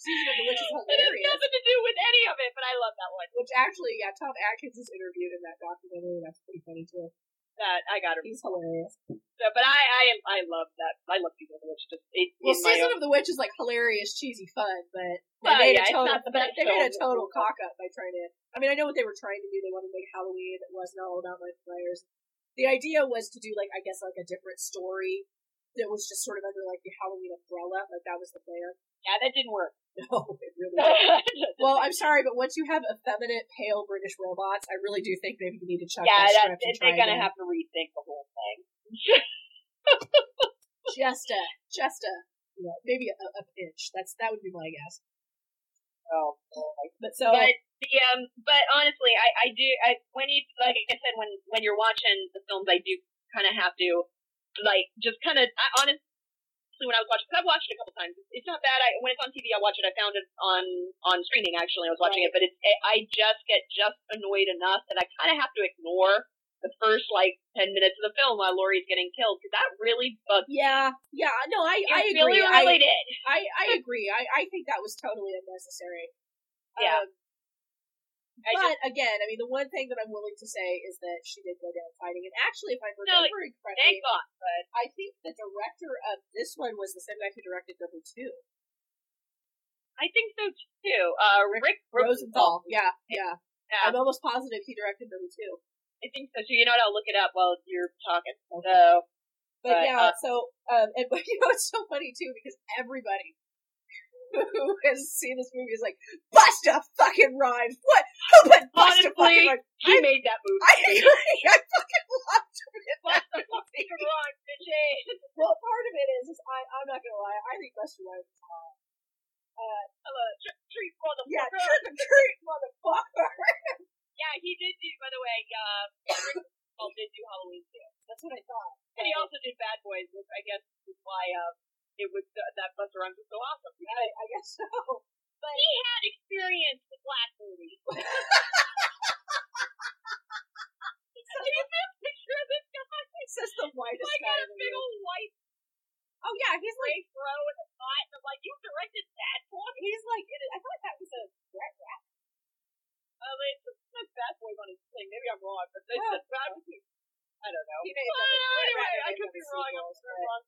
Speaker 1: Season of the
Speaker 2: [laughs]
Speaker 1: [laughs] Witch
Speaker 2: It
Speaker 1: is
Speaker 2: has
Speaker 1: hilarious.
Speaker 2: nothing to do with any of it, but I love that one.
Speaker 1: Which actually, yeah, Tom Atkins is interviewed in that documentary. That's pretty funny too.
Speaker 2: That I got it.
Speaker 1: He's hilarious.
Speaker 2: So, but I, I am, I love that. I love Season of the Witch. Just it,
Speaker 1: Well,
Speaker 2: in my
Speaker 1: Season
Speaker 2: own.
Speaker 1: of the Witch is like hilarious, cheesy fun, but they
Speaker 2: Well,
Speaker 1: made
Speaker 2: yeah,
Speaker 1: a
Speaker 2: it's
Speaker 1: total,
Speaker 2: not the
Speaker 1: but
Speaker 2: best
Speaker 1: they made a
Speaker 2: film.
Speaker 1: total cock up by trying to. I mean, I know what they were trying to do. They wanted to make Halloween that wasn't all about players. The idea was to do like I guess like a different story that was just sort of under like the Halloween umbrella. Like that was the plan. [laughs]
Speaker 2: yeah, that didn't work. [laughs]
Speaker 1: No, it really. Didn't.
Speaker 2: yeah,
Speaker 1: Well, I'm sorry, but once you have effeminate, pale British robots, I really do think maybe you need to chuck
Speaker 2: that,
Speaker 1: that script and
Speaker 2: they're
Speaker 1: try
Speaker 2: gonna
Speaker 1: again.
Speaker 2: have to rethink the whole thing. [laughs]
Speaker 1: just a, just a, you know, maybe a, a pinch. That's that would be my guess.
Speaker 2: Oh, boy.
Speaker 1: But so
Speaker 2: But the, um, but honestly, I, I do. I when you like I said when when you're watching the films, I do kind of have to like just kind of I, honestly when I was watching, 'cause I've watched it a couple times. It's not bad. I when it's on TV, I watch it. I found it on on streaming actually. I was watching it, but it's I just get just annoyed enough that I kind of have to ignore the first like ten minutes of the film while Laurie's getting killed because that really bugs.
Speaker 1: yeah, yeah, no, I I
Speaker 2: It Really
Speaker 1: agree. I-
Speaker 2: related.
Speaker 1: I, I agree. I, I think that was totally unnecessary.
Speaker 2: Yeah.
Speaker 1: Um,
Speaker 2: I
Speaker 1: but again, I mean, the one thing that I'm willing to say is that she did go down fighting. And actually, if I'm
Speaker 2: No,
Speaker 1: remembering
Speaker 2: Thank
Speaker 1: correctly,
Speaker 2: God.
Speaker 1: I think the director of this one was the same guy who directed Double Two.
Speaker 2: I think so too. Uh,
Speaker 1: Rick
Speaker 2: Rick Rosenthal.
Speaker 1: Rosenthal. Yeah, yeah.
Speaker 2: Yeah.
Speaker 1: I'm almost positive he directed Double Two.
Speaker 2: I think so too. You know what? I'll look it up while you're talking. So
Speaker 1: But
Speaker 2: But,
Speaker 1: yeah,
Speaker 2: uh,
Speaker 1: so um, and [laughs] you know it's so funny too because everybody who has seen this movie is like Busta fucking rhymes. What? Who put Busta fucking
Speaker 2: Honestly,
Speaker 1: rhymes?
Speaker 2: he
Speaker 1: I-
Speaker 2: made that [laughs] movie.
Speaker 1: I agree. [laughs] I fucking loved
Speaker 2: [laughs]
Speaker 1: it.
Speaker 2: What the fuck is wrong, [laughs] bitch?
Speaker 1: Well, part of it is, is I, I'm not gonna lie. I think Busta Rhymes
Speaker 2: [laughs]
Speaker 1: is hot.
Speaker 2: I'm a trick treat
Speaker 1: Yeah,
Speaker 2: motherfucker.
Speaker 1: trick or treat, motherfucker. [laughs]
Speaker 2: Yeah, he did do. By the way, uh, yeah, Rick Rosenthal did do Halloween too,
Speaker 1: That's what I thought.
Speaker 2: and he also did Bad Boys, which I guess is why uh, it was uh, that Buster Rhymes was so awesome.
Speaker 1: I, I guess
Speaker 2: [laughs]
Speaker 1: so.
Speaker 2: He had experience with black movies. [laughs] Can you see a picture of this guy?
Speaker 1: [laughs] It's just the whitest
Speaker 2: Like
Speaker 1: guy
Speaker 2: a
Speaker 1: in the
Speaker 2: big
Speaker 1: world.
Speaker 2: old white
Speaker 1: Oh yeah, he's like
Speaker 2: face, bro, and a pot, and I'm like, you directed that one?
Speaker 1: he's like. It, I thought that was a rat rat.
Speaker 2: Um, it just says bad boys on his thing. Maybe I'm wrong, but it's
Speaker 1: Oh.
Speaker 2: just bad boys. I don't know.
Speaker 1: He may have
Speaker 2: Well,
Speaker 1: done a rat
Speaker 2: anyway, I
Speaker 1: rat and
Speaker 2: could be
Speaker 1: done a
Speaker 2: wrong. I'm
Speaker 1: sequel,
Speaker 2: sure
Speaker 1: but-
Speaker 2: wrong.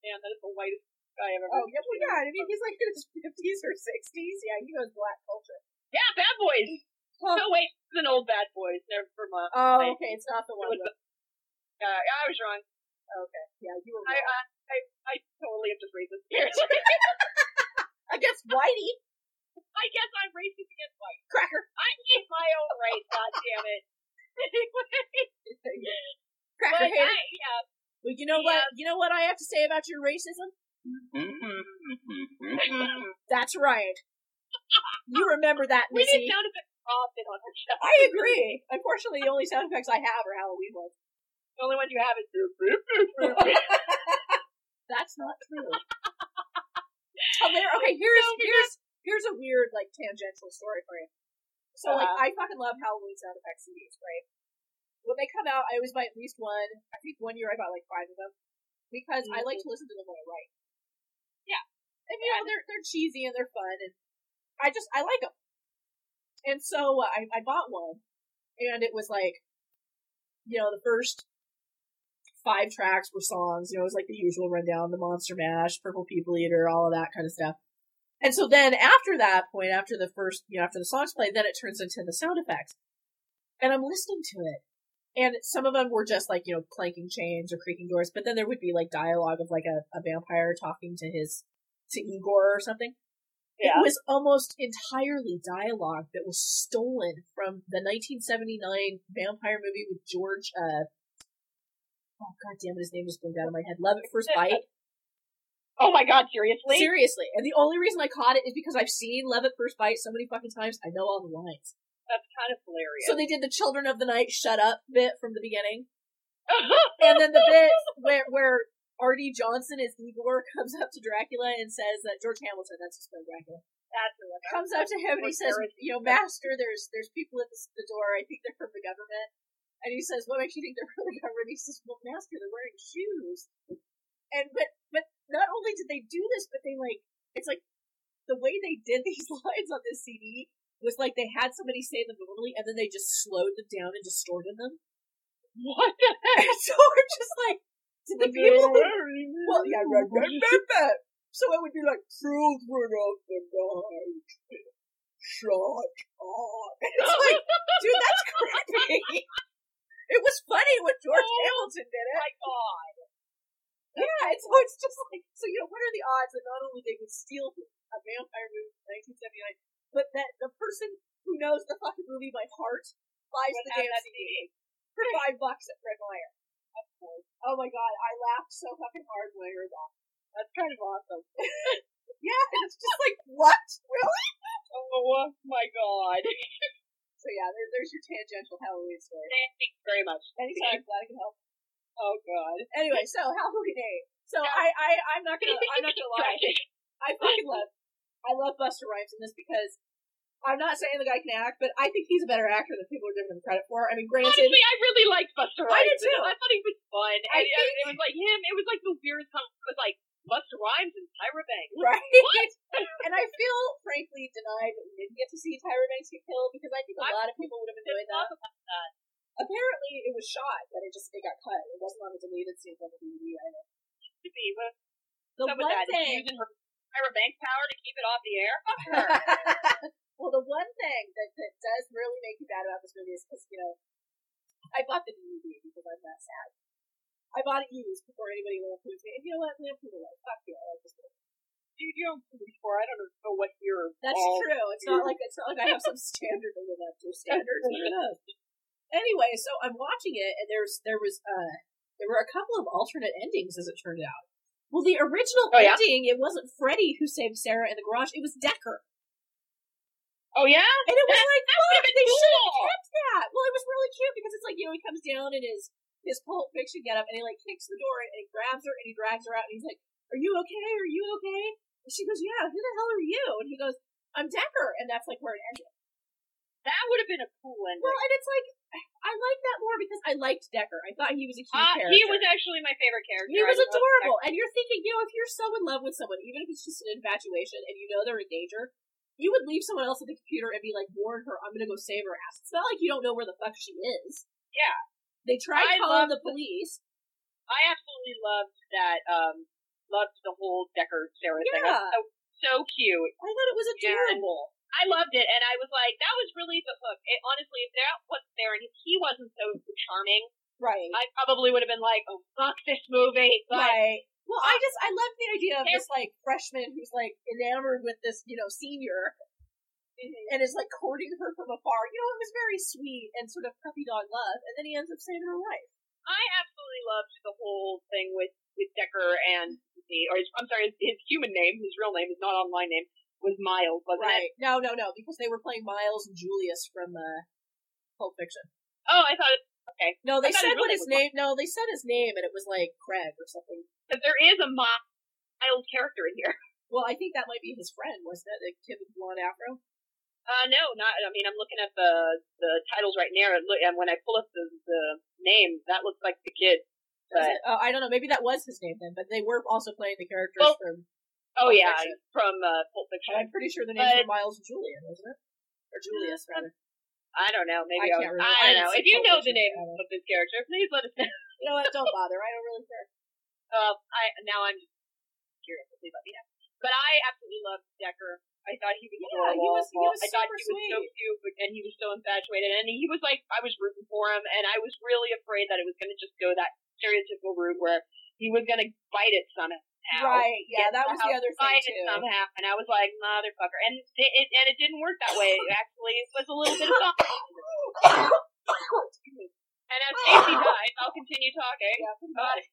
Speaker 2: Man, that is the whitest guy I've ever.
Speaker 1: Oh, yeah, well, yeah. I mean, he's like in his fifties or sixties. Yeah, he knows black culture.
Speaker 2: Yeah, bad boys.
Speaker 1: Huh.
Speaker 2: No, wait, it's an old bad boys. Never mind.
Speaker 1: Oh,
Speaker 2: Right.
Speaker 1: okay. It's not the
Speaker 2: It
Speaker 1: one.
Speaker 2: was
Speaker 1: that-
Speaker 2: the- Yeah, yeah, I was wrong.
Speaker 1: Okay. Yeah, you were
Speaker 2: I,
Speaker 1: wrong.
Speaker 2: I, I, I totally am just racist here. [laughs]
Speaker 1: Against Whitey
Speaker 2: I guess I'm racist against white.
Speaker 1: [laughs] Cracker.
Speaker 2: I hate my own
Speaker 1: [laughs]
Speaker 2: race. God damn [laughs] it.
Speaker 1: Cracker
Speaker 2: but
Speaker 1: hated.
Speaker 2: I, yeah, [laughs]
Speaker 1: Well, you know what? You know what I have to say about your racism? That's right. Mm-hmm. You remember that, [laughs]
Speaker 2: we did
Speaker 1: Missy.
Speaker 2: sound a bit often on our show.
Speaker 1: I agree. Unfortunately, the only sound effects I have are Halloween ones.
Speaker 2: The only one you
Speaker 1: [laughs]
Speaker 2: have is.
Speaker 1: That's not [laughs] true. Hilar- okay, here's here's here's a weird like tangential story for you. So like I fucking love Halloween sound effects CDs, right? When they come out, I always buy at least one. I think one year I bought like five of them. because I like to listen to them when I write.
Speaker 2: Mm-hmm. Yeah.
Speaker 1: and you know they're they're cheesy and they're fun, and I just I like them. And so uh, I I bought one, and it was like, you know, the first five tracks were songs. You know, it was like the usual rundown: the Monster Mash, Purple People Eater, all of that kind of stuff. And so then after that point, after the first, you know, after the songs played, then it turns into the sound effects. And I'm listening to it. And some of them were just like, you know, clanking chains or creaking doors, but then there would be like dialogue of like a, a vampire talking to his, to Igor or something. It was almost entirely dialogue that was stolen from the 1979 vampire movie with George, uh, oh god damn it, his name just blinked out of my head. Love at First
Speaker 2: [laughs]
Speaker 1: Bite.
Speaker 2: Oh my god, seriously?
Speaker 1: Seriously. And the only reason I caught it is because I've seen Love at First Bite so many fucking times, I know all the lines.
Speaker 2: That's kind of hilarious.
Speaker 1: So they did the Children of the Night shut up bit from the beginning.
Speaker 2: [laughs]
Speaker 1: And then the bit where, where Artie Johnson as Igor comes up to Dracula and says that George Hamilton, that's his friend Dracula,
Speaker 2: That's the one.
Speaker 1: comes up to him and he says, you know, Master, there's, there's people at the, the door, I think they're from the government. And he says, what makes you think they're from the government? He says, well, Master, they're wearing shoes. And, but, but not only did they do this, but they like, it's like, the way they did [laughs] these lines on this CD was like they had somebody say them normally and then they just slowed them down and distorted them. [laughs]
Speaker 2: What the heck?
Speaker 1: And so we're just like, did the people who well, yeah, right,
Speaker 2: [laughs]
Speaker 1: right, right, right. So it would be like children of the night. Shut up. [laughs] And it's like,
Speaker 2: [laughs]
Speaker 1: dude, that's creepy. It was funny when George Hamilton did
Speaker 2: Oh
Speaker 1: it.
Speaker 2: my god.
Speaker 1: Yeah, and so it's just like, so you know, what are the odds that not only they would steal a vampire movie from 1979, but that the person who knows the fucking movie by heart buys
Speaker 2: Would
Speaker 1: the
Speaker 2: have
Speaker 1: damn
Speaker 2: that
Speaker 1: CD for five bucks at Fred Meyer. Of course. Oh my god, I laughed so fucking hard when I heard that. That's kind of awesome. [laughs] yeah, and it's just like, what? Really?
Speaker 2: Oh my god.
Speaker 1: So yeah, there, there's your tangential Halloween story.
Speaker 2: Thank you very much.
Speaker 1: Anytime, glad I can help.
Speaker 2: Oh god.
Speaker 1: Anyway, so Halloween 8. So I, I, I'm not gonna, I'm not
Speaker 2: [laughs]
Speaker 1: gonna lie. I fucking love, I love Buster Rhymes in this because I'm not saying the guy can act, but I think he's a better actor than people are giving him credit for. I mean, granted,
Speaker 2: Honestly, I really liked Buster
Speaker 1: I
Speaker 2: Rhymes.
Speaker 1: did too.
Speaker 2: I thought he was fun. And, and
Speaker 1: I think-
Speaker 2: it was like him. It was like the weirdest time. It was like Buster Rhymes and Tyra
Speaker 1: [laughs]
Speaker 2: Banks.
Speaker 1: right?
Speaker 2: [laughs]
Speaker 1: and I feel frankly denied that we didn't get to see Tyra Banks get killed because I think a
Speaker 2: I-
Speaker 1: lot of people would have enjoyed that. Apparently, it was shot, but it just it got cut. It wasn't on the deleted scenes on the DVD. either.
Speaker 2: To be with
Speaker 1: The
Speaker 2: some of
Speaker 1: one
Speaker 2: that is
Speaker 1: thing
Speaker 2: using her Tyra Banks power to keep it off the air. Oh, Fuck her.
Speaker 1: [laughs] well, the one thing that, that does really make me bad about this movie is because, you know, I bought the DVD because I'm that sad. I bought it used before anybody lampooned me. And you know what? Lampooned it. Like, fuck you. I like this movie.
Speaker 2: Dude, you don't before. I don't know what year.
Speaker 1: That's
Speaker 2: all
Speaker 1: true. It's not like it's not like I have some standard to live up
Speaker 2: [laughs]
Speaker 1: to. Standards. I don't know. Anyway, so I'm watching it, and there's there was uh there were a couple of alternate endings as it turned out. Well, the original
Speaker 2: Oh, yeah?
Speaker 1: ending, it wasn't Freddy who saved Sarah in the garage. It was
Speaker 2: [laughs]
Speaker 1: Decker,
Speaker 2: Oh yeah,
Speaker 1: and it was like, fuck,
Speaker 2: even
Speaker 1: they should have
Speaker 2: cool.
Speaker 1: kept that. Well, it was really cute because it's like you know he comes down in his his Pulp Fiction getup, and he like kicks the door in, and he grabs her and he drags her out, and he's like, "Are you okay? Are you okay?" And she goes, "Yeah." Who the hell are you? And he goes, "I'm Decker," and that's like where it ended.
Speaker 2: that would have been a cool ending.
Speaker 1: Well, and it's like I like that more because I liked Decker. I thought he was a cute
Speaker 2: Uh,
Speaker 1: character.
Speaker 2: he was actually my favorite character.
Speaker 1: He
Speaker 2: I
Speaker 1: was
Speaker 2: loved
Speaker 1: adorable. And you're thinking, you know, if you're so in love with someone, even if it's just an infatuation and you know they're in danger, you would leave someone else at the computer and be like, warn her, I'm gonna go save her ass. It's not like you don't know where the fuck she is.
Speaker 2: Yeah.
Speaker 1: They tried
Speaker 2: I
Speaker 1: calling
Speaker 2: love
Speaker 1: the police.
Speaker 2: That. I absolutely loved that. Um, loved the whole Decker Sarah thing.
Speaker 1: Yeah.
Speaker 2: That's So, so cute.
Speaker 1: I thought it was
Speaker 2: Yeah.
Speaker 1: adorable.
Speaker 2: I loved it, and I was like, that was really the hook. It, honestly, if that wasn't there and if he wasn't so charming,
Speaker 1: Right.
Speaker 2: I probably would have been like, oh fuck this movie. But
Speaker 1: right. Well, I just I love the idea of
Speaker 2: There-
Speaker 1: this like freshman who's like enamored with this you know senior,
Speaker 2: Mm-hmm.
Speaker 1: and is like courting her from afar. You know, it was very sweet and sort of puppy dog love, and then he ends up saving her life.
Speaker 2: I absolutely loved the whole thing with with Decker and the, or his, I'm sorry, his, his human name, his real name, his not online name was Miles, wasn't it?
Speaker 1: No, no, no, because they were playing Miles and Julius from uh, Pulp Fiction.
Speaker 2: Oh, I thought
Speaker 1: No, they
Speaker 2: thought
Speaker 1: said
Speaker 2: his real
Speaker 1: what
Speaker 2: name
Speaker 1: his
Speaker 2: was
Speaker 1: name. No, they said his name, and it was like Craig or something.
Speaker 2: because there is a Miles character in here. [laughs]
Speaker 1: Well, I think that might be his friend, wasn't it? The kid with blonde afro.
Speaker 2: Uh, no, not. I mean, I'm looking at the the titles right now, and, look, and when I pull up the the name, that looks like the kid. But
Speaker 1: Oh, I don't know. Maybe that was his name then, but they were also playing the characters
Speaker 2: Well,
Speaker 1: from.
Speaker 2: oh
Speaker 1: Pulp
Speaker 2: yeah,
Speaker 1: Fiction.
Speaker 2: from uh, Pulp Fiction.
Speaker 1: I'm pretty sure the names
Speaker 2: But- Mm,
Speaker 1: were Miles and Julian, wasn't it? Or Julius, rather.
Speaker 2: I don't know. Maybe I,
Speaker 1: I can't
Speaker 2: was, I
Speaker 1: remember. I
Speaker 2: don't
Speaker 1: didn't
Speaker 2: know.
Speaker 1: see
Speaker 2: If you
Speaker 1: Pulp
Speaker 2: know
Speaker 1: Fiction,
Speaker 2: the name
Speaker 1: I don't-
Speaker 2: of this character, please let us know.
Speaker 1: You know what? Don't bother. I don't really care.
Speaker 2: Uh, I now I'm just curious to see what we have. But I absolutely loved Decker. I thought he was
Speaker 1: Yeah, he
Speaker 2: adorable.
Speaker 1: was- he was
Speaker 2: I thought
Speaker 1: super
Speaker 2: he was so cute, and he was so infatuated. And he was like, I was rooting for him, and I was really afraid that it was going to just go that stereotypical route where he was going to bite it somehow.
Speaker 1: Right? Yeah,
Speaker 2: Get
Speaker 1: that
Speaker 2: the
Speaker 1: was the
Speaker 2: house
Speaker 1: other thing
Speaker 2: Bite it
Speaker 1: too.
Speaker 2: somehow, and I was like, motherfucker, and it, it and it didn't work that way.
Speaker 1: [laughs]
Speaker 2: It actually was a little bit of fun. And as
Speaker 1: [laughs]
Speaker 2: Stacy dies, I'll continue talking.
Speaker 1: [coughs] Yeah, come
Speaker 2: about
Speaker 1: on.
Speaker 2: [coughs] it.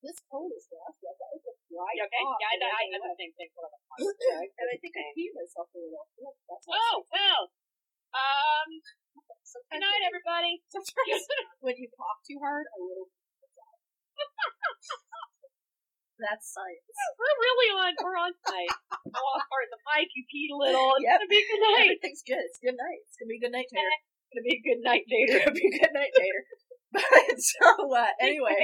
Speaker 1: this cold is nasty. I thought it was a dry
Speaker 2: Yeah, okay,
Speaker 1: cough
Speaker 2: yeah, I,
Speaker 1: and
Speaker 2: I, I [coughs]
Speaker 1: everything
Speaker 2: the same thing.
Speaker 1: went. Yeah, and I think I peed myself a little. Yeah, that's
Speaker 2: Oh well. Um. Good
Speaker 1: Sometimes,
Speaker 2: [laughs] night, everybody.
Speaker 1: sometimes when you cough too hard, a little.
Speaker 2: [laughs]
Speaker 1: That's science.
Speaker 2: We're really on. We're on
Speaker 1: [laughs]
Speaker 2: tonight. Go off hard the mic. You peed a little. It's
Speaker 1: Yep.
Speaker 2: gonna be a good night.
Speaker 1: Everything's good. It's good night. It's gonna be a good night, Tater.
Speaker 2: [laughs] It's gonna be a good night,
Speaker 1: Tater.
Speaker 2: Dater.
Speaker 1: It'll be a good night,
Speaker 2: [laughs]
Speaker 1: Tater. But [laughs] so uh, anyway,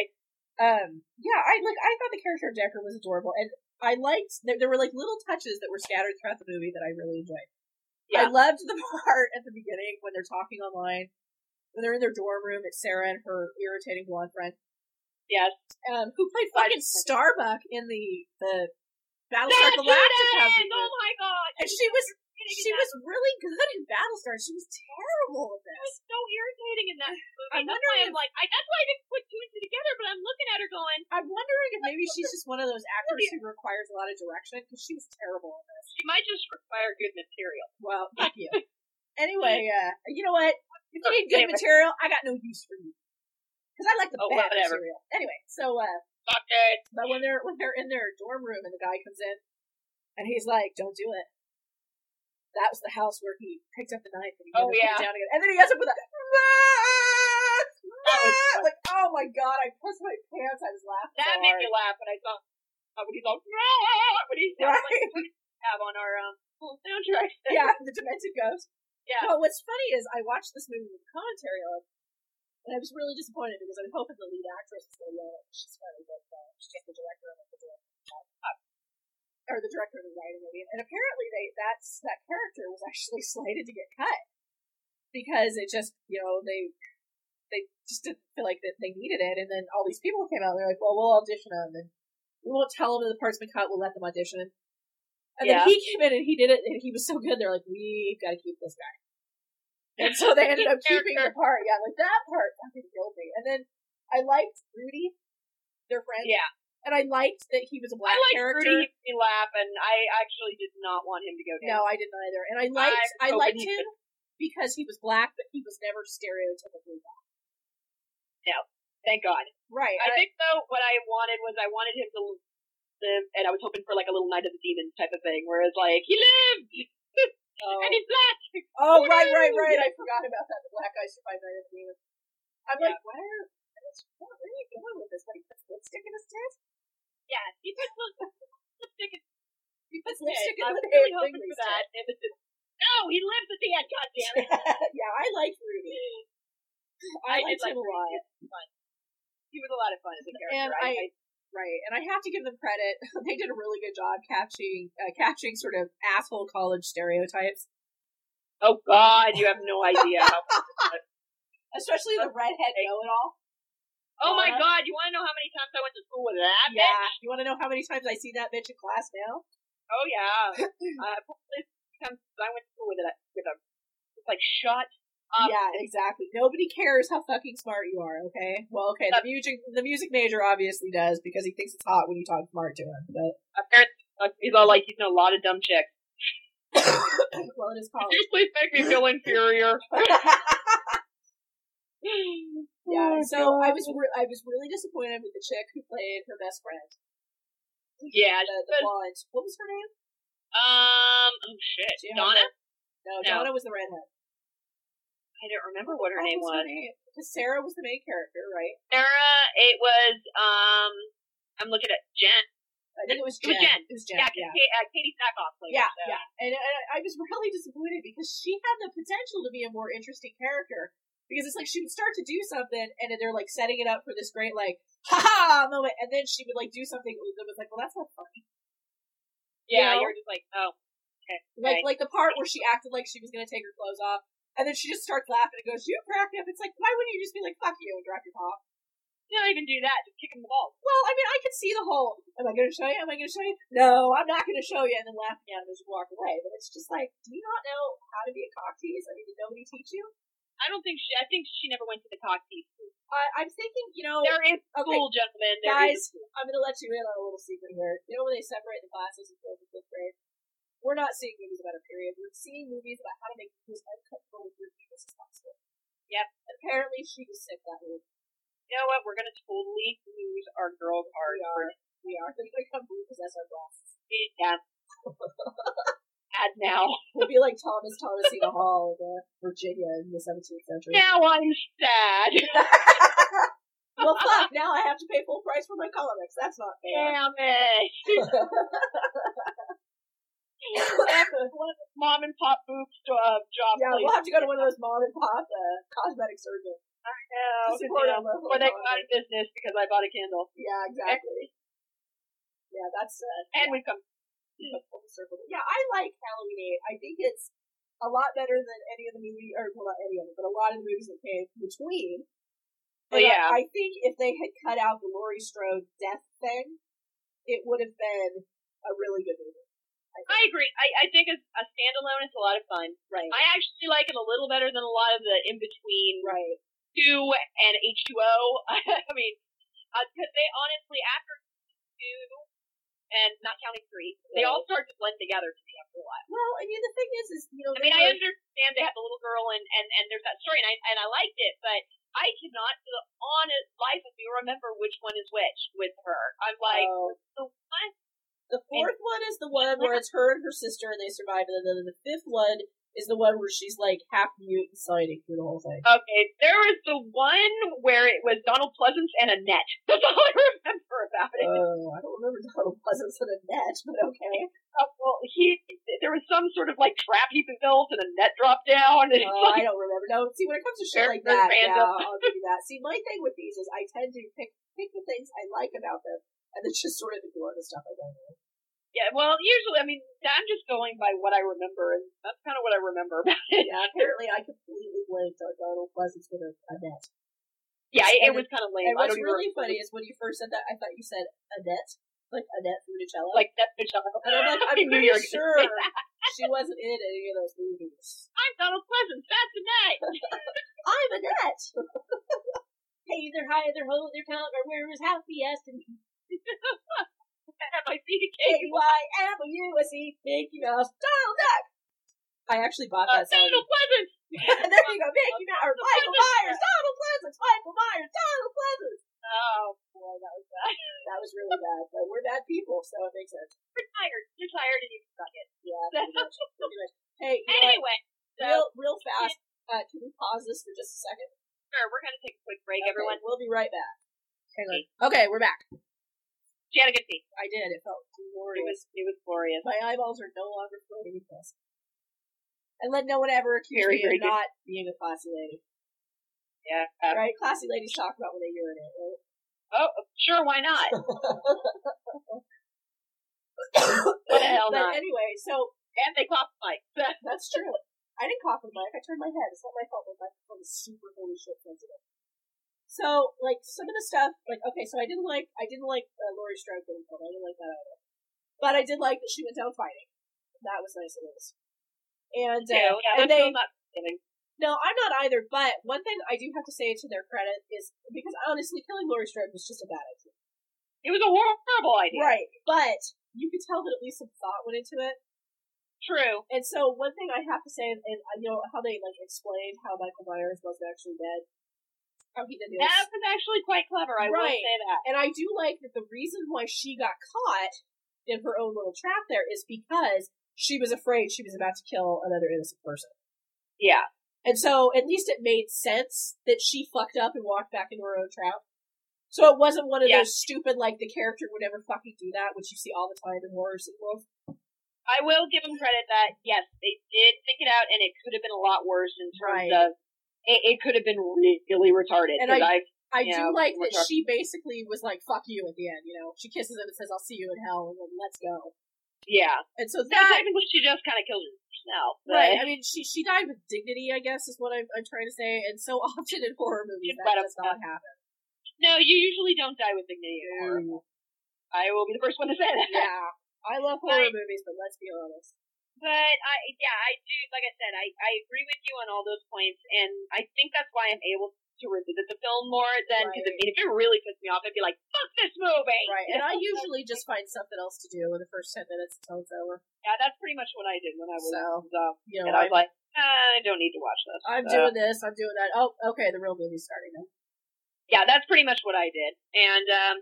Speaker 1: um, yeah, I like. I thought the character of Decker was adorable, and I liked. There, there were like little touches that were scattered throughout the movie that I really enjoyed.
Speaker 2: Yeah.
Speaker 1: I loved the [laughs] part at the beginning when they're talking online, when they're in their dorm room. It's Sarah and her irritating blonde friend,
Speaker 2: Yes.
Speaker 1: um, who played
Speaker 2: Why
Speaker 1: fucking
Speaker 2: did-
Speaker 1: Starbuck in the the Battlestar
Speaker 2: That's who
Speaker 1: Galactica.
Speaker 2: that is!
Speaker 1: reboot.
Speaker 2: Oh my god.
Speaker 1: And she was
Speaker 2: You're gonna
Speaker 1: she
Speaker 2: get
Speaker 1: was really good in Battlestar. She was terrible at
Speaker 2: that-
Speaker 1: this.
Speaker 2: It's so irritating in that movie.
Speaker 1: I
Speaker 2: that's
Speaker 1: wonder
Speaker 2: why
Speaker 1: if-
Speaker 2: I'm like, I, that's why I didn't put two and two together. But I'm looking at her going,
Speaker 1: I'm wondering if maybe she's just one of those actors who requires a lot of direction because she was terrible in this.
Speaker 2: she might just require good material.
Speaker 1: Well, fuck you. [laughs] Anyway, uh, you know what? If you need good
Speaker 2: Anyway.
Speaker 1: material, I got no use for you because I like the
Speaker 2: Oh,
Speaker 1: bad
Speaker 2: whatever.
Speaker 1: material. Anyway, so uh,
Speaker 2: Fuck it.
Speaker 1: but when they're when they're in their dorm room and the guy comes in and he's like, "Don't do it." That was the house where he picked up the knife and he
Speaker 2: Oh,
Speaker 1: never put
Speaker 2: yeah.
Speaker 1: it down again. And then he ends up with a
Speaker 2: That was
Speaker 1: like, oh my god! I pissed my pants. I was laughing.
Speaker 2: That
Speaker 1: so
Speaker 2: made
Speaker 1: hard.
Speaker 2: me laugh when I saw when he's all "Rah!" when
Speaker 1: [laughs]
Speaker 2: he's down, like what does he have on our um little soundtrack. thing?
Speaker 1: yeah, the demented ghost.
Speaker 2: [laughs] Yeah.
Speaker 1: Well, what's funny is I watched this movie with commentary on, and I was really disappointed because I was hoping the lead actress was going to yell at me. She's funny, but uh, she's just the director of the director, or the director of the writing movie. And apparently, they that's that character was actually [laughs] slated to get cut because it just you know they they just didn't feel like that they needed it. And then all these people came out. and They're like, well, we'll audition them, and we won't tell them that the part's been cut. We'll let them audition. And
Speaker 2: Yeah.
Speaker 1: then he came in and he did it, and he was so good. They're like, we've got to keep this guy. And so they ended up keeping the part. Yeah, like that part fucking killed me. And then I liked Rudy, their friend.
Speaker 2: Yeah.
Speaker 1: And I liked that he was
Speaker 2: I
Speaker 1: a black
Speaker 2: like
Speaker 1: character.
Speaker 2: Rudy he made me laugh and I actually did not want him to go down.
Speaker 1: No, I didn't either. And I liked I,
Speaker 2: I hope
Speaker 1: liked
Speaker 2: he
Speaker 1: him because he was black, but he was never stereotypically black.
Speaker 2: Thank God.
Speaker 1: Right.
Speaker 2: I
Speaker 1: and
Speaker 2: think though what I wanted was I wanted him to live and I was hoping for like a little Night of the Demons type of thing, whereas like he lived
Speaker 1: oh.
Speaker 2: and he's black. Woo!
Speaker 1: Oh, right, right, right.
Speaker 2: Yeah.
Speaker 1: I forgot about that. The black guy survived Night of the Demons. I'm like, where, where are you going with this? Like, he puts lipstick in his tits?
Speaker 2: Yeah, he puts
Speaker 1: [laughs]
Speaker 2: little lipstick in
Speaker 1: He puts
Speaker 2: his
Speaker 1: lipstick
Speaker 2: head. I
Speaker 1: in the
Speaker 2: was really
Speaker 1: thing
Speaker 2: hoping for
Speaker 1: in his tits.
Speaker 2: that. It was just, no, he lives at the end, god damn it.
Speaker 1: [laughs] yeah, I like Rudy.
Speaker 2: I
Speaker 1: I,
Speaker 2: did
Speaker 1: liked
Speaker 2: like
Speaker 1: him a
Speaker 2: Rudy.
Speaker 1: lot.
Speaker 2: He was a lot of fun as a character.
Speaker 1: And
Speaker 2: I,
Speaker 1: I- Right, and I have to give them credit. [laughs] they did a really good job catching uh, catching sort of asshole college stereotypes,
Speaker 2: Oh God, you have
Speaker 1: [laughs]
Speaker 2: no idea. how-
Speaker 1: especially the redhead know it all.
Speaker 2: oh my
Speaker 1: Uh-huh.
Speaker 2: God, you want to know how many times I went to school with that
Speaker 1: Yeah,
Speaker 2: bitch?
Speaker 1: you want to know how many times I see that bitch in class now?
Speaker 2: Oh
Speaker 1: [laughs]
Speaker 2: yeah. uh, probably times I went to school with that with a it's like shut. Um,
Speaker 1: yeah, exactly. Nobody cares how fucking smart you are. Okay, well, okay. The music the music major obviously does because he thinks it's hot when you talk smart to him. But [clears throat]
Speaker 2: Apparently, uh, he's all like he's in a lot of dumb
Speaker 1: [laughs]
Speaker 2: chicks.
Speaker 1: well, it is
Speaker 2: Could [laughs]
Speaker 1: college.
Speaker 2: you please make me feel [laughs] inferior?
Speaker 1: yeah.
Speaker 2: Oh,
Speaker 1: so I
Speaker 2: God.
Speaker 1: was re- I was really disappointed with the chick who played her best friend.
Speaker 2: yeah.
Speaker 1: The, the
Speaker 2: But-
Speaker 1: blonde. What was her name?
Speaker 2: Um. Oh shit.
Speaker 1: Do you have
Speaker 2: Donna.
Speaker 1: No,
Speaker 2: No.
Speaker 1: Donna was the redhead.
Speaker 2: I don't remember what her
Speaker 1: What
Speaker 2: name
Speaker 1: was her
Speaker 2: was.
Speaker 1: name? 'Cause Sarah was the main character, right?
Speaker 2: Sarah. It was. Um. I'm looking at Jen.
Speaker 1: I think it was
Speaker 2: It
Speaker 1: Jen.
Speaker 2: was Jen.
Speaker 1: It was Jen.
Speaker 2: Yeah.
Speaker 1: Yeah.
Speaker 2: Katie, uh, Katie Sackhoff played
Speaker 1: Yeah,
Speaker 2: her, so.
Speaker 1: yeah. And, and I was really disappointed because she had the potential to be a more interesting character, because it's like she would start to do something and then they're like setting it up for this great like ha ha moment and then she would like do something that was like well that's not funny
Speaker 2: Yeah,
Speaker 1: You know?
Speaker 2: you're just like, oh, okay.
Speaker 1: like
Speaker 2: okay.
Speaker 1: like the part where she acted like she was gonna take her clothes off and then she just starts laughing and goes you cracked up it's like why wouldn't you just be like fuck you and drop your top
Speaker 2: you don't even do that. Just kick him in the balls.
Speaker 1: well I mean I could see the whole am I gonna show you am I gonna show you no I'm not gonna show you and then laughing at him as you walk away but it's just like do you not know how to be a cock tease I mean did nobody teach you
Speaker 2: I don't think she. I think she never went to the talk team.
Speaker 1: I, I'm thinking you know
Speaker 2: There is
Speaker 1: Oh, Okay.
Speaker 2: school, gentlemen. There is-
Speaker 1: guys, I'm gonna let you in on a little secret here. You know when they separate the classes in fourth and fifth grade? We're not seeing movies about a period. We're seeing movies about how to make people as uncomfortable with your penis as possible.
Speaker 2: Yep.
Speaker 1: Apparently, she was sick that week.
Speaker 2: you know what? We're gonna totally lose our girls' heart.
Speaker 1: We are. We are. They're gonna come repossess our breasts. [laughs]
Speaker 2: Yeah. Ad now.
Speaker 1: We'll be like Thomas Thomasina Hall in uh, Virginia in the 17th century.
Speaker 2: Now I'm sad.
Speaker 1: well, fuck. Now I have to pay full price for my comics. That's not fair.
Speaker 2: Damn
Speaker 1: [laughs]
Speaker 2: it. One of the mom and pop boob uh, job
Speaker 1: yeah,
Speaker 2: places.
Speaker 1: we'll have to go to one of those mom and pop uh, cosmetic surgeons.
Speaker 2: No,
Speaker 1: To support our local
Speaker 2: Or they go
Speaker 1: economy.
Speaker 2: out of business because I bought a candle.
Speaker 1: Yeah, exactly. Yeah, that's uh,
Speaker 2: And we've come.
Speaker 1: a full circle. Yeah, I like Halloween 8. I think it's a lot better than any of the movie, or well, not any of it, but a lot of the movies that came between.
Speaker 2: Well, Oh,
Speaker 1: And I-
Speaker 2: yeah.
Speaker 1: I, think if they had cut out the Laurie Strode death thing, it would have been a really good movie.
Speaker 2: I agree. I, I think as a standalone, it's a lot of fun.
Speaker 1: Right.
Speaker 2: I actually like it a little better than a lot of the in between
Speaker 1: right.
Speaker 2: two and H two O. [laughs] I mean, because they honestly after two and not counting three, they all start to blend together to me after a while.
Speaker 1: Well, I mean, the thing is, is, you know,
Speaker 2: I mean,
Speaker 1: they
Speaker 2: I
Speaker 1: were-
Speaker 2: understand they have the little girl and and and there's that story, and I and I liked it, but. I cannot, for the honest life of me, remember which one is which with her. I'm like,
Speaker 1: Oh.
Speaker 2: the one?
Speaker 1: The fourth one is the one where it's her and her sister and they survive, and then the fifth one is the one where she's like half mute and signing through the whole thing.
Speaker 2: Okay, there was the one where it was Donald Pleasance and Annette. [laughs] That's all I remember about it.
Speaker 1: Oh, I don't remember Donald Pleasance in a net, but okay.
Speaker 2: Uh, well, he there was some sort of like trap he built, and Annette dropped down, and it's [laughs]
Speaker 1: Oh,
Speaker 2: like,
Speaker 1: I don't remember. No, see, when it comes to shit
Speaker 2: They're-
Speaker 1: like
Speaker 2: they're
Speaker 1: that, yeah,
Speaker 2: random.
Speaker 1: I'll give you
Speaker 2: [laughs]
Speaker 1: that. See, my thing with these is I tend to pick pick the things I like about them, and then just sort of ignore the stuff I don't like.
Speaker 2: Yeah, well, usually, I mean, I'm just going by what I remember, and that's kind of what I remember about it.
Speaker 1: Yeah, apparently I completely blanked on Donald Pleasance with a, a net.
Speaker 2: [laughs] Yeah, it, it
Speaker 1: And-
Speaker 2: was kind of lame.
Speaker 1: And
Speaker 2: I
Speaker 1: what's
Speaker 2: don't even
Speaker 1: really
Speaker 2: remember.
Speaker 1: funny is when you first said that, I thought you said a net, like a net from Nutella.
Speaker 2: like that bitch. I'm
Speaker 1: and
Speaker 2: [laughs]
Speaker 1: I'm like, I'm
Speaker 2: I knew
Speaker 1: pretty
Speaker 2: you were gonna
Speaker 1: sure
Speaker 2: say that.
Speaker 1: she wasn't in any of those movies.
Speaker 2: I'm Donald Pleasant. That's [laughs] Annette.
Speaker 1: I'm a net. [laughs] hey, they're high, they're ho, they're count, or where is happy Aston?
Speaker 2: That might be the
Speaker 1: K
Speaker 2: case.
Speaker 1: Y M O U S E Mickey Mouse Donald Duck. I actually bought
Speaker 2: Uh,
Speaker 1: that song.
Speaker 2: Donald [laughs] Pleasant.
Speaker 1: [laughs] And there you go, Mickey Mouse or Michael Myers, Donald Pleasance, Michael Myers, Donald Pleasance.
Speaker 2: Oh boy, that was bad. [laughs]
Speaker 1: That was really bad, but we're bad people, so it makes sense.
Speaker 2: You're tired. You're tired, and you suck it.
Speaker 1: Yeah. pretty
Speaker 2: [laughs]
Speaker 1: much, pretty much. Hey, you know what?
Speaker 2: Anyway, so
Speaker 1: real real fast. Uh, can we pause this for just a second?
Speaker 2: sure, we're gonna take a quick break,
Speaker 1: Okay,
Speaker 2: everyone.
Speaker 1: we'll be right back. Okay, we're back.
Speaker 2: She had a good seat.
Speaker 1: I did. It felt
Speaker 2: It
Speaker 1: glorious.
Speaker 2: was it was glorious.
Speaker 1: My eyeballs are no longer floating with this. And let no one ever accuse
Speaker 2: Very,
Speaker 1: me
Speaker 2: very
Speaker 1: of
Speaker 2: good.
Speaker 1: not being a classy lady.
Speaker 2: Yeah. Uh,
Speaker 1: Right? Classy ladies talk about when they urinate, right?
Speaker 2: Oh, sure. Why [laughs] not? What the hell
Speaker 1: but
Speaker 2: not?
Speaker 1: anyway, so
Speaker 2: And they cough [laughs] like that.
Speaker 1: that's true. I didn't cough on the mic. I turned my head. It's not my fault. My microphone is super holy shit sensitive. So, like some of the stuff, like okay, so I didn't like I didn't like uh, Laurie Strode getting killed. I didn't like that either. But I did like that she went down fighting. That was nice of us. And uh,
Speaker 2: Yeah,
Speaker 1: and
Speaker 2: that's
Speaker 1: they
Speaker 2: still not kidding.
Speaker 1: No, I'm not either, but one thing I do have to say to their credit is because honestly, killing Laurie Strode was just a bad idea.
Speaker 2: It was a horrible idea.
Speaker 1: Right. But you could tell that at least some thought went into it.
Speaker 2: True.
Speaker 1: And so one thing I have to say, and uh, you know how they like explained how Michael Myers wasn't actually dead, how he did this,
Speaker 2: That was actually quite clever. I will
Speaker 1: Right.
Speaker 2: say that.
Speaker 1: and I do like that the reason why she got caught in her own little trap there is because she was afraid she was about to kill another innocent person.
Speaker 2: Yeah.
Speaker 1: And so at least it made sense that she fucked up and walked back into her own trap. So it wasn't one of
Speaker 2: Yeah.
Speaker 1: those stupid like the character would never fucking do that, which you see all the time in horror sequels.
Speaker 2: I will give them credit that yes, they did think it out, and it could have been a lot worse in terms
Speaker 1: Right.
Speaker 2: of it, it could have been really retarded.
Speaker 1: And
Speaker 2: 'cause I,
Speaker 1: I
Speaker 2: Yeah,
Speaker 1: do like that
Speaker 2: we're talking-
Speaker 1: she basically was like, fuck you at the end, you know? She kisses him and says, I'll see you in hell, and then let's go.
Speaker 2: yeah.
Speaker 1: And so
Speaker 2: So
Speaker 1: that,
Speaker 2: technically, she just kind of killed herself. But
Speaker 1: right, I mean, she she died with dignity, I guess, is what I'm, I'm trying to say, and so [laughs] often in horror movies
Speaker 2: Just
Speaker 1: that
Speaker 2: let
Speaker 1: does
Speaker 2: him
Speaker 1: not happen.
Speaker 2: No, you usually don't die with dignity. in horror.
Speaker 1: Mm.
Speaker 2: I will be the first one to say that.
Speaker 1: Yeah. I love horror movies, but let's be honest.
Speaker 2: But I, yeah, I do. Like I said, I, I agree with you on all those points, and I think that's why I'm able to revisit the film more than because
Speaker 1: Right.
Speaker 2: I mean, if it really pissed me off, I'd be like, "Fuck this movie!"
Speaker 1: Right,
Speaker 2: [laughs]
Speaker 1: and I usually just find something else to do in the first 10 minutes until it's over.
Speaker 2: yeah, that's pretty much what I did when I was
Speaker 1: So,
Speaker 2: uh,
Speaker 1: you know,
Speaker 2: and I uh,
Speaker 1: I'm,
Speaker 2: was like, "Ah, I don't need to watch this.
Speaker 1: I'm
Speaker 2: So,
Speaker 1: doing this, I'm doing that. Oh, okay, the real movie's starting now.
Speaker 2: yeah, that's pretty much what I did, and um.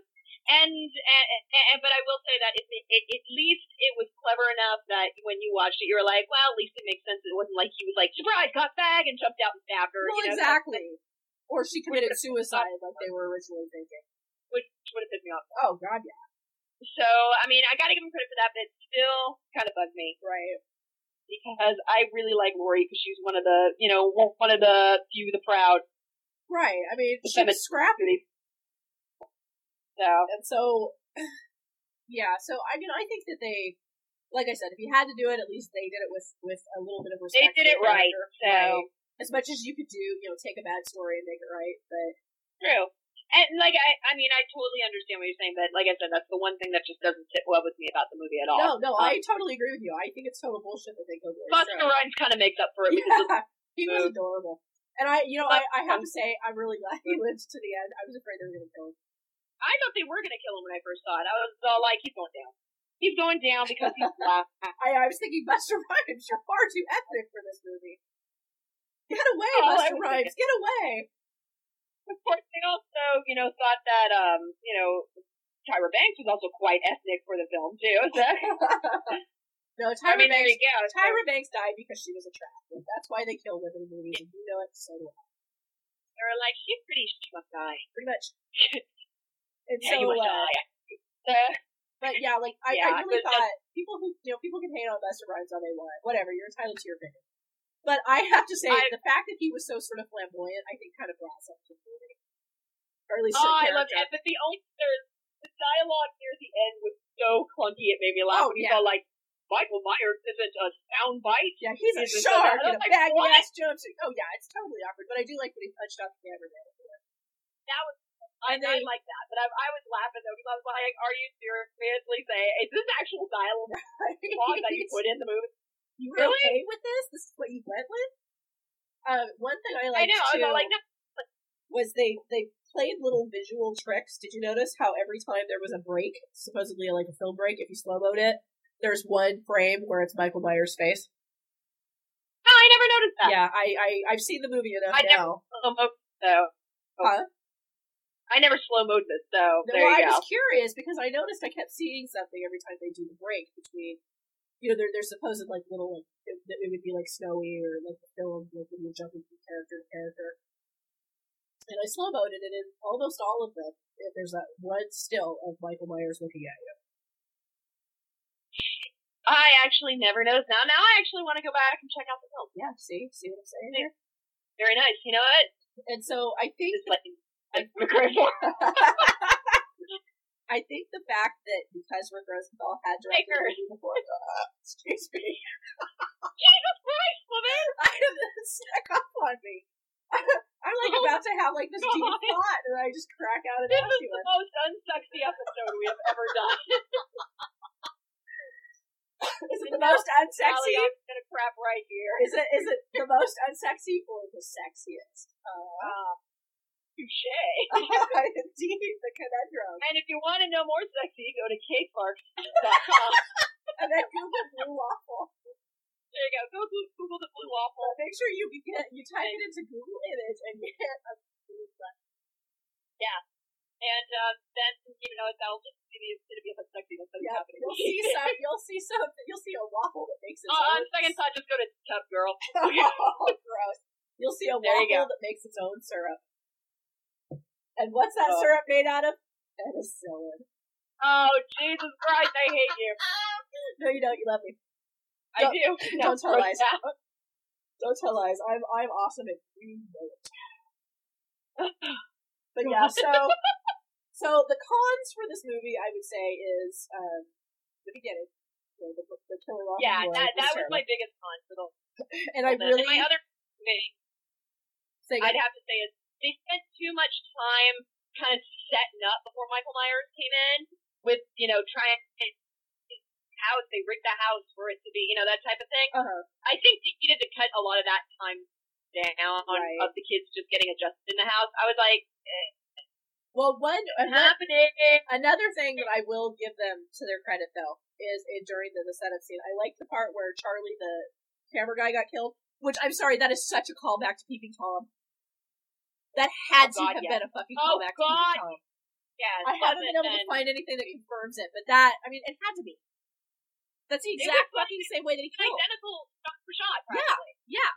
Speaker 2: And, and, and but I will say that it, it, at least it was clever enough that when you watched it, you were like, well, at least it makes sense. It wasn't like he was like surprise, got bag, and jumped out and stabbed her.
Speaker 1: Well,
Speaker 2: you know,
Speaker 1: exactly. Or she committed suicide like they were originally thinking.
Speaker 2: would have pissed me off.
Speaker 1: Oh, God, yeah,
Speaker 2: So, I mean, I gotta give him credit for that, but it still kind of bugged me
Speaker 1: right.
Speaker 2: because I really like Lori because she's one of the, you know, one of the few, the proud.
Speaker 1: Right, I mean, she
Speaker 2: Femin-
Speaker 1: was scrappy.
Speaker 2: So,
Speaker 1: and so [sighs] yeah so i mean i think that they like i said if you had to do it at least they did it with with a little bit of respect
Speaker 2: did
Speaker 1: for
Speaker 2: it
Speaker 1: the
Speaker 2: right,
Speaker 1: character,
Speaker 2: so-
Speaker 1: right? as much as you could do you know take a bad story and make it right but
Speaker 2: true. And like, I, I mean, I totally understand what you're saying, but like I said, that's the one thing that just doesn't sit well with me about the movie at all.
Speaker 1: no no i
Speaker 2: um,
Speaker 1: totally agree with you i think it's total bullshit that they go there
Speaker 2: Buster Rhymes kind of makes up for it because
Speaker 1: yeah, [laughs] he was adorable and i you know I, I have to say i'm really glad he lived to the end i was afraid they were gonna kill him
Speaker 2: I thought they were gonna kill him when I first saw it. I was all like, he's going down. He's going down because he's
Speaker 1: [laughs]
Speaker 2: black.
Speaker 1: i, I was thinking buster rhymes you're far too ethnic for this movie get away
Speaker 2: Oh, I
Speaker 1: buster
Speaker 2: was
Speaker 1: rhymes get away [laughs]
Speaker 2: Of course, they also, you know, thought that, um, you know, Tyra Banks was also quite ethnic for the film too. So.
Speaker 1: no,
Speaker 2: I
Speaker 1: Tyra
Speaker 2: mean, there
Speaker 1: Banks.
Speaker 2: you go. So,
Speaker 1: Tyra Banks died because she was attractive. That's why they killed her in the movies, and you know it so well.
Speaker 2: they were like, she's pretty, she must die.
Speaker 1: Pretty
Speaker 2: [laughs]
Speaker 1: much.
Speaker 2: Yeah,
Speaker 1: And
Speaker 2: Ah,
Speaker 1: so,
Speaker 2: you must
Speaker 1: uh,
Speaker 2: die. So, [laughs]
Speaker 1: but yeah, like I,
Speaker 2: Yeah,
Speaker 1: I really
Speaker 2: but that-
Speaker 1: thought people who you know people can hate on Buster Rhymes all they want, whatever. You're entitled to your opinion. But I have to say,
Speaker 2: I-
Speaker 1: the fact that he was so sort of flamboyant, I think, kind of brought something to the movie. Or at least,
Speaker 2: oh, I
Speaker 1: her
Speaker 2: loved it.
Speaker 1: character.
Speaker 2: But the only, there's- the dialogue near the end was so clunky, it made me laugh.
Speaker 1: Oh,
Speaker 2: when he's
Speaker 1: yeah.
Speaker 2: all like, Michael Myers isn't a soundbite.
Speaker 1: Yeah, he's a
Speaker 2: He's a shark.
Speaker 1: shark in a
Speaker 2: I'm like,
Speaker 1: baggy
Speaker 2: what?
Speaker 1: ass jumpsuit. Oh yeah, it's totally awkward. But I do like when he punched out the camera. [laughs] there.
Speaker 2: That was, I, I like that. But I, I was laughing though, because I was like, are you seriously saying, is this actual
Speaker 1: [laughs]
Speaker 2: dialogue that you put in the movie?
Speaker 1: you were
Speaker 2: Really?
Speaker 1: okay with this? This is what you went with? Um, one thing I
Speaker 2: I
Speaker 1: liked
Speaker 2: know, I was
Speaker 1: too
Speaker 2: all like, no,
Speaker 1: was they they played little visual tricks. Did you notice how every time there was a break, supposedly like a film break, if you slow mode it, there's one frame where it's Michael Myers' face.
Speaker 2: no, I never noticed that.
Speaker 1: Yeah, I, I I've seen the movie enough
Speaker 2: I
Speaker 1: now.
Speaker 2: never- Slow-mo, so. oh.
Speaker 1: Huh?
Speaker 2: I never slow-mode this, so
Speaker 1: No,
Speaker 2: there
Speaker 1: I
Speaker 2: you go.
Speaker 1: was curious because I noticed I kept seeing something every time they do the break between, you know, their their supposed like little like it, it would be like snowy or like the film like when you're jumping from character to character. And I slow mode it, and in almost all of them, if there's that one still of Michael Myers looking at you.
Speaker 2: I actually never noticed. Now, now I actually want to go back and check out the film.
Speaker 1: Yeah, see, see what I'm saying here.
Speaker 2: Very nice. You know what?
Speaker 1: And so I
Speaker 2: [laughs]
Speaker 1: think
Speaker 2: Just letting Rick
Speaker 1: [laughs] I think the fact that because Rick Rosenthal had directed
Speaker 2: Baker.
Speaker 1: the movie before, [laughs] excuse me, [laughs]
Speaker 2: Jesus Christ, woman!
Speaker 1: I have this snuck up on me. [laughs] I'm like
Speaker 2: Oh,
Speaker 1: about to have like this [laughs] deep
Speaker 2: God.
Speaker 1: thought, and I just crack out and
Speaker 2: This
Speaker 1: out
Speaker 2: is
Speaker 1: to
Speaker 2: the
Speaker 1: it.
Speaker 2: most unsexy episode we have ever [laughs] done.
Speaker 1: Is [laughs] it the most unsexy?
Speaker 2: I'm gonna crap right here.
Speaker 1: [laughs] Is it is it the most unsexy or the sexiest? Uh, [laughs]
Speaker 2: Uh, touche.
Speaker 1: indeed, the conundrum.
Speaker 2: And if you want to know more sexy, go to [laughs] cakebark.com.
Speaker 1: And then Google blue waffle.
Speaker 2: there you go. Go Google, Google the blue waffle.
Speaker 1: Uh, make sure you get you type it into Google image and get a
Speaker 2: [laughs]
Speaker 1: blue waffle.
Speaker 2: And um, then, you know, that'll just maybe it's gonna be a bit sexy. That's what's
Speaker 1: Yeah,
Speaker 2: happening.
Speaker 1: you'll see some. You'll see some. You'll see a waffle that makes its
Speaker 2: [laughs] Uh, on
Speaker 1: own.
Speaker 2: second thought, just go to Tub Girl.
Speaker 1: [laughs] oh, gross. You'll see a
Speaker 2: There you
Speaker 1: waffle that makes its own syrup. And what's that
Speaker 2: Oh.
Speaker 1: syrup made out of? Penicillin. [laughs]
Speaker 2: Oh, Jesus Christ, I hate you.
Speaker 1: No, you don't. You love me.
Speaker 2: I do.
Speaker 1: Don't tell
Speaker 2: gross
Speaker 1: lies.
Speaker 2: out.
Speaker 1: Don't tell lies. I'm I'm awesome and you
Speaker 2: [laughs]
Speaker 1: know it. But yeah, so so the cons for this movie, I would say, is um, the beginning. You know, the, the killer off.
Speaker 2: yeah,
Speaker 1: the
Speaker 2: that
Speaker 1: boy
Speaker 2: that was my
Speaker 1: terrible.
Speaker 2: biggest con for the
Speaker 1: and I
Speaker 2: whole thing.
Speaker 1: really
Speaker 2: And my other thing
Speaker 1: think
Speaker 2: I'd have to say is they spent too much time kind of setting up before Michael Myers came in with you know trying to house they rigged the house for it to be you know that type of thing.
Speaker 1: uh-huh.
Speaker 2: I think they needed to cut a lot of that time down
Speaker 1: Right.
Speaker 2: of the kids just getting adjusted in the house. I was like,
Speaker 1: Well, one ano-
Speaker 2: happening.
Speaker 1: another thing that I will give them to their credit though is in, during the, the setup scene. I like the part where Charlie, the camera guy, got killed. Which I'm sorry, that is such a callback to Peeping Tom. That had
Speaker 2: Oh, God,
Speaker 1: to have
Speaker 2: yeah.
Speaker 1: been a fucking
Speaker 2: Oh,
Speaker 1: callback to
Speaker 2: God.
Speaker 1: Peeping Tom.
Speaker 2: Yeah,
Speaker 1: I haven't been able to find anything that confirms it, but that I mean, it had to be. That's the
Speaker 2: They were
Speaker 1: exact
Speaker 2: fucking-
Speaker 1: fucking same way that he
Speaker 2: an
Speaker 1: killed.
Speaker 2: identical shot for shot.
Speaker 1: Yeah.
Speaker 2: practically.
Speaker 1: Yeah,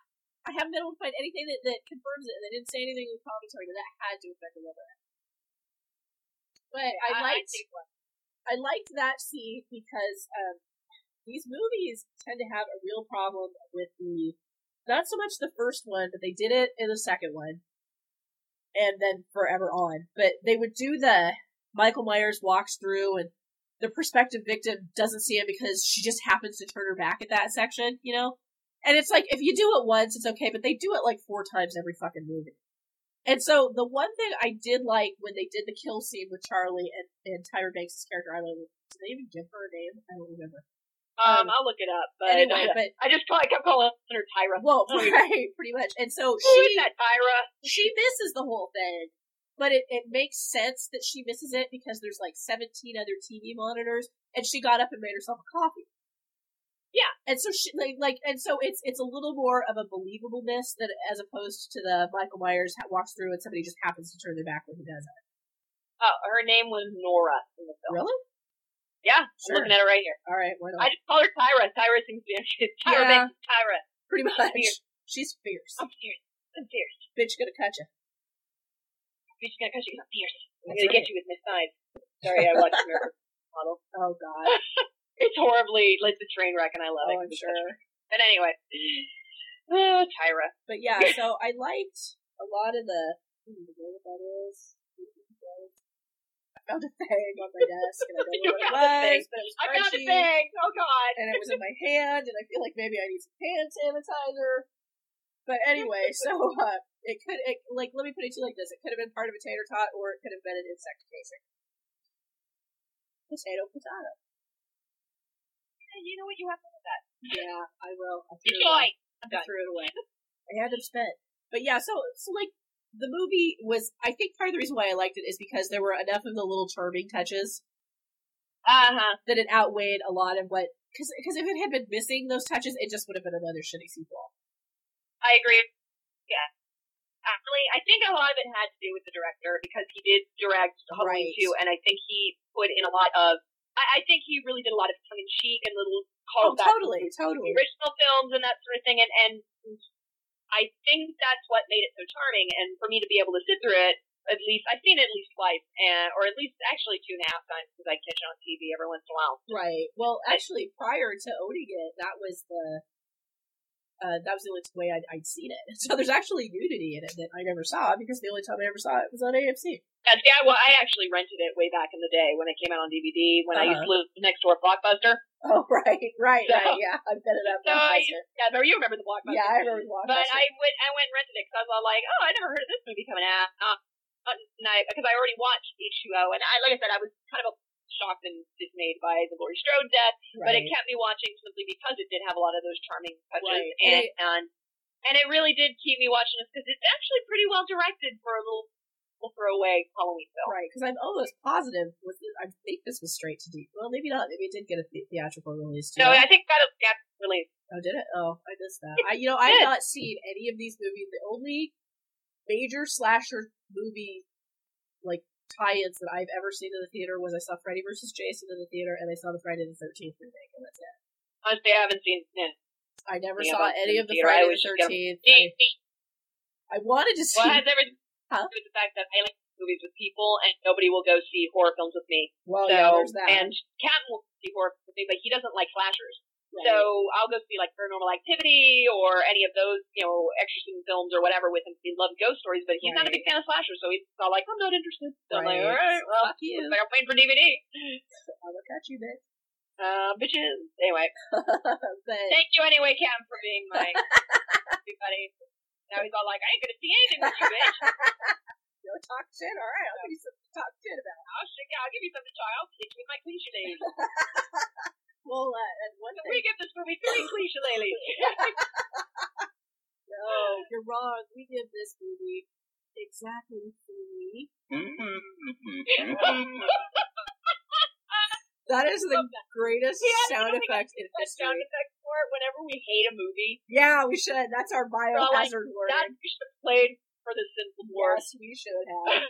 Speaker 1: I haven't been able to find anything that, that confirms it, and they didn't say anything in the commentary, but that had to have been deliberate. But I liked,
Speaker 2: think-
Speaker 1: I, liked that scene because um, these movies tend to have a real problem with the not so much the first one, but they did it in the second one, and then forever on. But they would do the Michael Myers walks through and. The prospective victim doesn't see him because she just happens to turn her back at that section, you know? And it's like if you do it once, it's okay, but they do it like four times every fucking movie. And so the one thing I did like when they did the kill scene with Charlie and, and Tyra Banks' character, I don't did they even give her a name? I don't remember.
Speaker 2: um, I'll look it up, but
Speaker 1: anyway, but
Speaker 2: [laughs] I just call, I kept calling her Tyra.
Speaker 1: well, [laughs] right, pretty much. And
Speaker 2: Oh,
Speaker 1: so
Speaker 2: Who
Speaker 1: she
Speaker 2: is that Tyra?
Speaker 1: she misses the whole thing. But it, it makes sense that she misses it because there's like 17 other TV monitors and she got up and made herself a coffee.
Speaker 2: Yeah.
Speaker 1: And so she, like, like, and so it's, it's a little more of a believableness that as opposed to the Michael Myers ha- walks through and somebody just happens to turn their back when he does it.
Speaker 2: Oh, her name was Nora in the film.
Speaker 1: Really?
Speaker 2: Yeah,
Speaker 1: Sure.
Speaker 2: I'm looking at it right here.
Speaker 1: All right. Why
Speaker 2: I
Speaker 1: not?
Speaker 2: just call her Tyra. Tyra seems to be she's [laughs] Tyra
Speaker 1: Yeah.
Speaker 2: Banks. Tyra.
Speaker 1: [laughs] Pretty much.
Speaker 2: Fierce.
Speaker 1: She's fierce.
Speaker 2: I'm serious. I'm serious.
Speaker 1: Bitch gonna cut you.
Speaker 2: Bitch, gonna cut you. I'm fierce. I'm gonna get you with my side. Sorry, I watched her model. [laughs]
Speaker 1: Oh god.
Speaker 2: It's horribly like the train wreck, and I love it.
Speaker 1: Oh, I'm sure.
Speaker 2: But anyway, [sighs] oh, Tyra. [laughs]
Speaker 1: But yeah, so I liked a lot of the. I don't even know what that is. I found a thing on my desk and I don't
Speaker 2: [laughs]
Speaker 1: know
Speaker 2: You
Speaker 1: what it
Speaker 2: found a thing.
Speaker 1: was, but it was
Speaker 2: I found a
Speaker 1: crunchy,
Speaker 2: thing. Oh God.
Speaker 1: and it was
Speaker 2: [laughs]
Speaker 1: in my hand, and I feel like maybe I need some hand sanitizer. But
Speaker 2: [laughs]
Speaker 1: anyway, so uh, it could it, like let me put it to you like this: it could have been part of a tater tot, or it could have been an insect casing. Potato, potato.
Speaker 2: You know what? You have to
Speaker 1: Yeah, I will. I threw it away.
Speaker 2: enjoy. I'm
Speaker 1: I
Speaker 2: done.
Speaker 1: threw it away. I had them spent. But yeah, so so like the movie was I think part of the reason why I liked it is because there were enough of the little charming touches
Speaker 2: Uh huh.
Speaker 1: that it outweighed a lot of what because because if it had been missing those touches, it just would have been another shitty sequel.
Speaker 2: I agree. Yeah. Actually, I think a lot of it had to do with the director because he did direct Halloween
Speaker 1: Right.
Speaker 2: 2, and I think he put in a lot of. I, I think he really did a lot of tongue in cheek and little
Speaker 1: Oh,
Speaker 2: callbacks
Speaker 1: totally,
Speaker 2: to
Speaker 1: totally.
Speaker 2: the original films and that sort of thing, and, and I think that's what made it so charming. And for me to be able to sit through it, at least I've seen it at least twice, and or at least actually two and a half times because I catch it on TV every once in a while.
Speaker 1: Right. Well, actually, prior to owning it, that was the uh, that was the only way I'd, I'd seen it. [laughs] So there's actually nudity in it that I never saw because the only time I ever saw it was on AMC.
Speaker 2: Yeah, see, I, well, I actually rented it way back in the day when it came out on DVD when I used
Speaker 1: Uh-huh.
Speaker 2: to live next door at Blockbuster.
Speaker 1: Oh, [laughs] right, right,
Speaker 2: So-
Speaker 1: right. Yeah, I've been it up.
Speaker 2: So I
Speaker 1: [laughs]
Speaker 2: Yeah, but you remember the Blockbuster.
Speaker 1: Yeah, I remember Blockbuster.
Speaker 2: But I went, I went and rented it because I was all like, oh, I never heard of this movie coming out. Uh, because I already watched H2O, and I, like I said, I was kind of shocked and dismayed by the Laurie Strode death, but it kept me watching simply because it did have a lot of those charming touches,
Speaker 1: Right.
Speaker 2: and, and and it really did keep me watching this because it's actually pretty well directed for a little, little throwaway Halloween film.
Speaker 1: Right, because I'm almost positive. Was it, I think this was straight to D. Well, maybe not. Maybe it did get a the- theatrical release. Too.
Speaker 2: So I think that got released.
Speaker 1: oh, did it? Oh, I missed that. I, you know,
Speaker 2: It
Speaker 1: I've
Speaker 2: did.
Speaker 1: not seen any of these movies. The only major slasher movie like tie-ins that I've ever seen in the theater was I saw Freddy vs. Jason in the theater, and I saw the Friday the Thirteenth remake, and that's it.
Speaker 2: Honestly, I haven't seen it.
Speaker 1: I never
Speaker 2: Yeah,
Speaker 1: saw
Speaker 2: that's
Speaker 1: any
Speaker 2: in
Speaker 1: of the
Speaker 2: theater. I
Speaker 1: Friday the
Speaker 2: always just get 'em.
Speaker 1: Thirteenth. I,
Speaker 2: See, see,
Speaker 1: I wanted to
Speaker 2: [laughs]
Speaker 1: see.
Speaker 2: Well, it has everything
Speaker 1: Huh?
Speaker 2: to do with the fact that I like movies with people, and nobody will go see horror films with me.
Speaker 1: [laughs] Well,
Speaker 2: so,
Speaker 1: Oh, yeah, there's that.
Speaker 2: and Captain will see horror films with me, but he doesn't like slashers. So I'll go see like Paranormal Activity or any of those, you know, exorcism films or whatever with him. 'cause He loves ghost stories, but he's not a big fan of slashers, so he's all like, "I'm not interested." So I'm like, "All right, well,
Speaker 1: fuck you.
Speaker 2: looks like I'm waiting for DVD."
Speaker 1: I'll look at you, bitch.
Speaker 2: Uh, bitches. Anyway,
Speaker 1: [laughs] but
Speaker 2: thank you anyway, Cam, for being
Speaker 1: [laughs]
Speaker 2: my [laughs] big buddy. Now he's all like, "I ain't gonna see anything with you, bitch."
Speaker 1: no talk shit. All right, I'll give you something to talk shit about.
Speaker 2: I'll shit, yeah, I'll give you something, child. I'll teach you my cliche lady.
Speaker 1: Well, uh, and one
Speaker 2: So we
Speaker 1: thing.
Speaker 2: give this movie three cliche
Speaker 1: [laughs]
Speaker 2: ladies.
Speaker 1: No, uh, you're wrong. We did this movie exactly three. That is the
Speaker 2: Love
Speaker 1: greatest
Speaker 2: Yeah, I
Speaker 1: sound
Speaker 2: don't think
Speaker 1: effect in
Speaker 2: Sound
Speaker 1: history.
Speaker 2: effects for it whenever we hate a movie.
Speaker 1: Yeah, we should. That's our biohazard word.
Speaker 2: That we should have played for the Sinful Wars.
Speaker 1: Yes, we should
Speaker 2: [laughs]
Speaker 1: have.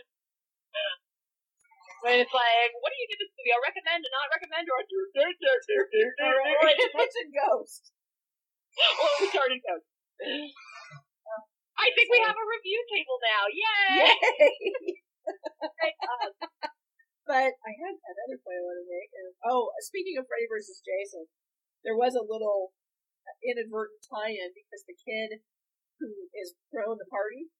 Speaker 2: When it's like, what do you give this movie? I recommend or not recommend or
Speaker 1: or, or
Speaker 2: [laughs]
Speaker 1: it's
Speaker 2: or
Speaker 1: Witch and Ghost.
Speaker 2: retarded notes. I think we have a review table now. Yay!
Speaker 1: Yay! [laughs]
Speaker 2: Uh,
Speaker 1: But I had another point I want to make. and- Oh, speaking of Freddy versus Jason, there was a little uh, inadvertent tie-in because the kid who is throwing the party,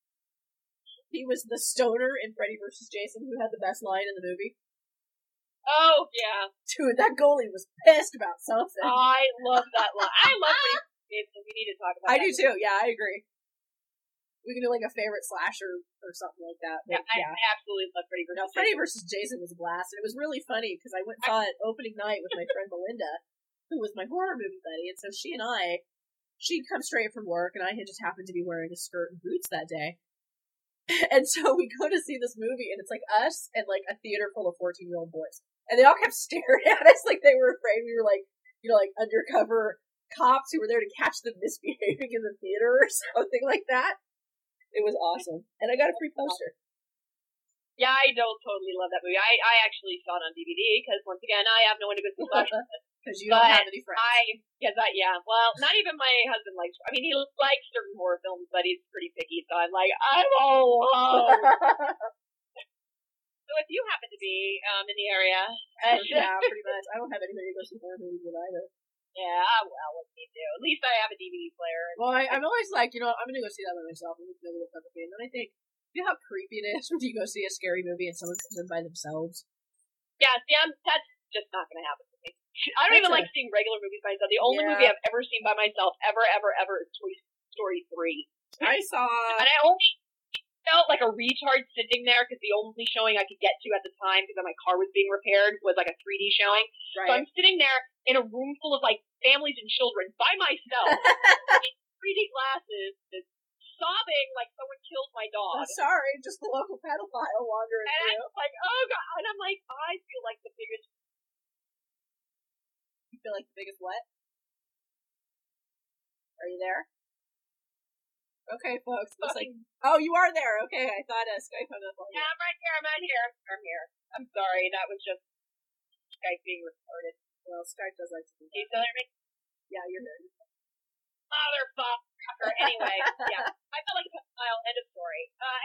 Speaker 1: he was the stoner in Freddy versus Jason who had the best line in the movie.
Speaker 2: oh yeah,
Speaker 1: Dude, that goalie was pissed about something.
Speaker 2: I love that line. I love
Speaker 1: [laughs]
Speaker 2: it. We need to talk about.
Speaker 1: I
Speaker 2: that.
Speaker 1: do too. Yeah, I agree. We can do like a favorite slasher or something like that.
Speaker 2: Yeah,
Speaker 1: but
Speaker 2: I, I absolutely love Freddy
Speaker 1: No,
Speaker 2: versus.
Speaker 1: Freddy
Speaker 2: Jason.
Speaker 1: versus Jason was a blast, and it was really funny because I went and saw it opening night with my friend Melinda, who was my horror movie buddy, and so she and I, she'd come straight from work, and I had just happened to be wearing a skirt and boots that day, [laughs] and so we go to see this movie, and it's like us and like a theater full of fourteen year old boys, and they all kept [laughs] staring at us like they were afraid we were like, you know, like undercover cops who were there to catch them misbehaving in the theater or [laughs] something like that. It was awesome, and I got a free poster.
Speaker 2: Yeah, I don't totally love that movie. I, I actually saw it on DVD because once again, I have no one to go see
Speaker 1: [laughs]
Speaker 2: slash
Speaker 1: Because you don't
Speaker 2: But
Speaker 1: have any friends. [laughs]
Speaker 2: I because I yeah. Well, not even my husband likes. I mean, he likes certain horror films, but he's pretty picky. So I'm like, I'm alone.
Speaker 1: [laughs]
Speaker 2: so if you happen to be um in the area, and,
Speaker 1: [laughs]
Speaker 2: um,
Speaker 1: yeah, pretty much. I don't have anybody to go see horror movies with either.
Speaker 2: yeah, well, what do you do? At least I have a DVD player.
Speaker 1: Well, I, I'm always like, you know, I'm gonna go see that by myself. I'm gonna look up again. And I think, you know how creepy it is [laughs] when you go see a scary movie and someone comes in by themselves.
Speaker 2: Yeah, see, I'm, that's just not gonna happen to me. I don't even
Speaker 1: That's a-
Speaker 2: like seeing regular movies by myself. The only
Speaker 1: Yeah.
Speaker 2: movie I've ever seen by myself, ever, ever, ever, is Toy Story three.
Speaker 1: I saw.
Speaker 2: And I only felt like a retard sitting there because the only showing I could get to at the time because my car was being repaired was like a 3D showing. So [laughs]
Speaker 1: Right.
Speaker 2: I'm sitting there in a room full of like families and children by myself
Speaker 1: [laughs]
Speaker 2: in 3D glasses, just sobbing like someone killed my dog.
Speaker 1: I'm sorry, just the local pedophile wandering
Speaker 2: And I [laughs]
Speaker 1: through.
Speaker 2: was like, oh god. And I'm like, I feel like the biggest.
Speaker 1: You feel like the biggest what? Are you there? Okay, folks. Looks
Speaker 2: [laughs]
Speaker 1: like.
Speaker 2: fucking-
Speaker 1: Oh, you are there. Okay, I thought uh, Skype hung up on you.
Speaker 2: Yeah, I'm right here. I'm out here. I'm here. I'm sorry. That was just Skype being recorded.
Speaker 1: Well, Skype does like. to do
Speaker 2: Do you still hear me?
Speaker 1: that. Yeah, you're here.
Speaker 2: Motherfucker.
Speaker 1: [laughs]
Speaker 2: Anyway, yeah. I felt like a pedophile. End of story. Uh, [laughs]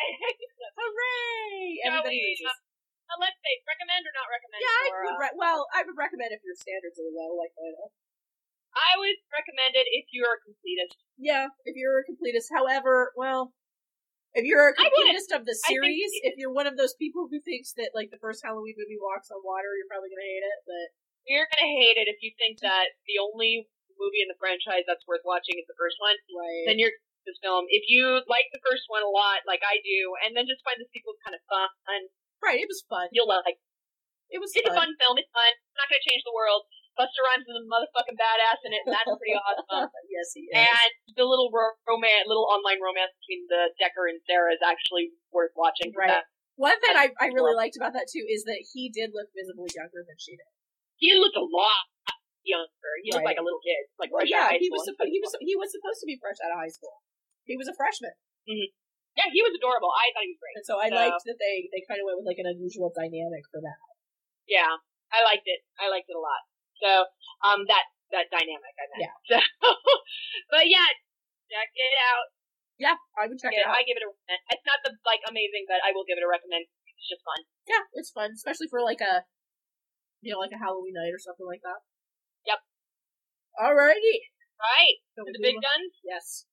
Speaker 1: Hooray!
Speaker 2: Shall
Speaker 1: Everybody
Speaker 2: we,
Speaker 1: loses.
Speaker 2: uh, Uh, let's say recommend or not recommend.
Speaker 1: Yeah, I
Speaker 2: for,
Speaker 1: would.
Speaker 2: uh,
Speaker 1: Re- well, I would recommend if your standards are low, like mine. are.
Speaker 2: I would recommend it if you're a completist.
Speaker 1: Yeah, if you're a completist. However, well, if you're a
Speaker 2: I wouldn't.
Speaker 1: completist of the
Speaker 2: I think-
Speaker 1: series, if you're one of those people who thinks that like the first Halloween movie walks on water, you're probably gonna hate it. But
Speaker 2: You're gonna hate it if you think that the only movie in the franchise that's worth watching is the first one.
Speaker 1: right,
Speaker 2: Then you're this film. If you like the first one a lot, like I do, and then just find the sequel kind of fun,
Speaker 1: right, it was fun.
Speaker 2: you'll love. Like
Speaker 1: It was
Speaker 2: it's a
Speaker 1: fun.
Speaker 2: fun film. It's fun. It's not gonna change the world. Buster Rhymes is a motherfucking badass in it. And that's pretty awesome.
Speaker 1: Uh, yes, he is.
Speaker 2: And the little ro- romance, little online romance between the Decker and Sarah is actually worth watching. for
Speaker 1: Right.
Speaker 2: that.
Speaker 1: One thing I, I really liked about that too is that he did look visibly younger than she did.
Speaker 2: he looked a lot younger. He looked
Speaker 1: Right.
Speaker 2: like a little kid, like right
Speaker 1: yeah,
Speaker 2: out of high
Speaker 1: he was
Speaker 2: school.
Speaker 1: supposed he was he was supposed to be fresh out of high school. He was a freshman.
Speaker 2: yeah, he was adorable. I thought he was great.
Speaker 1: And so I
Speaker 2: So-
Speaker 1: liked that they, they kind of went with like an unusual dynamic for that.
Speaker 2: Yeah, I liked it. I liked it a lot. So, um, that that dynamic, I meant.
Speaker 1: Yeah.
Speaker 2: [laughs] So, but yeah, check it out.
Speaker 1: Yeah, I would check
Speaker 2: Get
Speaker 1: it
Speaker 2: it-
Speaker 1: out.
Speaker 2: I give it a recommend. It's not the like amazing, but I will give it a recommend. It's just fun.
Speaker 1: yeah, it's fun, especially for like a, you know, like a Halloween night or something like that.
Speaker 2: Yep.
Speaker 1: Alrighty.
Speaker 2: Right?
Speaker 1: So
Speaker 2: To
Speaker 1: we
Speaker 2: the big
Speaker 1: will-
Speaker 2: guns?
Speaker 1: Yes.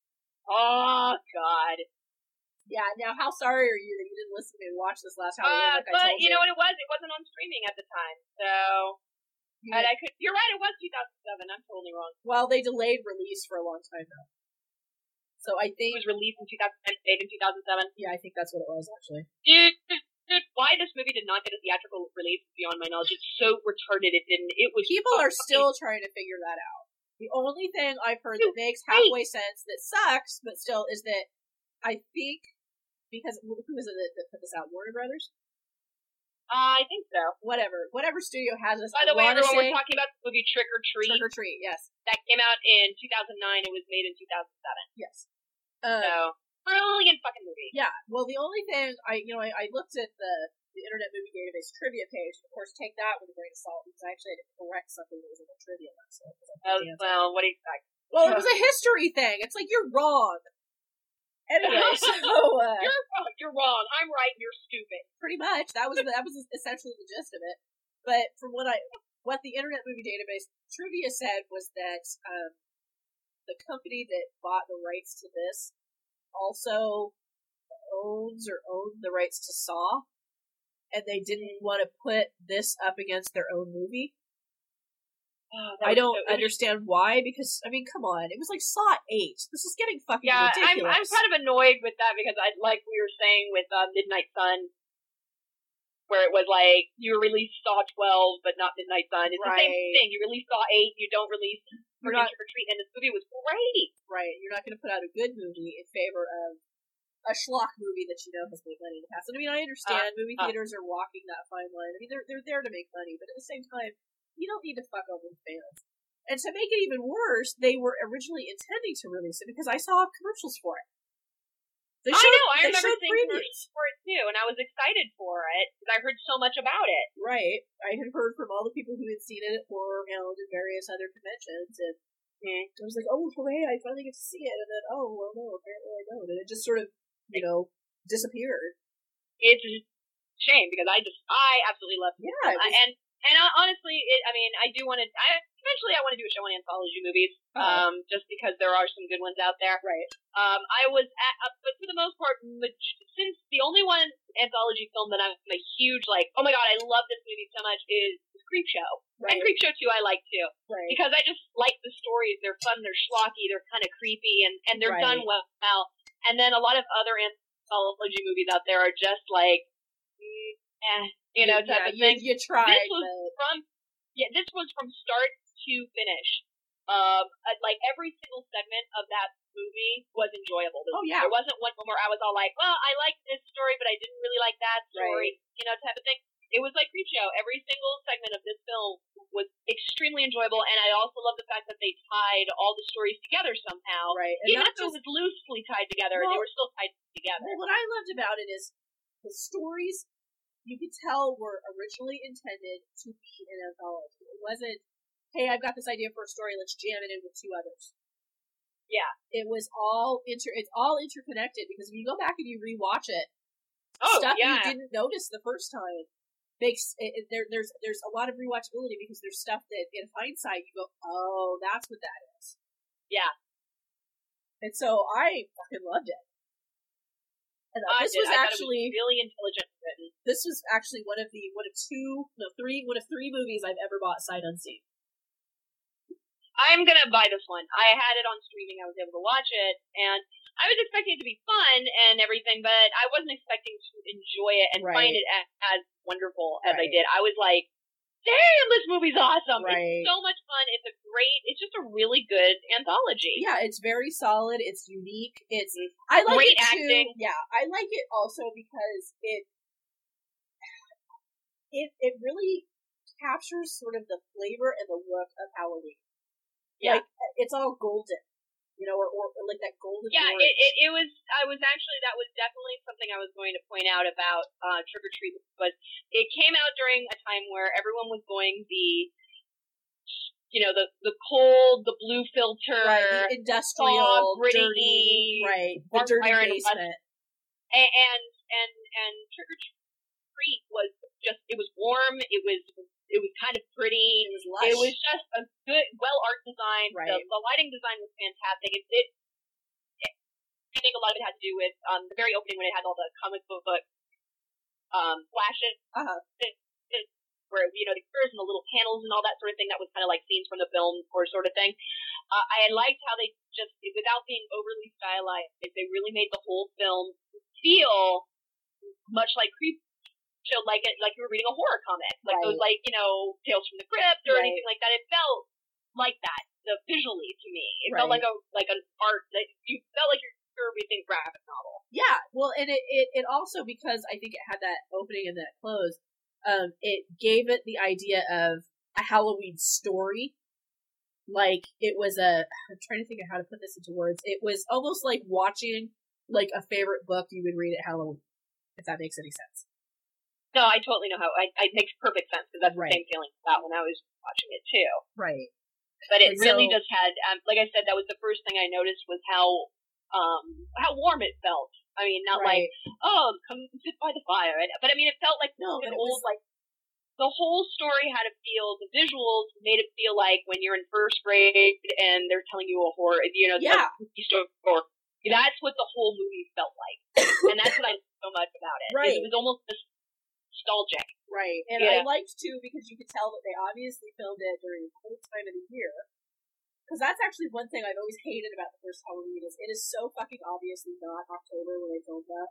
Speaker 2: Oh, God.
Speaker 1: Yeah. Now, how sorry are you that you didn't listen to me and watch this last Halloween?
Speaker 2: Uh,
Speaker 1: like I
Speaker 2: but
Speaker 1: told
Speaker 2: you know what it was? It wasn't on streaming at the time. So,
Speaker 1: You-
Speaker 2: and I could, you're right, it was 2007. I'm totally wrong.
Speaker 1: well, they delayed release for a long time though. So
Speaker 2: It
Speaker 1: I think,
Speaker 2: was released in 2010, made in 2007.
Speaker 1: yeah, I think that's what it was actually.
Speaker 2: Dude, dude, dude, why this movie did not get a theatrical release is beyond my knowledge. It's so retarded it didn't. It was
Speaker 1: People are
Speaker 2: fucking-
Speaker 1: still trying to figure that out. The only thing I've heard that makes halfway sense that sucks, but still is that I think because who is it that, that put this out? Warner Brothers?
Speaker 2: I think so.
Speaker 1: Whatever, whatever studio has this.
Speaker 2: By the
Speaker 1: I
Speaker 2: way,
Speaker 1: wanna
Speaker 2: everyone,
Speaker 1: say-
Speaker 2: we're talking about the movie Trick or Treat
Speaker 1: Trick or treat, yes,
Speaker 2: that came out in 2009. It was made in 2007.
Speaker 1: yes. Uh,
Speaker 2: So, brilliant fucking movie.
Speaker 1: Yeah. Well, the only thing I, you know, I, I looked at the, the Internet Movie Database trivia page. Of course, take that with a grain of salt because I actually had to correct something that was in the trivia last night. 'cause I
Speaker 2: Oh,
Speaker 1: can't answer.
Speaker 2: well, what do you expect?
Speaker 1: Well, it was a history thing. It's like you're wrong. [laughs] Anyway, so uh,
Speaker 2: You're wrong. You're wrong. I'm right. You're stupid.
Speaker 1: pretty much that was the, that was essentially the gist of it. But from what I what the Internet Movie Database trivia said was that um, the company that bought the rights to this also owns or owned the rights to Saw, and they
Speaker 2: Mm-hmm.
Speaker 1: didn't want to put this up against their own movie.
Speaker 2: Oh, that
Speaker 1: I
Speaker 2: was
Speaker 1: don't
Speaker 2: so-
Speaker 1: understand why, because I mean, come on, it was like Saw Eight. This is getting [laughs] fucking
Speaker 2: Yeah, I'm,
Speaker 1: ridiculous.
Speaker 2: I'm kind of annoyed with that because I like we were saying with uh, Midnight Sun, where it was like you released Saw 12 but not Midnight Sun. It's the
Speaker 1: Right.
Speaker 2: same thing. You release Saw 8, you don't release
Speaker 1: You're
Speaker 2: Trick
Speaker 1: not-
Speaker 2: or Treat, and this movie was great.
Speaker 1: right. You're not going to put out a good movie in favor of a schlock movie that you know has made money in the past. And I mean, I understand movie
Speaker 2: uh.
Speaker 1: theaters are walking that fine line. I mean, they're they're there to make money, but at the same time, you don't need to fuck over the fans. And to make it even worse, they were originally intending to release it because I saw commercials for it. They
Speaker 2: I
Speaker 1: showed-
Speaker 2: know. I
Speaker 1: they
Speaker 2: remember
Speaker 1: showed
Speaker 2: seeing commercials for it too, and I was excited for it because I heard so much about it.
Speaker 1: Right. I had heard from all the people who had seen it at Horror Hound and various other conventions, and I was like, oh, hooray, I finally get to see it. And then, oh, well, no, apparently I don't. And it just sort of, you know, disappeared.
Speaker 2: It's a shame because I just I absolutely loved
Speaker 1: Yeah.
Speaker 2: Uh,
Speaker 1: It was,
Speaker 2: and and I, honestly, it, I mean, I do want to. I eventually I want to do a show on anthology movies, um,
Speaker 1: Uh-huh.
Speaker 2: just because there are some good ones out there.
Speaker 1: right.
Speaker 2: Um, I was at, uh, but for the most part, maj- since the only one anthology film that I'm a huge like, oh my god, I love this movie so much is Creepshow,
Speaker 1: Right.
Speaker 2: and Creepshow too I like too
Speaker 1: right.
Speaker 2: because I just like the stories. They're fun, they're schlocky, they're kind of creepy, and and they're
Speaker 1: Right.
Speaker 2: done well. Now, and then a lot of other anthology movies out there are just like, mm, eh, you know, type
Speaker 1: yeah,
Speaker 2: of thing
Speaker 1: You, you tried,
Speaker 2: This was-
Speaker 1: but
Speaker 2: from yeah, this was from start to finish. Um, uh, like every single segment of that movie was enjoyable.
Speaker 1: Oh, yeah.
Speaker 2: there wasn't one where I was all like, "Well, I liked this story, but I didn't really like that story," you know, type of thing. It was like Creepshow. Every single segment of this film was extremely enjoyable, and I also love the fact that they tied all the stories together somehow.
Speaker 1: right. And
Speaker 2: Even if
Speaker 1: not
Speaker 2: it
Speaker 1: just,
Speaker 2: was loosely tied together,
Speaker 1: Well-
Speaker 2: they were still tied together.
Speaker 1: well, what I loved about it is the stories you could tell were originally intended to be an anthology. It wasn't, hey, I've got this idea for a story, let's jam it in with two others.
Speaker 2: Yeah.
Speaker 1: It was all inter, it's all interconnected because if you go back and you rewatch it,
Speaker 2: Oh,
Speaker 1: stuff you didn't notice the first time makes it, it- there. There's there's a lot of rewatchability because there's stuff that in hindsight you go, oh, that's what that is.
Speaker 2: Yeah.
Speaker 1: And so I fucking loved it. And
Speaker 2: I
Speaker 1: this
Speaker 2: did.
Speaker 1: was
Speaker 2: I thought it was
Speaker 1: actually
Speaker 2: really intelligent written.
Speaker 1: this was actually one of the one of two no three one of three movies I've ever bought sight unseen.
Speaker 2: I'm gonna buy this one. I had it on streaming. I was able to watch it, and I was expecting it to be fun and everything, but I wasn't expecting to enjoy it and
Speaker 1: Right.
Speaker 2: find it as, as wonderful as I
Speaker 1: Right.
Speaker 2: did. I was like, "Damn, this movie's awesome!
Speaker 1: Right.
Speaker 2: It's so much fun. It's a great. It's just a really good anthology."
Speaker 1: Yeah, it's very solid. It's unique. It's I
Speaker 2: Mm.
Speaker 1: like
Speaker 2: Great
Speaker 1: it too.
Speaker 2: acting.
Speaker 1: Yeah, I like it also because it it it really captures sort of the flavor and the look of Halloween.
Speaker 2: Yeah.
Speaker 1: like, eh, it's all golden, you know, or, or like that golden.
Speaker 2: Yeah,
Speaker 1: orange.
Speaker 2: it, it, it was. I was actually that was definitely something I was going to point out about uh, Trick or Treat was it came out during a time where everyone was going the, you know, the the cold, the blue filter,
Speaker 1: right, the industrial,
Speaker 2: fog, uh, gritty,
Speaker 1: dirty, right, the
Speaker 2: barbed
Speaker 1: dirty
Speaker 2: wire and
Speaker 1: basement.
Speaker 2: A- and and and Trick or Treat was just it was warm. It was it was kind of pretty.
Speaker 1: It was
Speaker 2: It
Speaker 1: lush.
Speaker 2: was just a good, well art designed.
Speaker 1: Right.
Speaker 2: The, the lighting design was fantastic. It, it, it, I think a lot of it had to do with um, the very opening when it had all the comic book um, flashes,
Speaker 1: Uh-huh.
Speaker 2: where you know the cures and the little panels and all that sort of thing. That was kind of like scenes from the film or sort of thing. Uh, I liked how they just, without being overly stylized, they really made the whole film feel much like creep show like it like you were reading a horror comic. Like
Speaker 1: Right.
Speaker 2: those like, you know, Tales from the Crypt or
Speaker 1: Right.
Speaker 2: anything like that. It felt like that, the visually to me. It felt
Speaker 1: Right.
Speaker 2: like a like an art that you felt like you're you're reading a graphic novel.
Speaker 1: Yeah, well, and it, it, it also because I think it had that opening and that close, um, it gave it the idea of a Halloween story. Like it was a, [sighs] I'm trying to think of how to put this into words. It was almost like watching like a favorite book you would read at Halloween, if that makes any sense.
Speaker 2: No, I totally know how I, it makes perfect sense because that's
Speaker 1: Right.
Speaker 2: the same feeling I got when I was watching it too.
Speaker 1: Right.
Speaker 2: But it
Speaker 1: And
Speaker 2: really
Speaker 1: so-
Speaker 2: just had, um, like I said, that was the first thing I noticed was how um how warm it felt. I mean, not like oh, come sit by the fire. And- But I mean, it felt like
Speaker 1: No,
Speaker 2: an
Speaker 1: but it
Speaker 2: old
Speaker 1: was-
Speaker 2: like the whole story had a feel. The visuals made it feel like when you're in first grade and they're telling you a horror, you know, some
Speaker 1: Yeah.
Speaker 2: spooky story. Or, that's what the whole movie felt like, and
Speaker 1: [coughs]
Speaker 2: that's what I liked so much about it. is
Speaker 1: Right.
Speaker 2: It was almost nostalgic.
Speaker 1: Right. And I
Speaker 2: Yeah.
Speaker 1: liked too because you could tell that they obviously filmed it during the cold time of the year. Because that's actually one thing I've always hated about the first Halloween is it is so fucking obviously not October when they filmed that.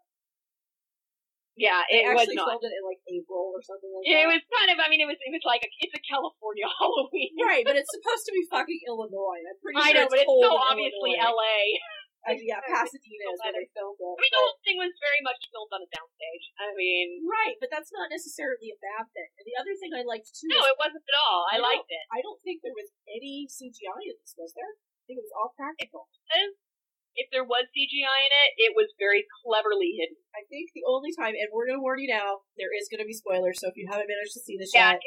Speaker 2: Yeah,
Speaker 1: They
Speaker 2: it was
Speaker 1: actually
Speaker 2: not.
Speaker 1: filmed it in like April or something like
Speaker 2: It
Speaker 1: that.
Speaker 2: was kind of. I mean, it was. It was like a, it's a California [laughs] Halloween.
Speaker 1: Right, but it's supposed to be fucking Illinois. I'm pretty
Speaker 2: I
Speaker 1: sure
Speaker 2: know, but it's
Speaker 1: it's cold
Speaker 2: so
Speaker 1: in
Speaker 2: obviously
Speaker 1: Illinois.
Speaker 2: L.A.
Speaker 1: Uh,
Speaker 2: [laughs]
Speaker 1: yeah, Pasadena is where
Speaker 2: weather.
Speaker 1: they filmed it.
Speaker 2: I mean, the whole thing was very much filmed on a soundstage. I mean,
Speaker 1: But- right, but that's not necessarily a bad thing. And the other thing I liked too
Speaker 2: No,
Speaker 1: is
Speaker 2: it wasn't at all. I
Speaker 1: No.
Speaker 2: liked it.
Speaker 1: I don't think there was any CGI in this, was there? I think it was all practical.
Speaker 2: If there was CGI in it, it was very cleverly hidden.
Speaker 1: I think the only time, and we're going to warn you now, there is going to be spoilers. So if you haven't managed to see this
Speaker 2: Yeah,
Speaker 1: yet,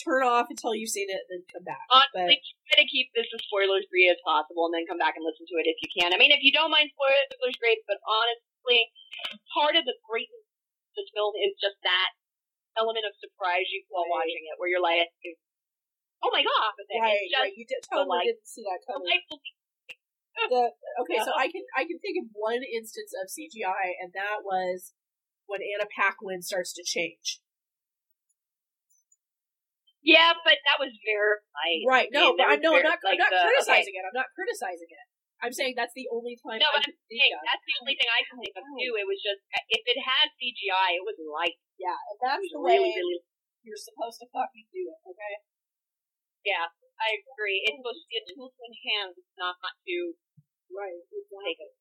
Speaker 1: turn off until you've seen it, then come back.
Speaker 2: honestly, try to keep this as spoiler free as possible, and then come back and listen to it if you can. I mean, if you don't mind spoilers, great. But honestly, part of the greatness of this film is just that element of surprise you feel while
Speaker 1: Right.
Speaker 2: watching it, where you're like, "Oh my god!" But then
Speaker 1: Right,
Speaker 2: it's just
Speaker 1: right. You did, totally
Speaker 2: like-
Speaker 1: didn't see that coming.
Speaker 2: delightful.
Speaker 1: The- okay,
Speaker 2: [laughs]
Speaker 1: so I can I can think of one instance of CGI, and that was when Anna Paquin starts to change.
Speaker 2: Yeah, but that was very light.
Speaker 1: Right? No,
Speaker 2: mean,
Speaker 1: but
Speaker 2: there
Speaker 1: I'm no, I'm
Speaker 2: was
Speaker 1: not, I'm
Speaker 2: like
Speaker 1: not
Speaker 2: the- okay.
Speaker 1: criticizing it. I'm not criticizing it. I'm saying that's the only time.
Speaker 2: No,
Speaker 1: I
Speaker 2: but
Speaker 1: can think
Speaker 2: Hey,
Speaker 1: of.
Speaker 2: that's the only thing I can think of too. It was just if it had CGI, it was light.
Speaker 1: yeah, and that's
Speaker 2: It
Speaker 1: the
Speaker 2: was
Speaker 1: way
Speaker 2: really, really
Speaker 1: you're supposed to fucking do it. Okay.
Speaker 2: Yeah, I agree. It's supposed to be a tool to enhance, not not to.
Speaker 1: Right. Exactly.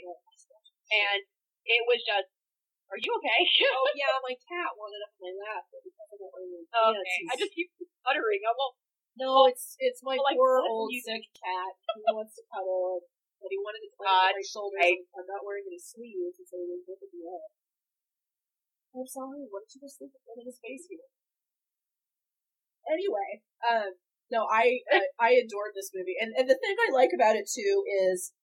Speaker 2: And it was just, are you okay? [laughs]
Speaker 1: oh yeah, my cat wanted up my lap, but because I don't really
Speaker 2: okay.
Speaker 1: dance, he's-
Speaker 2: I just keep stuttering. I won't.
Speaker 1: no, it's it's my
Speaker 2: Well, like,
Speaker 1: poor
Speaker 2: what
Speaker 1: old
Speaker 2: you-
Speaker 1: sick cat. He wants to cuddle, but he wanted to
Speaker 2: God,
Speaker 1: climb on my shoulders.
Speaker 2: I-
Speaker 1: and I'm not wearing any sleeves, and so he was looking me up. I'm sorry. Why don't you just sleep in front of his face here? Anyway, um, no, I
Speaker 2: [laughs]
Speaker 1: uh, I adored this movie, and and the thing I like about it too is,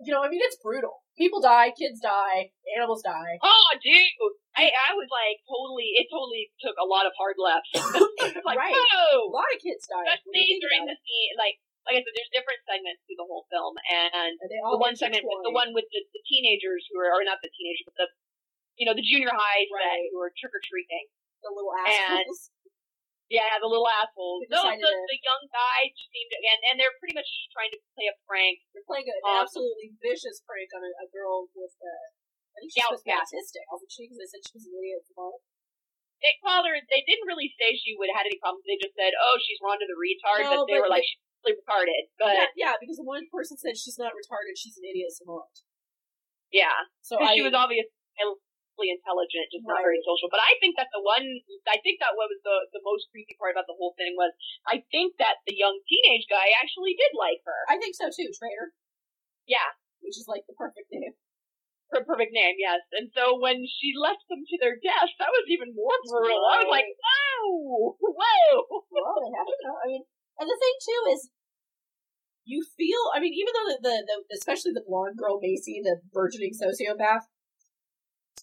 Speaker 1: you know, I mean, it's brutal. People die, kids die, animals die.
Speaker 2: Oh, dude. I I was like totally. It totally took a lot of hard [laughs] lefts. like,
Speaker 1: Right. A
Speaker 2: whoa.
Speaker 1: lot of kids die. when you
Speaker 2: Especially
Speaker 1: think
Speaker 2: during the
Speaker 1: about
Speaker 2: scene, like like I said, there's different segments through the whole film, and
Speaker 1: it. And they
Speaker 2: the
Speaker 1: all
Speaker 2: one
Speaker 1: mention
Speaker 2: segment was the
Speaker 1: Troy.
Speaker 2: one with the, the teenagers who are, or not the teenagers, but the you know the junior highs that
Speaker 1: Right.
Speaker 2: who are trick or treating.
Speaker 1: the little
Speaker 2: And-
Speaker 1: assholes.
Speaker 2: Yeah, the little assholes.
Speaker 1: They
Speaker 2: Those,
Speaker 1: decided
Speaker 2: the,
Speaker 1: to-
Speaker 2: the young guys seemed, and, and they're pretty much trying to play a prank.
Speaker 1: [laughs] They're playing an
Speaker 2: Um,
Speaker 1: absolutely vicious prank on a, a girl with a. I think she's
Speaker 2: Yeah,
Speaker 1: supposed to be
Speaker 2: yeah.
Speaker 1: autistic. I was like, she, because I said she was an idiot. Tomorrow.
Speaker 2: They called her, they didn't really say she would have had any problems. They just said, oh, she's Rhonda the retard,
Speaker 1: No,
Speaker 2: but they were
Speaker 1: but
Speaker 2: like, she's really retarded. But,
Speaker 1: yeah, yeah, because the one person said she's not retarded, she's an idiot savant.
Speaker 2: yeah.
Speaker 1: So
Speaker 2: 'Cause
Speaker 1: I,
Speaker 2: she was obviously intelligent, just not very
Speaker 1: Right.
Speaker 2: social. But I think that the one, I think that what was the, the most creepy part about the whole thing was, I think that the young teenage guy actually did like her.
Speaker 1: I think so too, traitor,
Speaker 2: Yeah.
Speaker 1: which is like the perfect name.
Speaker 2: her perfect name, yes. And so when she left them to their deaths, that was even more brutal. I was like,
Speaker 1: [laughs]
Speaker 2: whoa, whoa.
Speaker 1: well, they have it. I mean, and the thing too is, you feel. I mean, even though the, the, the especially the blonde girl Macy, the burgeoning sociopath,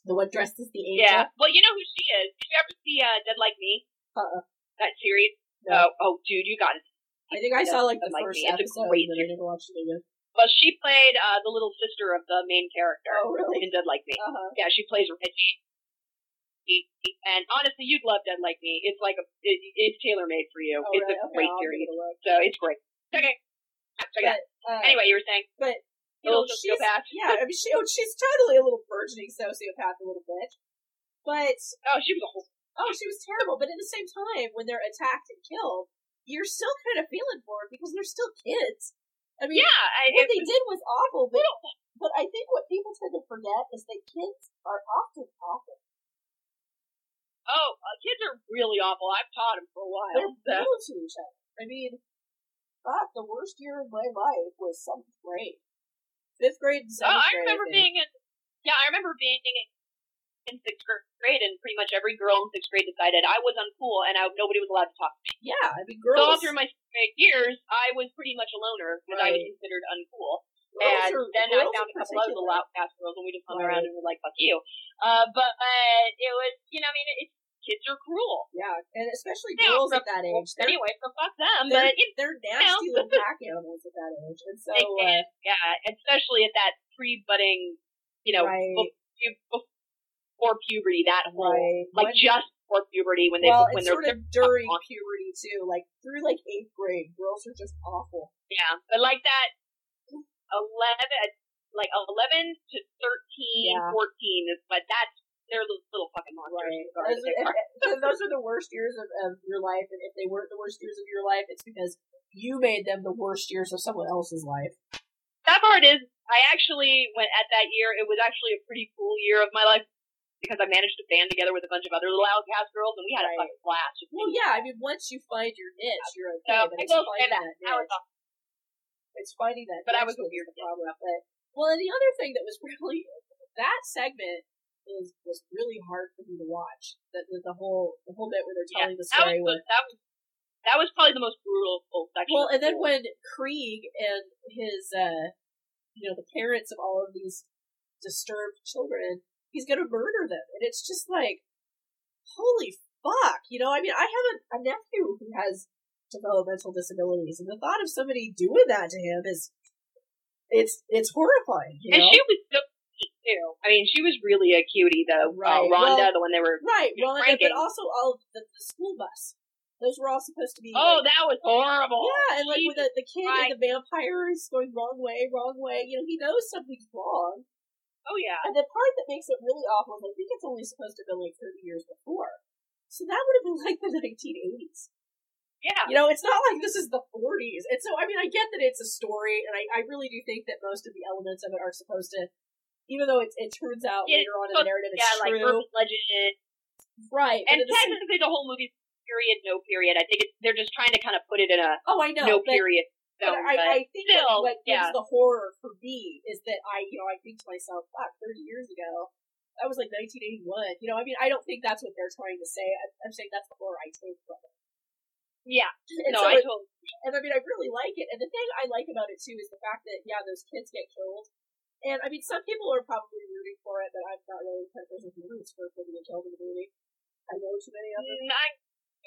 Speaker 1: the one dressed as the angel.
Speaker 2: Yeah. Well, you know who she is. Did you ever see uh, Dead Like Me?
Speaker 1: Uh-uh.
Speaker 2: That series.
Speaker 3: No.
Speaker 2: Oh, oh, dude, you got it.
Speaker 1: I think I saw like the
Speaker 2: Like,
Speaker 1: first
Speaker 2: it's a
Speaker 1: episode,
Speaker 2: great
Speaker 1: and then I never watched it again.
Speaker 2: Well, she played uh, the little sister of the main character
Speaker 1: Oh, really?
Speaker 2: in Dead Like Me.
Speaker 1: Uh huh.
Speaker 2: Yeah, she plays Reggie. And honestly, you'd love Dead Like Me. It's like a, it, it's tailor made for you.
Speaker 1: Oh,
Speaker 2: it's
Speaker 1: really?
Speaker 2: a
Speaker 1: Okay,
Speaker 2: great
Speaker 1: I'll give
Speaker 2: series,
Speaker 1: it a look.
Speaker 2: so it's great. Okay, check it out.
Speaker 1: Uh,
Speaker 2: Anyway, you were saying
Speaker 1: but
Speaker 2: the
Speaker 1: you
Speaker 2: little
Speaker 1: know, she's
Speaker 2: sociopath.
Speaker 1: yeah, I mean, she, oh, she's totally a little burgeoning sociopath, a little bitch. But
Speaker 2: Oh, she was a whole.
Speaker 1: oh, she was terrible. But at the same time, when they're attacked and killed, you're still kind of feeling for them because they're still kids. I mean,
Speaker 2: Yeah, I,
Speaker 1: what
Speaker 2: it,
Speaker 1: they did was awful, but but I think what people tend to forget is that kids are often awful.
Speaker 2: oh, uh, kids are really awful. I've taught them for a while.
Speaker 1: They're
Speaker 2: so.
Speaker 1: brutal to each other. I mean, God, the worst year of my life was seventh grade, fifth grade, and
Speaker 2: Oh,
Speaker 1: seventh
Speaker 2: I
Speaker 1: grade. eh?
Speaker 2: remember
Speaker 1: think.
Speaker 2: being in. Yeah, I remember being in- in sixth grade, and pretty much every girl in sixth grade decided I was uncool, and I, nobody was allowed to talk. to me.
Speaker 1: yeah. I mean,
Speaker 2: So all
Speaker 1: girls.
Speaker 2: through my sixth grade years, I was pretty much a loner because I was
Speaker 1: Right.
Speaker 2: considered uncool. and
Speaker 1: girls are-
Speaker 2: then I found a
Speaker 1: girls in
Speaker 2: couple other
Speaker 1: particular-
Speaker 2: little outcast girls, and we just hung
Speaker 1: Right.
Speaker 2: around and were like, "Fuck you." Uh, but uh, it was, you know, I mean, it's, kids are cruel.
Speaker 1: Yeah, and especially
Speaker 2: Yeah,
Speaker 1: girls
Speaker 2: from-
Speaker 1: at that age. They're,
Speaker 2: anyway, so fuck them.
Speaker 1: they're,
Speaker 2: But you
Speaker 1: they're nasty little pack animals at that age. And so,
Speaker 2: know, [laughs] they can,
Speaker 1: uh,
Speaker 2: yeah, especially at that pre-budding, you know,
Speaker 1: right,
Speaker 2: bef- you- before puberty, that whole
Speaker 1: right.
Speaker 2: like
Speaker 1: One-
Speaker 2: just before puberty when they
Speaker 1: well,
Speaker 2: when
Speaker 1: it's
Speaker 2: they're
Speaker 1: sort of during
Speaker 2: on-
Speaker 1: puberty too. Like through like eighth grade, girls are just awful.
Speaker 2: yeah, but like that eleven like eleven to 13,
Speaker 1: Yeah.
Speaker 2: 14 is but that's they're little, little fucking monsters. Sorry,
Speaker 1: Those,
Speaker 2: they
Speaker 1: and-
Speaker 2: are.
Speaker 1: and those are the worst years of, of your life, and if they weren't the worst years of your life, it's because you made them the worst years of someone else's life.
Speaker 2: That part is I actually went at that year. It was actually a pretty cool year of my life because I managed to band together with a bunch of other little outcast girls and we had
Speaker 1: Right.
Speaker 2: a fucking blast.
Speaker 1: Well, yeah, I mean, once you find your niche, you're
Speaker 2: So
Speaker 1: okay.
Speaker 2: I
Speaker 1: but it's
Speaker 2: will say
Speaker 1: finding
Speaker 2: that.
Speaker 1: that
Speaker 2: I was
Speaker 1: niche. it's finding that.
Speaker 2: But I
Speaker 1: niche
Speaker 2: was a
Speaker 1: that's
Speaker 2: weird
Speaker 1: the problem. But well, and the other thing that was really that segment is was really hard for me to watch. The the, the whole the whole bit where they're
Speaker 2: Yeah,
Speaker 1: telling the
Speaker 2: that was
Speaker 1: story.
Speaker 2: the-
Speaker 1: with,
Speaker 2: that was that was probably the most brutal section.
Speaker 1: well,
Speaker 2: of
Speaker 1: and then
Speaker 2: school.
Speaker 1: when Krieg and his uh you know the parents of all of these disturbed children, he's gonna murder them, and it's just like holy fuck. You know, I mean, I have a, a nephew who has developmental disabilities, and the thought of somebody doing that to him is. It's it's horrifying. You
Speaker 2: And
Speaker 1: know?
Speaker 2: she was so cute too. I mean, she was really a cutie though.
Speaker 1: Right.
Speaker 2: Uh, Rhonda,
Speaker 1: Well-
Speaker 2: the one they were.
Speaker 1: Right,
Speaker 2: Just
Speaker 1: well, and-
Speaker 2: cranking.
Speaker 1: but also all of the, the school bus. Those were all supposed to be.
Speaker 2: Oh,
Speaker 1: like-
Speaker 2: that was horrible.
Speaker 1: yeah, and like with
Speaker 2: Jesus.
Speaker 1: the, the kid
Speaker 2: Christ.
Speaker 1: and the vampire is going wrong way, wrong way. You know, he knows something's wrong.
Speaker 2: oh yeah.
Speaker 1: And the part that makes it really awful is I think it's only supposed to have been like 30 years before. So that would have been like the 1980s.
Speaker 2: Yeah.
Speaker 1: You know, it's not like this is the 40s. And so, I mean, I get that it's a story, and I, I really do think that most of the elements of it are supposed to, even though it, it turns out
Speaker 2: Yeah,
Speaker 1: later on in
Speaker 2: supposed-
Speaker 1: the narrative
Speaker 2: Yeah,
Speaker 1: it's
Speaker 2: like
Speaker 1: true.
Speaker 2: urban legend.
Speaker 1: right. but
Speaker 2: And
Speaker 1: at the same-
Speaker 2: technically the whole movie's period, no period. I think it's, they're just trying to kind of put it in a
Speaker 1: oh, I know.
Speaker 2: no,
Speaker 1: but-
Speaker 2: period
Speaker 1: But
Speaker 2: zone.
Speaker 1: I,
Speaker 2: but
Speaker 1: I think what-
Speaker 2: still,
Speaker 1: what gives
Speaker 2: yeah.
Speaker 1: the horror for me is that I, you know, I think to myself, fuck, 30 years ago, that was like 1981. You know, I mean, I don't think that's what they're trying to say. I'm, I'm saying that's the horror I take from [laughs] it.
Speaker 2: yeah.
Speaker 1: And,
Speaker 2: No,
Speaker 1: so
Speaker 2: I
Speaker 1: it-
Speaker 2: totally.
Speaker 1: and I mean, I really like it. And the thing I like about it too is the fact that, yeah, those kids get killed. And I mean, some people are probably rooting for it, but I'm not really the kind of person who roots for people to get killed in the movie. I know too many of them.
Speaker 2: Mm, I'm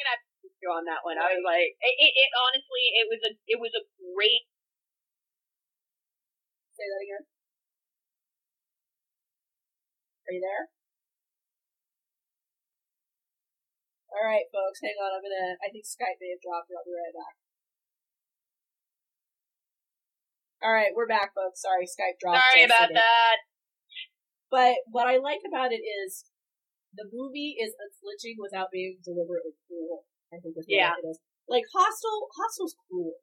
Speaker 2: gonna have to with you on that one. I was like, it, it, it honestly, it was a, it was a great.
Speaker 1: Say that again. Are you there? All right, folks, hang on. I'm gonna. I think Skype may have dropped. I'll be right back. All right, we're back, folks. Sorry, Skype dropped.
Speaker 2: Sorry
Speaker 1: us
Speaker 2: about
Speaker 1: today.
Speaker 2: that.
Speaker 1: But what I like about it is the movie is unflinching without being deliberately cruel. I think is what
Speaker 2: Yeah.
Speaker 1: it is. Like Hostel, Hostel's cruel.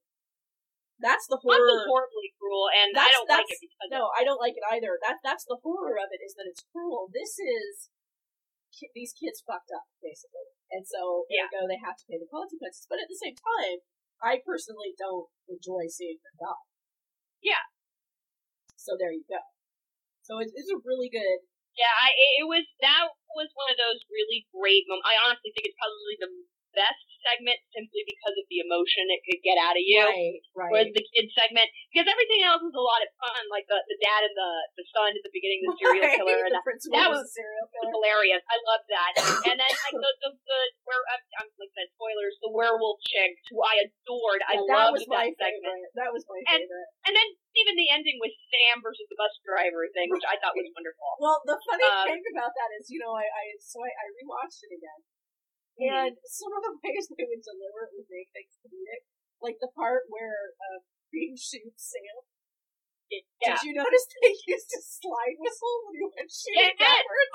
Speaker 1: That's the
Speaker 2: One
Speaker 1: horror.
Speaker 2: was horribly cruel, and I
Speaker 1: That's-
Speaker 2: don't like
Speaker 1: that's-
Speaker 2: it because
Speaker 1: No, I don't like it either. That that's the horror of it is that it's cruel. This is ki- these kids fucked up basically, and so
Speaker 2: Yeah.
Speaker 1: ergo they have to pay the consequences. But at the same time, I personally don't enjoy seeing them die.
Speaker 2: Yeah.
Speaker 1: So there you go. So it's, it's a really good.
Speaker 2: Yeah, I, it- it was that was one of those really great moments. I honestly think it's probably the best segment simply because of the emotion it could get out of you.
Speaker 1: Right.
Speaker 2: Whereas
Speaker 1: Right.
Speaker 2: the kid segment, because everything else was a lot of fun, like the, the dad and the, the son at the beginning, the serial
Speaker 1: [laughs] Right,
Speaker 2: killer, and that
Speaker 1: the principal
Speaker 2: that
Speaker 1: was
Speaker 2: was-
Speaker 1: a serial
Speaker 2: was
Speaker 1: killer.
Speaker 2: hilarious. I loved that. and then like the the, the where I'm, I'm like I said, spoilers, the werewolf chick who I adored. I
Speaker 1: that
Speaker 2: loved
Speaker 1: was my
Speaker 2: that segment.
Speaker 1: favorite. That was my
Speaker 2: And-
Speaker 1: favorite.
Speaker 2: And then even the ending with Sam versus the bus driver thing, which I thought was wonderful.
Speaker 1: Well, the funny
Speaker 2: Um,
Speaker 1: thing about that is, you know, I, I so I, I rewatched it again,
Speaker 2: Mhm.
Speaker 1: and some of the [laughs] ways they would deliberately make things comedic, like the part where uh, Bean shoots Sam.
Speaker 2: Yeah.
Speaker 1: Did you notice [laughs] they used a slide whistle when he went
Speaker 2: Yes!
Speaker 1: shooting backwards?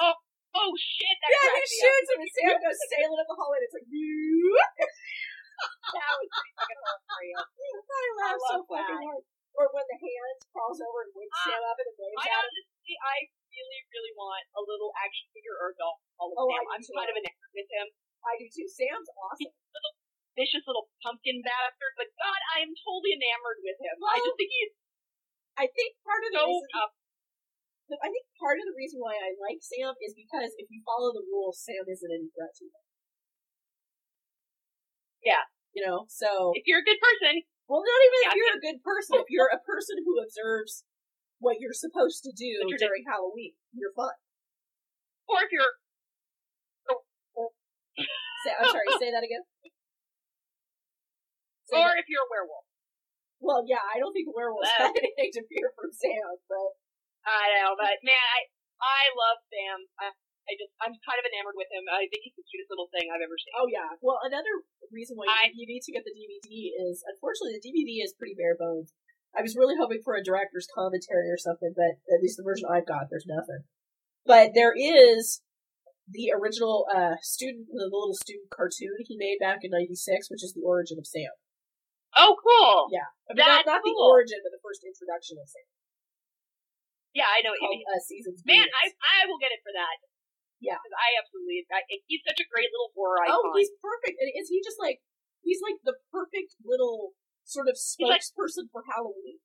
Speaker 2: Oh shit, that
Speaker 1: Yeah, he
Speaker 2: cracked me up.
Speaker 1: shoots him, and
Speaker 2: [laughs]
Speaker 1: Sam goes sailing up the hallway. And it's like, "Yoo-"
Speaker 2: That was pretty fucking hilarious.
Speaker 1: [laughs] I laugh so
Speaker 2: love
Speaker 1: fucking
Speaker 2: that.
Speaker 1: hard. Or when the hand crawls over and wakes
Speaker 2: Ah,
Speaker 1: Sam up and it waves
Speaker 2: I
Speaker 1: at him.
Speaker 2: honestly, I really, really want a little action figure or doll of
Speaker 1: Oh, I
Speaker 2: Sam.
Speaker 1: do
Speaker 2: I'm
Speaker 1: too.
Speaker 2: kind of enamored with him.
Speaker 1: I do too. Sam's awesome.
Speaker 2: Vicious little pumpkin bastard, but God, I am totally enamored with him. I
Speaker 1: Well,
Speaker 2: just think he's
Speaker 1: I think part of the
Speaker 2: so
Speaker 1: reason
Speaker 2: up.
Speaker 1: the- I think part of the reason why I like Sam is because if you follow the rules, Sam isn't any threat to you.
Speaker 2: Yeah.
Speaker 1: You know, so
Speaker 2: If you're a good person,
Speaker 1: well, not even
Speaker 2: Yeah,
Speaker 1: if
Speaker 2: I
Speaker 1: you're a good person. If you're a person who observes what you're supposed to do
Speaker 2: The tradi-
Speaker 1: during Halloween, you're fine.
Speaker 2: or if you're
Speaker 1: Say, I'm
Speaker 2: [laughs]
Speaker 1: sorry. Say that again. Say
Speaker 2: or Uh,
Speaker 1: that-
Speaker 2: if you're a werewolf.
Speaker 1: well, yeah, I don't think werewolves
Speaker 2: Well.
Speaker 1: have anything to fear from Sam, but
Speaker 2: I don't know, but man, I I love Sam. I, I just I'm kind of enamored with him. I think he's the cutest little thing I've ever seen.
Speaker 1: oh yeah. Well, another reason why
Speaker 2: I-
Speaker 1: you need to get the DVD is unfortunately the DVD is pretty bare bones. I was really hoping for a director's commentary or something, but at least the version I've got, there's nothing. But there is the original uh, student, the little student cartoon he made back in '96, which is the origin of Sam.
Speaker 2: Oh, cool.
Speaker 1: Yeah. I mean, not,
Speaker 2: That's
Speaker 1: not the
Speaker 2: cool.
Speaker 1: origin, but the first introduction of Sam.
Speaker 2: Yeah, I know what you
Speaker 1: Called,
Speaker 2: mean.
Speaker 1: uh, Seasons.
Speaker 2: Man,
Speaker 1: Greetings.
Speaker 2: I I will get it for that.
Speaker 1: Yeah.
Speaker 2: 'Cause I absolutely I, he's such a great little horror icon.
Speaker 1: Oh, he's perfect. And is he just like he's like the perfect little sort of
Speaker 2: like-
Speaker 1: spokesperson for Halloween?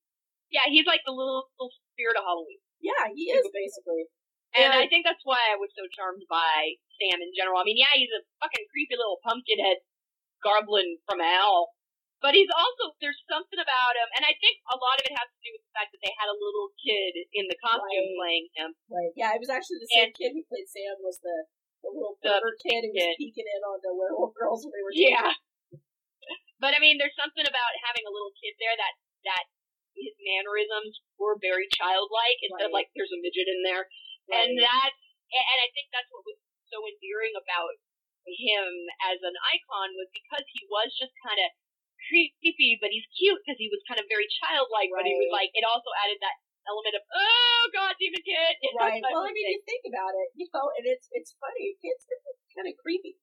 Speaker 2: yeah, he's like the little, little spirit of Halloween.
Speaker 1: Yeah, he is basically.
Speaker 2: And
Speaker 1: Yeah.
Speaker 2: I think that's why I was so charmed by Sam in general. I mean, yeah, he's a fucking creepy little pumpkin head goblin from hell. But he's also, there's something about him, and I think a lot of it has to do with the fact that they had a little kid in the costume
Speaker 1: Right.
Speaker 2: playing him.
Speaker 1: Like, yeah, it was actually the same
Speaker 2: And-
Speaker 1: kid who played Sam was the the little
Speaker 2: The
Speaker 1: pervert kid who was
Speaker 2: kid.
Speaker 1: peeking in on the werewolf [laughs] girls when they were
Speaker 2: Yeah. But I mean, there's something about having a little kid there that, that his mannerisms were very childlike instead of
Speaker 1: Right.
Speaker 2: like, there's a midget in there.
Speaker 1: teenagers, right?
Speaker 2: and that and and I think that's what was so endearing about him as an icon was because he was just kind of creepy, but he's cute because he was kind of very childlike. But he was
Speaker 1: Right.
Speaker 2: like it also added that element of oh god, demon kid. [laughs]
Speaker 1: right. Well, I mean, you think about it, you know, and it's it's funny. Kids can be kind of creepy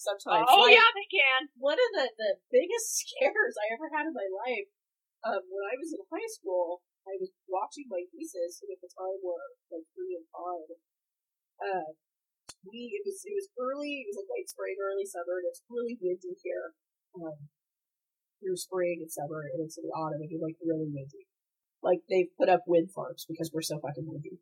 Speaker 1: sometimes.
Speaker 2: oh
Speaker 1: Like,
Speaker 2: yeah, they
Speaker 1: [laughs]
Speaker 2: can. [laughs]
Speaker 1: one of the, the biggest [laughs] scares I ever had in my life, um, when I was in high school, I was watching my nieces, who at the time were like three and five. Uh, we, it was, it was early, it was like late spring, early summer, and it's really windy here, um, through spring and summer and into the autumn, and it's like really windy. Like they've put up wind farms because we're so fucking windy.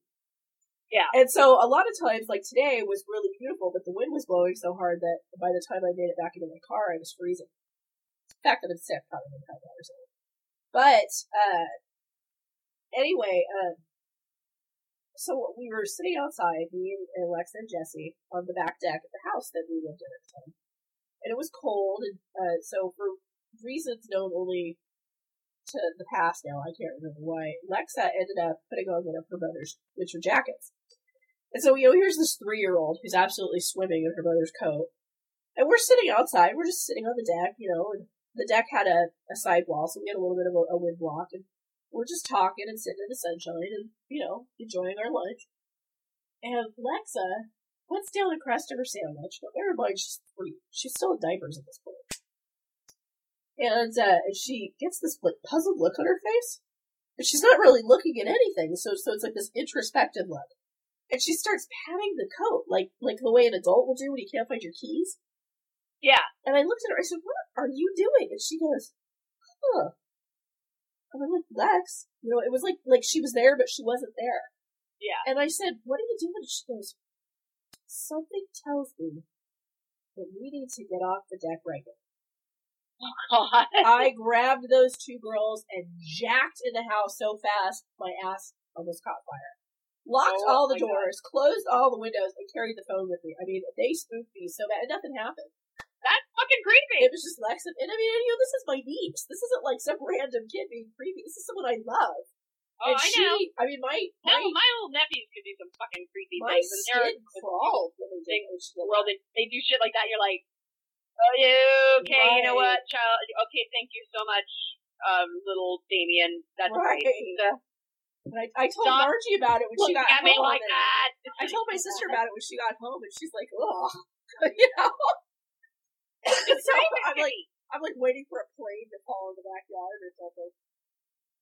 Speaker 2: Yeah.
Speaker 1: And so a lot of times, like today was really beautiful, but the wind was blowing so hard that by the time I made it back into my car, I was freezing. The fact that I'm sick probably made that matters. But, uh, anyway, um, so we were sitting outside, me and- and Alexa and Jesse, on the back deck of the house that we lived in at the time. And it was cold, and, uh, so for reasons known only to the past now, I can't remember why, Lexa ended up putting on one of her mother's winter jackets. And so, you know, here's this three year old who's absolutely swimming in her mother's coat. And we're sitting outside, we're just sitting on the deck, you know, and the deck had a, a side wall, so we had a little bit of a, a wind block, and we're just talking and sitting in the sunshine and, you know, enjoying our lunch. And Lexa puts down a crust of her sandwich, but bear in mind she's three. She's still in diapers at this point. And uh, and she gets this like puzzled look on her face, but she's not really looking at anything. So so it's like this introspective look. And she starts patting the coat like like the way an adult will do when you can't find your keys.
Speaker 2: Yeah,
Speaker 1: And I looked at her. I said, "What are you doing?" And she goes, "Huh." And I'm like, "Lex, you know, it was like like she was there, but she wasn't there."
Speaker 2: Yeah.
Speaker 1: And I said, "What are you doing?" And she goes, "Something tells me that we need to get off the deck right now."
Speaker 2: god.
Speaker 1: I grabbed those two girls and jacked in the house so fast my ass almost caught fire. Locked
Speaker 2: Oh
Speaker 1: all the
Speaker 2: my God.
Speaker 1: doors, closed all the windows, and carried the phone with me. I mean, they spooked me so bad. Nothing happened.
Speaker 2: That's fucking creepy.
Speaker 1: It was just Lex, and, and I mean, and, you know, this is my niece. This isn't like some random kid being creepy. This is someone I love.
Speaker 2: oh,
Speaker 1: and
Speaker 2: I
Speaker 1: she,
Speaker 2: know.
Speaker 1: I mean, my
Speaker 2: No,
Speaker 1: my,
Speaker 2: my old nephews could do some fucking creepy
Speaker 1: my
Speaker 2: things, and they're
Speaker 1: skin crawled when they did this shit.
Speaker 2: the world that they do shit like that. You're like, oh yeah, okay, you know
Speaker 1: Right.
Speaker 2: what, child? Okay, thank you so much, um, little Damien. That's
Speaker 1: Right.
Speaker 2: great. So,
Speaker 1: And I, I told
Speaker 2: Stop
Speaker 1: Margie about it when she
Speaker 2: look
Speaker 1: got
Speaker 2: at me
Speaker 1: home.
Speaker 2: like
Speaker 1: and
Speaker 2: that.
Speaker 1: I told my sister about it when she got home, and she's like, "Ugh," [laughs] you know. so I'm like, I'm like waiting for a plane to fall in the backyard or something.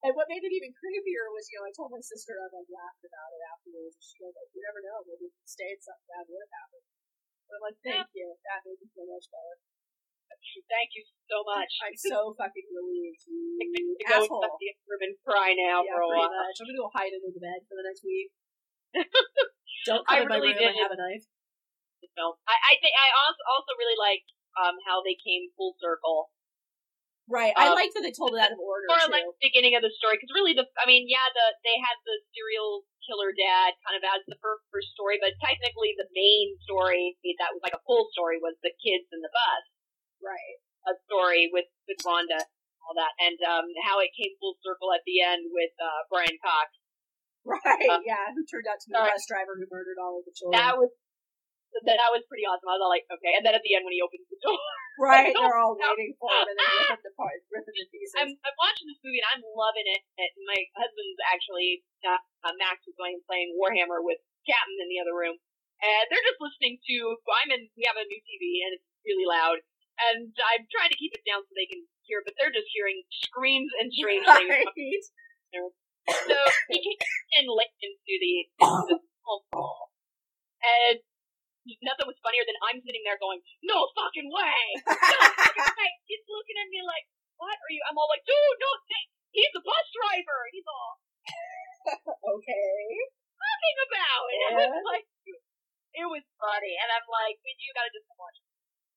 Speaker 1: And what made it even creepier was, you know, I told my sister and I like laughed about it afterwards. and She goes, like, "You never know, maybe if you stayed, something bad would have happened." But I'm like, "Thank you, that made me feel much better."
Speaker 2: thank you so much.
Speaker 1: I'm
Speaker 2: [laughs]
Speaker 1: so fucking relieved. You
Speaker 2: to go
Speaker 1: asshole.
Speaker 2: stuff the other room and cry now
Speaker 1: yeah,
Speaker 2: for a
Speaker 1: pretty
Speaker 2: while.
Speaker 1: much. I'm gonna go hide under the bed for the next
Speaker 2: [laughs]
Speaker 1: week. Don't
Speaker 2: I
Speaker 1: come in my
Speaker 2: really
Speaker 1: room and
Speaker 2: did.
Speaker 1: have a knife.
Speaker 2: No. I, I think I also also really liked um how they came full circle,
Speaker 1: Right. I
Speaker 2: Um,
Speaker 1: like that they told it out of order.
Speaker 2: or
Speaker 1: too.
Speaker 2: like the beginning of the story, because really the I mean yeah the they had the serial killer dad kind of as the first, first story, but technically the main story that was like a full story was the kids and the bus.
Speaker 1: right. [laughs]
Speaker 2: a story with with Rhonda, all that, and um, how it came full circle at the end with uh, Brian Cox.
Speaker 1: Right.
Speaker 2: Uh,
Speaker 1: yeah. Who turned out to be the
Speaker 2: sorry.
Speaker 1: bus driver who murdered all of the children.
Speaker 2: That was that, that was pretty awesome. I was all like, okay. And then at the end when he opens the door,
Speaker 1: [laughs] right.
Speaker 2: [laughs] No,
Speaker 1: They're all
Speaker 2: no.
Speaker 1: waiting for him and then
Speaker 2: [laughs]
Speaker 1: rip him apart, rip him to pieces.
Speaker 2: I'm I'm watching this movie and I'm loving it. And my husband's actually uh, uh, Max was going and playing Warhammer with Captain in the other room, and they're just listening to. I'm in. We have a new TV and it's really loud, and I'm trying to keep it down so they can hear, but they're just hearing screams and strange things.
Speaker 1: [laughs] Right.
Speaker 2: So he came in late into the, into the home, and nothing was funnier than I'm sitting there going, "No fucking way! No fucking way!" He's looking at me like, "What are you?" I'm all like, "Dude, no, th- he's the bus driver." He's all
Speaker 1: [laughs] okay.
Speaker 2: nothing about it. [laughs]
Speaker 1: Yeah.
Speaker 2: It was like, it was funny, and I'm like, "Man, "You gotta just watch." it."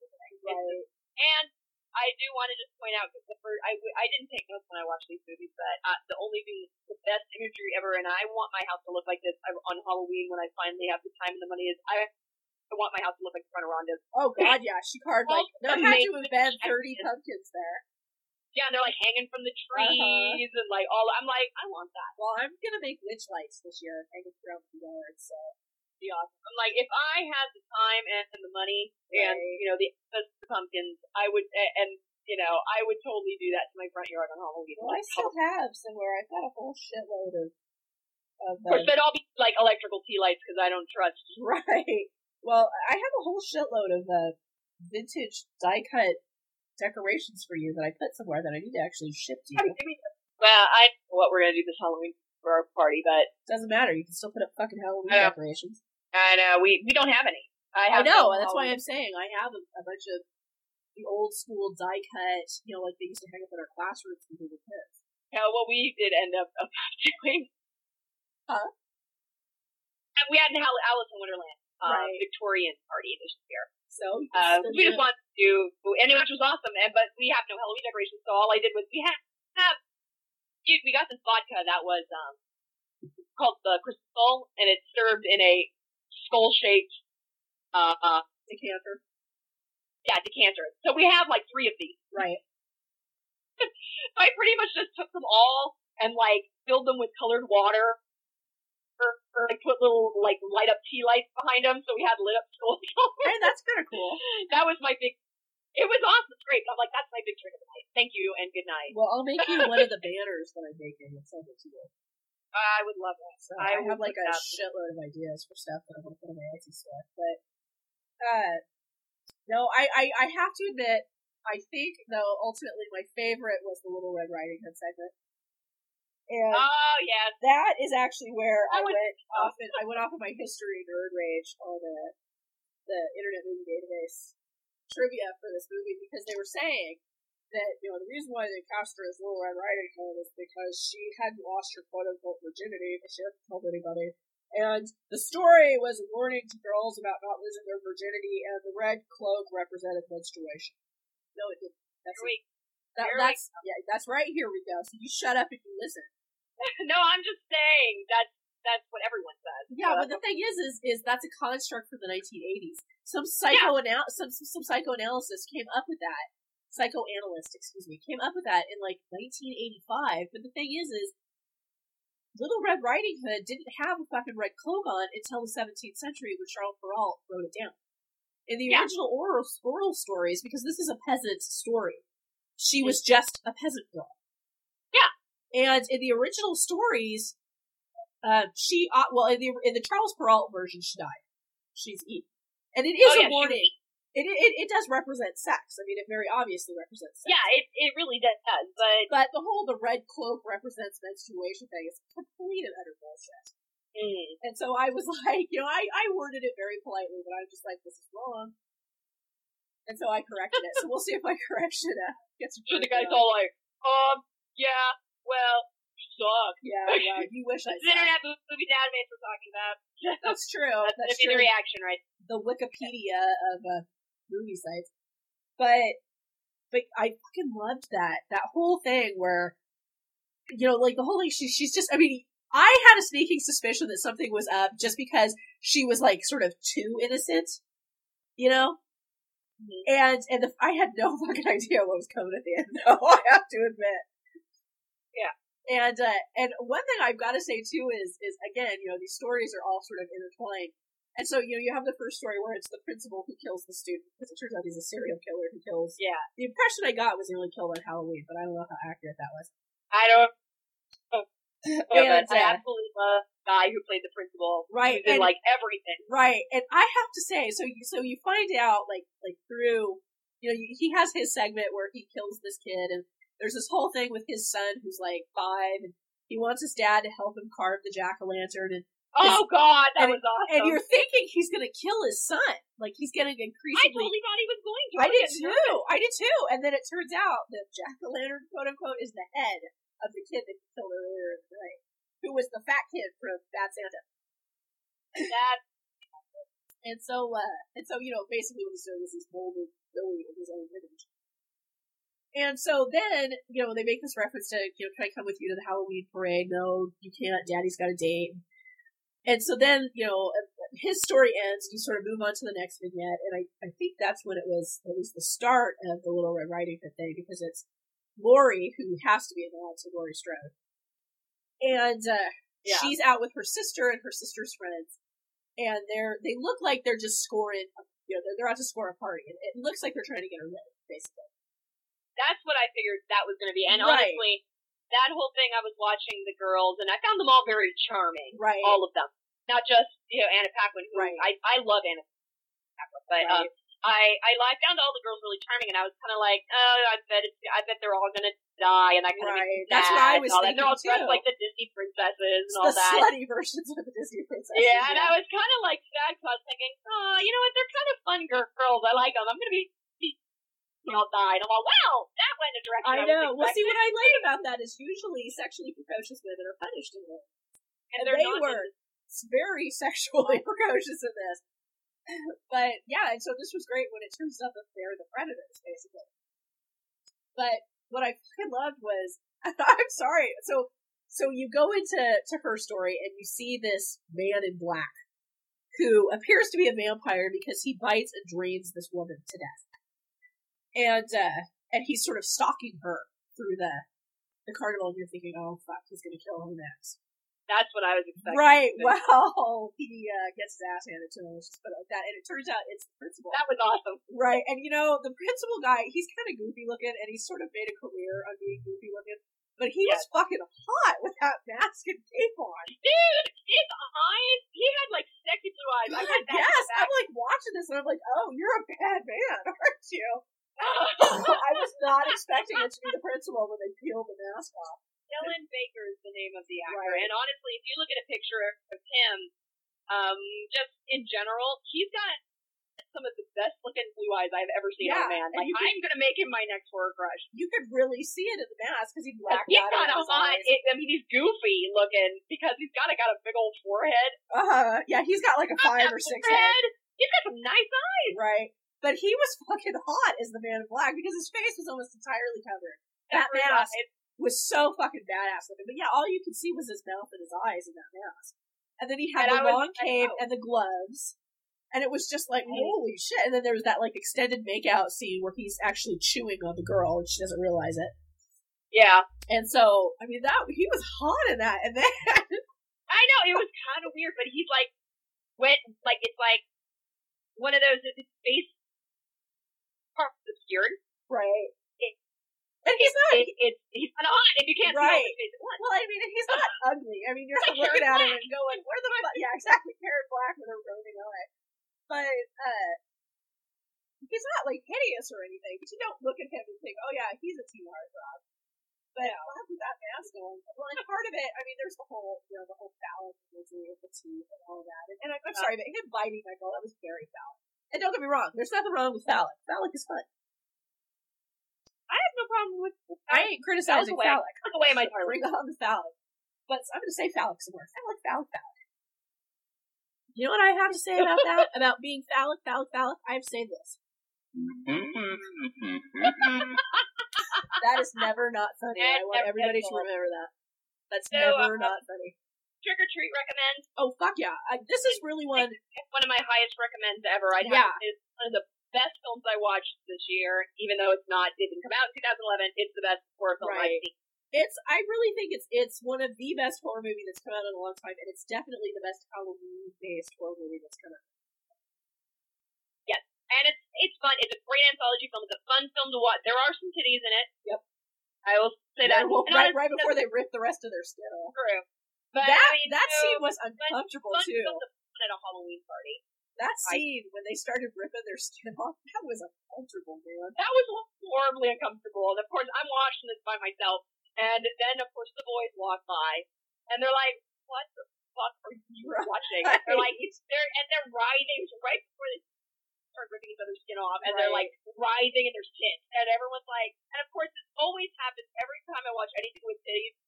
Speaker 1: Right.
Speaker 2: [laughs] And I do want to just point out because the first I, w- I didn't take notes when I watched these movies, but uh, the only thing, the best imagery ever, and I want my house to look like this I, on Halloween when I finally have the time and the money is I, I want my house to look like Front of Ronda's.
Speaker 1: Oh god, yeah. She carved like
Speaker 2: Well,
Speaker 1: there had to have
Speaker 2: amazing
Speaker 1: been thirty
Speaker 2: ideas.
Speaker 1: pumpkins there.
Speaker 2: Yeah, and they're like hanging from the trees and like all. I'm like, I want that.
Speaker 1: Well, I'm gonna make witch lights this year and get thrown from yard, so
Speaker 2: It'd Be awesome. I'm like, if I had the time and, and the money and
Speaker 1: Right.
Speaker 2: you know the access to pumpkins, I would a- and you know I would totally do that to my front yard on Halloween.
Speaker 1: well, I
Speaker 2: Like,
Speaker 1: still have somewhere. I've got a whole shitload of
Speaker 2: of
Speaker 1: of uh,
Speaker 2: course,
Speaker 1: them.
Speaker 2: but I'll be like electrical tea lights because I don't trust
Speaker 1: [laughs] Right. Well, I have a whole shitload of uh, vintage die cut decorations for you that I put somewhere that I need to actually ship to
Speaker 2: [laughs]
Speaker 1: you.
Speaker 2: Well, I don't know what we're gonna do this Halloween for our party, but
Speaker 1: Doesn't matter. You can still put up fucking Halloween
Speaker 2: I know.
Speaker 1: decorations.
Speaker 2: I know uh, we we don't have any. I
Speaker 1: I
Speaker 2: have
Speaker 1: know. and That's why I'm saying I have a, a bunch of the old school die cut, you know, like they used to hang up in our classrooms when we were kids.
Speaker 2: Yeah, what we did end up [laughs] up doing.
Speaker 1: Huh?
Speaker 2: And we had an Hall- Alice in Wonderland uh,
Speaker 1: Right.
Speaker 2: Victorian party this year.
Speaker 1: So you
Speaker 2: Uh,
Speaker 1: can still
Speaker 2: we
Speaker 1: do
Speaker 2: just wanted to do, and it, which was awesome. And but we have no Halloween decorations, so all I did was we had, have we we got this vodka that was um called the Crystal Skull, and it's served in a skull shaped uh, uh
Speaker 1: it decanter.
Speaker 2: yeah, decanter. So we have like three of these. [laughs]
Speaker 1: Right.
Speaker 2: So I pretty much just took them all and like filled them with colored water. Or, or like put little like light up tea lights behind them, so we had lit up [laughs] school.
Speaker 1: Hey, that's kind of cool.
Speaker 2: [laughs] that was my big. It was awesome. It's great. But I'm like, that's my big trick of the night. Thank you and good night.
Speaker 1: Well, I'll make you one of the banners that I'm making and send it to you.
Speaker 2: I would love that.
Speaker 1: So
Speaker 2: I
Speaker 1: I,
Speaker 2: will
Speaker 1: have like
Speaker 2: put
Speaker 1: a
Speaker 2: that-
Speaker 1: shitload of ideas for stuff that I'm gonna put in my Etsy store. But uh no, I, I I have to admit, I think though ultimately my favorite was the Little Red Riding Hood segment, and
Speaker 2: Oh yes,
Speaker 1: that is actually where I,
Speaker 2: I would-
Speaker 1: went off. In, I went off of my history nerd rage on the the Internet Movie Database trivia for this movie because they were saying that you know the reason why they cast her as Little Red Riding Hood is because she had lost her quote unquote virginity, but she hadn't told anybody. And the story was a warning to girls about not losing their virginity, and the red cloak represented menstruation. No, it didn't. That's,
Speaker 2: Here we- [laughs]
Speaker 1: that,
Speaker 2: here we
Speaker 1: that's yeah, that's right. Here we go. So you shut up and you listen.
Speaker 2: no, I'm just saying that's that's what everyone says.
Speaker 1: Yeah,
Speaker 2: So
Speaker 1: but the thing is, is, is that's a construct from the 1980s. Some psycho some, some some psychoanalysis came up with that. Psychoanalyst, excuse me, came up with that in like 1985. But the thing is, is Little Red Riding Hood didn't have a fucking red cloak on until the 17th century when Charles Perrault wrote it down. In the
Speaker 2: Yeah.
Speaker 1: original oral, oral stories, because this is a peasant story, she was just a peasant girl.
Speaker 2: Yeah.
Speaker 1: And in the original stories, uh, she uh, well in the in the Charles Perrault version, she died. She's E, and it is
Speaker 2: Oh, yeah,
Speaker 1: a
Speaker 2: she-
Speaker 1: warning. It, it it does represent sex. I mean, it very obviously represents sex.
Speaker 2: yeah, it it really does. But
Speaker 1: But the whole the red cloak represents menstruation thing is complete and utter bullshit.
Speaker 2: mm,
Speaker 1: And so I was [laughs] like, you know, I I worded it very politely, but I'm just like, this is wrong. And so I corrected it. so we'll see if my [laughs] correction uh, gets.
Speaker 2: so the
Speaker 1: approved or
Speaker 2: guy's
Speaker 1: not.
Speaker 2: all like, um, yeah, well, sucks.
Speaker 1: Yeah, yeah. You
Speaker 2: [laughs]
Speaker 1: wish I.
Speaker 2: This is
Speaker 1: Said.
Speaker 2: internet mo- movie database we're talking about. [laughs]
Speaker 1: That's true.
Speaker 2: That's,
Speaker 1: That's
Speaker 2: gonna be
Speaker 1: true.
Speaker 2: the reaction, right?
Speaker 1: the Wikipedia of uh, movie sites. But but I fucking loved that that whole thing where you know like the whole thing she she's just I mean I had a sneaking suspicion that something was up just because she was like sort of too innocent, you know. And and the, I had no [laughs] fucking idea what was coming at the end, [laughs] though. I have to admit. Yeah. And uh, and one thing I've got to say too is is again, you know, these stories are all sort of intertwined. And so, you know, you have the first story where it's the principal who kills the student, because it turns out he's a serial killer who kills.
Speaker 2: Yeah.
Speaker 1: The impression I got was he only killed on Halloween, but I don't know how accurate that was.
Speaker 2: I [laughs] don't. Oh, know,
Speaker 1: And,
Speaker 2: but I
Speaker 1: uh,
Speaker 2: absolutely love the guy who played the principal.
Speaker 1: right,
Speaker 2: He did
Speaker 1: and-
Speaker 2: like everything.
Speaker 1: Right, and I have to say, so you, so you find out like like through, you know, he has his segment where he kills this kid, and there's this whole thing with his son who's like five, and he wants his dad to help him carve the jack o' lantern, and
Speaker 2: Oh God, that
Speaker 1: and-
Speaker 2: was awesome.
Speaker 1: and you're thinking he's gonna kill his son, like he's
Speaker 2: I
Speaker 1: getting increasingly
Speaker 2: totally thought he was going to.
Speaker 1: I did
Speaker 2: was
Speaker 1: too. I did too. And then it turns out that Jack o' Lantern, quote unquote, is the head of the kid that he killed earlier in the night, who was the fat kid from Bad Santa.
Speaker 2: getting That
Speaker 1: And so, uh, and so, you know, basically what he's doing is he's molding Billy in his own image. And so then, you know, they make this reference to, you know, can I come with you to the Halloween parade? No, you can't. Daddy's got a date. And so then, you know, his story ends, you sort of move on to the next vignette, and I, I think that's when it was it was the start of the Little Red Riding Hood thing because it's Lori who has to be involved to Lori Strode, and uh,
Speaker 2: Yeah.
Speaker 1: she's out with her sister and her sister's friends, and they're they look like they're just scoring, you know, they're, they're out to score a party, and it looks like they're trying to get her lit, basically.
Speaker 2: that's what I figured that was going to be. And
Speaker 1: Right.
Speaker 2: honestly, that whole thing I was watching the girls, and I found them all very charming,
Speaker 1: Right.
Speaker 2: all of them, not just you know Anna Paquin. Who
Speaker 1: Right.
Speaker 2: I I love Anna Paquin, but um, I I I found all the girls really charming, and I was kind of like, oh, I bet it's, I bet they're all going to die, and I kind of
Speaker 1: right. That's what I was
Speaker 2: all that.
Speaker 1: thinking
Speaker 2: They're all dressed
Speaker 1: too.
Speaker 2: like the Disney princesses and
Speaker 1: It's
Speaker 2: all
Speaker 1: the
Speaker 2: that.
Speaker 1: slutty versions of the Disney princess.
Speaker 2: Yeah, and I was kind of like sad 'cause I was thinking, oh, you know what? They're kind of fun gir- girls. I like them. I'm gonna be. They all died. I'm like, wow, that went a direction.
Speaker 1: I
Speaker 2: was
Speaker 1: know. Well,
Speaker 2: expecting."
Speaker 1: see, what I like about that is usually sexually precocious women are punished in this.
Speaker 2: and
Speaker 1: and
Speaker 2: they're
Speaker 1: they
Speaker 2: not
Speaker 1: were s- very sexually precocious in this. [laughs] But yeah, and so this was great when it turns out that they're the predators, basically. But what I fucking loved was [laughs] I'm sorry. So so you go into to her story and you see this man in black who appears to be a vampire because he bites and drains this woman to death. And uh and he's sort of stalking her through the the carnival and you're thinking, Oh fuck, he's gonna kill her next.
Speaker 2: That's what I was expecting.
Speaker 1: Right.
Speaker 2: But
Speaker 1: Well, [laughs] he uh, gets his ass handed to him. Let's just put it like that. And it turns out it's the principal.
Speaker 2: That was awesome.
Speaker 1: Right. And you know, the principal guy, he's kind of goofy looking, and he's sort of made a career on being goofy looking. But he was fucking hot with that mask and cape on.
Speaker 2: Dude, his eyes, he had like sexy blue eyes. I had that
Speaker 1: yes,
Speaker 2: back.
Speaker 1: I'm like watching this, and I'm like, oh, you're a bad man, [laughs] aren't you?
Speaker 2: [gasps] Ellen
Speaker 1: I was not expecting it to be the principal when they peeled the mask off.
Speaker 2: Baker is the name of the actor.
Speaker 1: Right.
Speaker 2: And honestly, if you look at a picture of him, um, just in general, he's got some of the best looking blue eyes I've ever seen on a
Speaker 1: Yeah,
Speaker 2: man.
Speaker 1: and
Speaker 2: Like,
Speaker 1: you can-
Speaker 2: I'm gonna make him my next horror crush.
Speaker 1: You could really see it in the mask because he blacked
Speaker 2: He's
Speaker 1: out.
Speaker 2: got a
Speaker 1: around his
Speaker 2: hot,
Speaker 1: eyes.
Speaker 2: it, I mean, he's goofy looking because he's got, a got a big old forehead.
Speaker 1: Uh-huh. Yeah, he's got like a five
Speaker 2: That
Speaker 1: or six head.
Speaker 2: forehead. He's got some nice eyes.
Speaker 1: right? But he was [laughs] fucking hot as the Man in Black because his face was almost entirely covered. That
Speaker 2: for his
Speaker 1: mask
Speaker 2: eyes.
Speaker 1: was so fucking badass looking. But yeah, all you could see was his mouth and his eyes in that mask. and then he had
Speaker 2: And
Speaker 1: the
Speaker 2: I was-
Speaker 1: long
Speaker 2: I
Speaker 1: cape
Speaker 2: know.
Speaker 1: and the gloves. And it was just like,
Speaker 2: Right.
Speaker 1: holy shit. And then there was that like extended makeout scene where he's actually chewing on the girl and she doesn't realize it.
Speaker 2: Yeah.
Speaker 1: And so, I mean, that he was hot in that. And then [laughs]
Speaker 2: I know it was kind of weird, but he's like went like it's like one of those his face parts obscured.
Speaker 1: right, and he's
Speaker 2: It's-
Speaker 1: not.
Speaker 2: It, it's he's kind of on, and you can't see
Speaker 1: Right.
Speaker 2: all his face at once.
Speaker 1: Well, I mean, he's [laughs] not ugly. I mean, you're not
Speaker 2: Like
Speaker 1: looking
Speaker 2: Karen
Speaker 1: at him and going, "Where the fuck?" Yeah, exactly. Karen Black with her roaming eye, but uh, he's not like hideous or anything. But you don't look at him and think, "Oh yeah, he's a teen heartthrob." But I'll have that mask on. Well, and part of it, I mean, there's the whole, you know, the whole balance of the teeth and all that. And, and I'm, I'm sorry, but him biting my girl, that was very phallic. And don't get me wrong, there's nothing wrong with phallic. Phallic is fun.
Speaker 2: I have no problem with. with
Speaker 1: I ain't
Speaker 2: By the
Speaker 1: criticizing
Speaker 2: way,
Speaker 1: phallic.
Speaker 2: Look away, my darling.
Speaker 1: [laughs] Bring on the phallic. But I'm going to say phallic some more. Phallic, phallic, phallic. You know what I have to say about that? [laughs] about being phallic, phallic, phallic? I have to say this. That is never [laughs] not funny. I
Speaker 2: That's
Speaker 1: want
Speaker 2: never-
Speaker 1: everybody to
Speaker 2: that's all.
Speaker 1: remember that. That's
Speaker 2: So,
Speaker 1: never
Speaker 2: uh,
Speaker 1: not funny.
Speaker 2: Trick or treat recommends
Speaker 1: Oh, fuck yeah. I, this is really one.
Speaker 2: it's one of my highest recommends ever. I'd
Speaker 1: Yeah.
Speaker 2: have to say it's one of the best films I watched this year, even though it's not it didn't come out in 2011. It's the best horror film
Speaker 1: Right.
Speaker 2: I've seen.
Speaker 1: It's, I really think it's, it's one of the best horror movie that's come out in a long time, and it's definitely the best Halloween based horror movie that's come out.
Speaker 2: and it's it's fun. It's a great anthology film. It's a fun film to watch. There are some titties in it.
Speaker 1: Yep.
Speaker 2: I will say that.
Speaker 1: Well,
Speaker 2: And
Speaker 1: right,
Speaker 2: honestly,
Speaker 1: right before they rip the rest of their skin off.
Speaker 2: that's true. But
Speaker 1: that
Speaker 2: I mean,
Speaker 1: that
Speaker 2: so,
Speaker 1: scene was uncomfortable
Speaker 2: fun
Speaker 1: too.
Speaker 2: film to watch at a Halloween party.
Speaker 1: That
Speaker 2: I-
Speaker 1: scene when they started ripping their skin off, [laughs] that was uncomfortable, man.
Speaker 2: That was horribly uncomfortable. And of course, I'm watching this by myself. And then of course the boys walk by, and they're like, "What the fuck are you
Speaker 1: Right.
Speaker 2: watching?" They're like, it's, "They're and they're writhing right before they start ripping each other's skin off, and they're
Speaker 1: Right.
Speaker 2: like writhing in their shit." And everyone's like, and of course this always happens every time I watch anything with titties.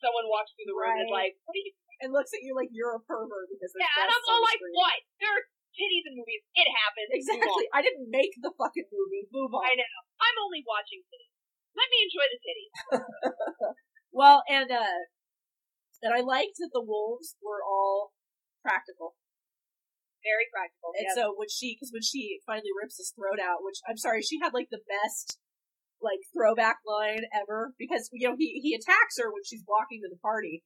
Speaker 2: Someone walks through the room and is like,
Speaker 1: Right.
Speaker 2: "What are you
Speaker 1: and looks at you like you're a pervert because there's
Speaker 2: yeah, and
Speaker 1: breasts
Speaker 2: I'm all
Speaker 1: on the
Speaker 2: like,
Speaker 1: screen.
Speaker 2: what? There are titties in movies. It happens. Move
Speaker 1: Exactly. I didn't make the fucking movie. Move
Speaker 2: on. I
Speaker 1: on.
Speaker 2: know. I'm only watching titties. Let me enjoy the titties.
Speaker 1: Well, and uh, and I liked that the wolves were all practical.
Speaker 2: Very practical.
Speaker 1: And
Speaker 2: yes.
Speaker 1: so when she, because when she finally rips his throat out, which I'm sorry, she had like the best like throwback line ever because you know he he attacks her when she's walking to the party,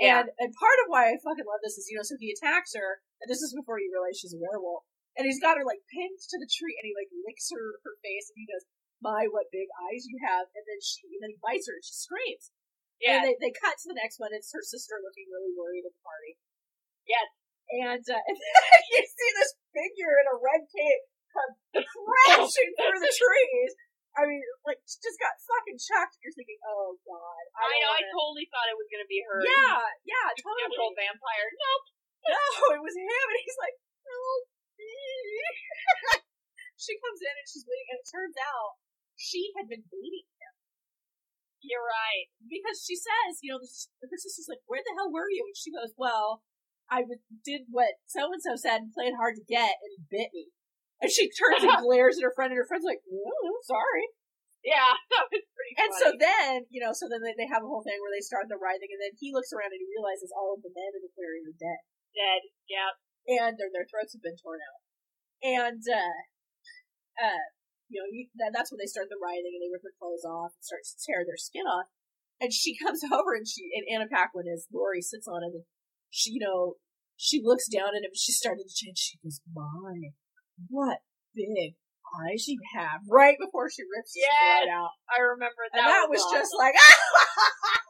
Speaker 2: Yeah.
Speaker 1: and and part of why I fucking love this is you know so he attacks her and this is before you realize she's a werewolf and he's got her like pinned to the tree and he like licks her her face and he goes my what big eyes you have and then she and then he bites her and she screams
Speaker 2: yeah.
Speaker 1: and they, they cut to the next one. It's her sister looking really worried at the party.
Speaker 2: Yes.
Speaker 1: And, uh, [laughs] and then you see this figure in a red cape come crashing through the trees. I mean, like, she just got fucking shocked. You're thinking, oh god.
Speaker 2: I, know. I
Speaker 1: don't wanna-
Speaker 2: totally thought it was going to be her.
Speaker 1: Yeah, yeah,
Speaker 2: Natural
Speaker 1: totally.
Speaker 2: vampire. Nope.
Speaker 1: No, it was him, and he's like, help me. [laughs] she comes in and she's waiting, and it turns out she had been bleeding.
Speaker 2: You're right.
Speaker 1: because she says, you know, this, her sister's like, "Where the hell were you?" And she goes, "Well, I w- did what so and so said and played hard to get, and he bit me." And she turns and glares at her friend, and her friend's like, "No, no, sorry."
Speaker 2: Yeah. [laughs] That was pretty
Speaker 1: And so
Speaker 2: funny.
Speaker 1: then, you know, so then they, they have a whole thing where they start the writhing, and then he looks around and he realizes all of the men in the clearing are dead,
Speaker 2: Dead. Yeah.
Speaker 1: and their their throats have been torn out, and uh, uh, you know, you, that, that's when they start the writhing, and they rip their clothes off and start to tear their skin off. And she [laughs] comes over and she and Anna Paquin as Lori sits on him and she you know, she looks down at him and she started to change. She goes, My what big eyes you have right before she rips his
Speaker 2: Yes.
Speaker 1: throat out.
Speaker 2: I remember that.
Speaker 1: And that, was, just
Speaker 2: awesome.
Speaker 1: like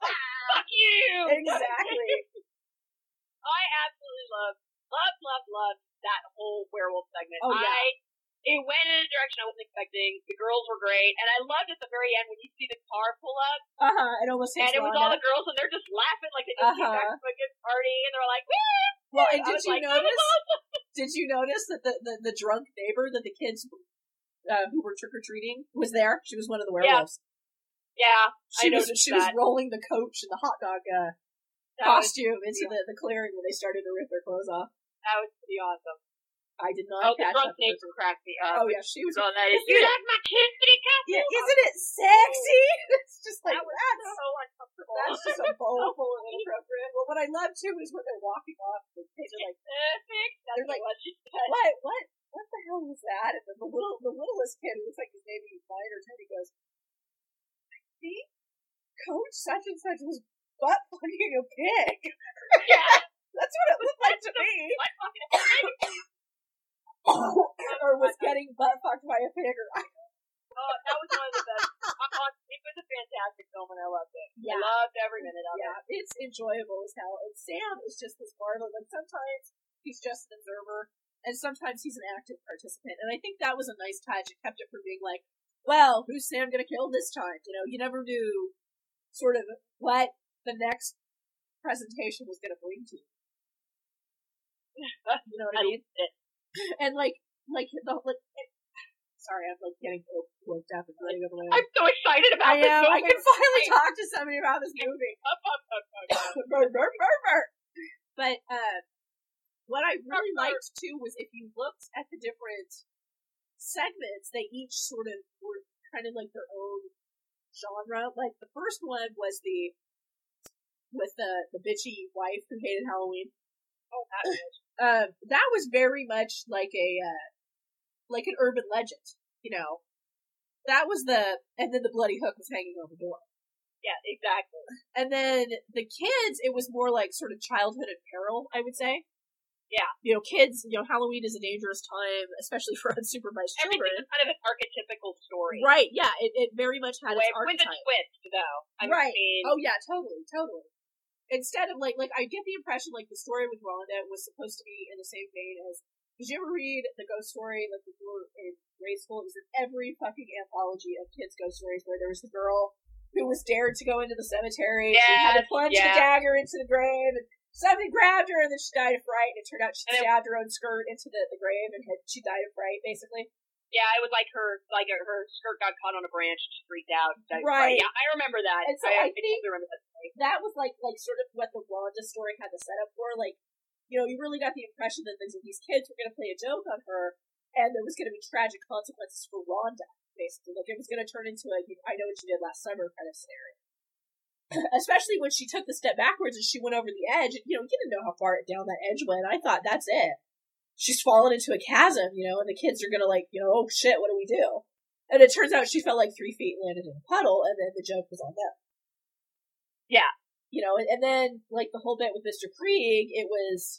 Speaker 1: [laughs]
Speaker 2: fuck you. [laughs]
Speaker 1: Exactly.
Speaker 2: I absolutely love, love, love, love that whole werewolf segment.
Speaker 1: Oh, yeah.
Speaker 2: I, it went in a direction I wasn't expecting. The girls were great, and I loved at the very end when you see the car pull up,
Speaker 1: Uh huh. It almost hits
Speaker 2: and it was
Speaker 1: Rhonda.
Speaker 2: all the girls, and they're just laughing like they just came back from
Speaker 1: Uh-huh.
Speaker 2: a good party, and they're like, "Woo!"
Speaker 1: Well, and
Speaker 2: I
Speaker 1: did
Speaker 2: was
Speaker 1: you
Speaker 2: like, "That was
Speaker 1: notice?
Speaker 2: awesome." [laughs]
Speaker 1: Did you notice that the, the, the drunk neighbor that the kids uh, who were trick or treating was there? She was one of the
Speaker 2: Yeah.
Speaker 1: werewolves.
Speaker 2: Yeah,
Speaker 1: She
Speaker 2: I
Speaker 1: was
Speaker 2: noticed
Speaker 1: she
Speaker 2: that.
Speaker 1: was rolling the coach and the hot dog uh,
Speaker 2: that was,
Speaker 1: costume into the, the clearing when they started to rip their clothes off.
Speaker 2: that was pretty awesome.
Speaker 1: I did not
Speaker 2: Oh, the
Speaker 1: catch
Speaker 2: drunk
Speaker 1: that.
Speaker 2: nature cracked me up.
Speaker 1: Oh yeah, she
Speaker 2: [laughs]
Speaker 1: was.
Speaker 2: So that is,
Speaker 1: Isn't
Speaker 2: you
Speaker 1: it-
Speaker 2: like my kitty cat?
Speaker 1: Yeah, isn't it sexy? [laughs] It's just like
Speaker 2: That was
Speaker 1: that's
Speaker 2: so uncomfortable. awful.
Speaker 1: That's
Speaker 2: [laughs]
Speaker 1: just a bowl full of inappropriate. Well, what I love too is when they're walking off, the kids are like,
Speaker 2: Perfect. That's
Speaker 1: They're like-
Speaker 2: what she
Speaker 1: [laughs]
Speaker 2: said.
Speaker 1: what, what, what the hell was that? And then the little, the littlest kid, who looks like he's maybe nine or ten, he goes, I think Coach such and such was butt fucking a pig. [laughs]
Speaker 2: [laughs] Yeah.
Speaker 1: That's what it looked [laughs] like to me.
Speaker 2: What fucking-
Speaker 1: or [laughs] was getting butt fucked by a pig. Or I,
Speaker 2: Oh, that was one of the best. I- I- It was a fantastic film, and I loved it.
Speaker 1: yeah.
Speaker 2: I loved every minute of it.
Speaker 1: Yeah, it's enjoyable as hell. And Sam is just this marvel. Like sometimes he's just an observer, and sometimes he's an active participant. And I think that was a nice touch. It kept it from being like, "Well, who's Sam going to kill this time?" You know, you never knew sort of what the next presentation was going to bring to you. [laughs] You know what
Speaker 2: I
Speaker 1: I mean?
Speaker 2: loved it.
Speaker 1: [laughs] And like, like the like. Sorry, I'm like getting woke- woke up and running over my.
Speaker 2: I'm so excited about
Speaker 1: I
Speaker 2: this
Speaker 1: am.
Speaker 2: movie.
Speaker 1: I can finally talk to somebody about this movie.
Speaker 2: Up, up, [laughs] up, up, up.
Speaker 1: Burr, burr, burr, burr. [laughs] But uh, what I really
Speaker 2: Burr, burr.
Speaker 1: liked too was if you looked at the different segments, they each sort of were kind of like their own genre. Like the first one was the with the the bitchy wife who hated Halloween.
Speaker 2: Oh,
Speaker 1: [laughs]
Speaker 2: that was-
Speaker 1: Um, that was very much like a uh, like an urban legend, you know. That was the and then the bloody hook was hanging on the door.
Speaker 2: yeah, exactly.
Speaker 1: And then the kids, it was more like sort of childhood in peril, I would say.
Speaker 2: Yeah.
Speaker 1: You know, kids, you know, Halloween is a dangerous time, especially [laughs] for unsupervised
Speaker 2: Everything
Speaker 1: children.
Speaker 2: is kind of an archetypical story.
Speaker 1: Right, yeah, it, it very much had its
Speaker 2: With, with a
Speaker 1: archetype.
Speaker 2: twist, though. I
Speaker 1: Right.
Speaker 2: mean,
Speaker 1: Oh yeah, totally, totally. Instead of like, like I get the impression like the story with Rhonda was supposed to be in the same vein as. Did you ever read the ghost story like we were in grade school? It was in every fucking anthology of kids' ghost stories where there was the girl who was dared to go into the cemetery. and she had
Speaker 2: Yes,
Speaker 1: to plunge
Speaker 2: yes.
Speaker 1: the dagger into the grave, and something grabbed her, and then she died of fright. And it turned out she
Speaker 2: And it-
Speaker 1: stabbed her own skirt into the, the grave, and had, she died of fright, basically.
Speaker 2: yeah, I would like her, like her, her skirt got caught on a branch, and she freaked out. That-
Speaker 1: Right.
Speaker 2: Yeah, I remember that.
Speaker 1: And so
Speaker 2: I,
Speaker 1: I think-
Speaker 2: do remember
Speaker 1: [laughs]
Speaker 2: that. story.
Speaker 1: that was like like sort of what the Rhonda story had the setup for. Like, you know, you really got the impression that these, these kids were going to play a joke on her, and there was going to be tragic consequences for Rhonda. Basically, like it was going to turn into a "I know what you did last summer" kind of scenario. [clears throat] Especially when she took the step backwards and she went over the edge. And, you know, you didn't know how far down that edge went. I thought that's it. She's fallen into a chasm, you know, and the kids are gonna like, you know, oh shit, what do we do? And it turns out she fell like three feet and landed in a puddle, and then the joke was on them you know, and, and then like the whole bit with Mr. Krieg, it was,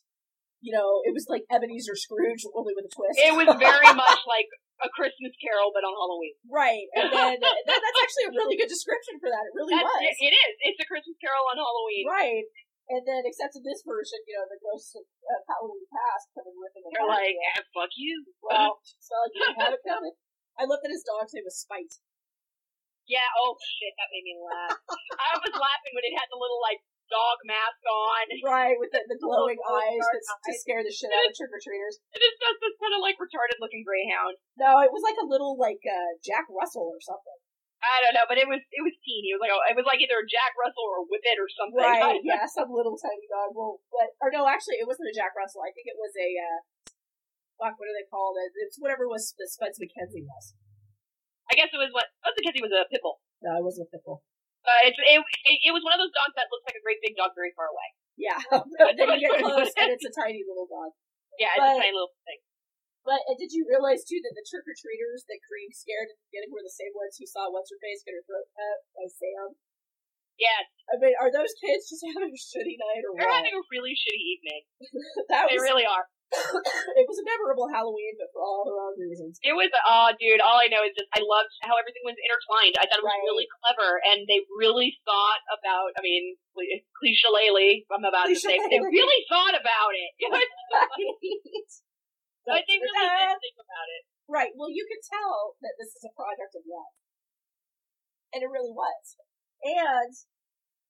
Speaker 1: you know, it was like Ebenezer Scrooge only with a twist.
Speaker 2: It was very much like a Christmas Carol, but on Halloween.
Speaker 1: right, and
Speaker 2: [laughs]
Speaker 1: then that, that's actually a really good description for that. It really
Speaker 2: That's-
Speaker 1: was
Speaker 2: It, it is. It's a Christmas Carol on Halloween.
Speaker 1: right, and then except in this version, you know, the ghosts of uh, Halloween past come and rip in the
Speaker 2: They're like, "Ah, fuck you.
Speaker 1: well, it's not like you didn't have it coming. I love that his dog's name was Spite.
Speaker 2: Yeah, oh shit, that made me
Speaker 1: [laughs]
Speaker 2: laugh. I was laughing when it had the little like dog mask on. [laughs]
Speaker 1: Right, with the, the glowing
Speaker 2: Oh, those
Speaker 1: eyes
Speaker 2: dark
Speaker 1: that, to
Speaker 2: eyes.
Speaker 1: scare the
Speaker 2: [laughs]
Speaker 1: shit out of trick or treaters.
Speaker 2: It is just this kind of like retarded looking greyhound.
Speaker 1: No, it was like a little like uh, Jack Russell or something.
Speaker 2: I don't know, but it was it was teeny. It was like oh, it was like either a Jack Russell or a Whippet or something. [laughs]
Speaker 1: Right, yeah, some little tiny dog. Well, but or no, actually, it wasn't a Jack Russell. I think it was a uh, fuck. What are they called? It- It's whatever was the Spuds McKenzie was.
Speaker 2: I guess it was what that's because he was a pit bull.
Speaker 1: No, it wasn't a pitbull.
Speaker 2: Uh, it, it it it was one of those dogs that looks like a great big dog very far away.
Speaker 1: Yeah, [laughs] then you get close, and [laughs] it's a tiny little dog.
Speaker 2: Yeah, it's
Speaker 1: But-
Speaker 2: a tiny little thing.
Speaker 1: But uh, did you realize too that the trick or treaters that Kareem scared at the beginning were the same ones who saw what's her face get her throat cut by Sam?
Speaker 2: Yes,
Speaker 1: I mean, are those kids just having a shitty night or
Speaker 2: they're
Speaker 1: what?
Speaker 2: having a really shitty
Speaker 1: [laughs]
Speaker 2: evening.
Speaker 1: that
Speaker 2: They
Speaker 1: was
Speaker 2: really are.
Speaker 1: [laughs] it was a memorable Halloween, but for all the wrong reasons. [laughs]
Speaker 2: It was oh, dude. All I know is just I loved how everything was intertwined. I thought it was
Speaker 1: Right.
Speaker 2: really clever, and they really thought about. I mean, cli- cliche lately. I'm about to say, but they
Speaker 1: Cliche-lely.
Speaker 2: really thought about it. [laughs] You know, like, they
Speaker 1: That's-
Speaker 2: really did think about it.
Speaker 1: Right. Well, you could tell that this is a product of love. And it really was. And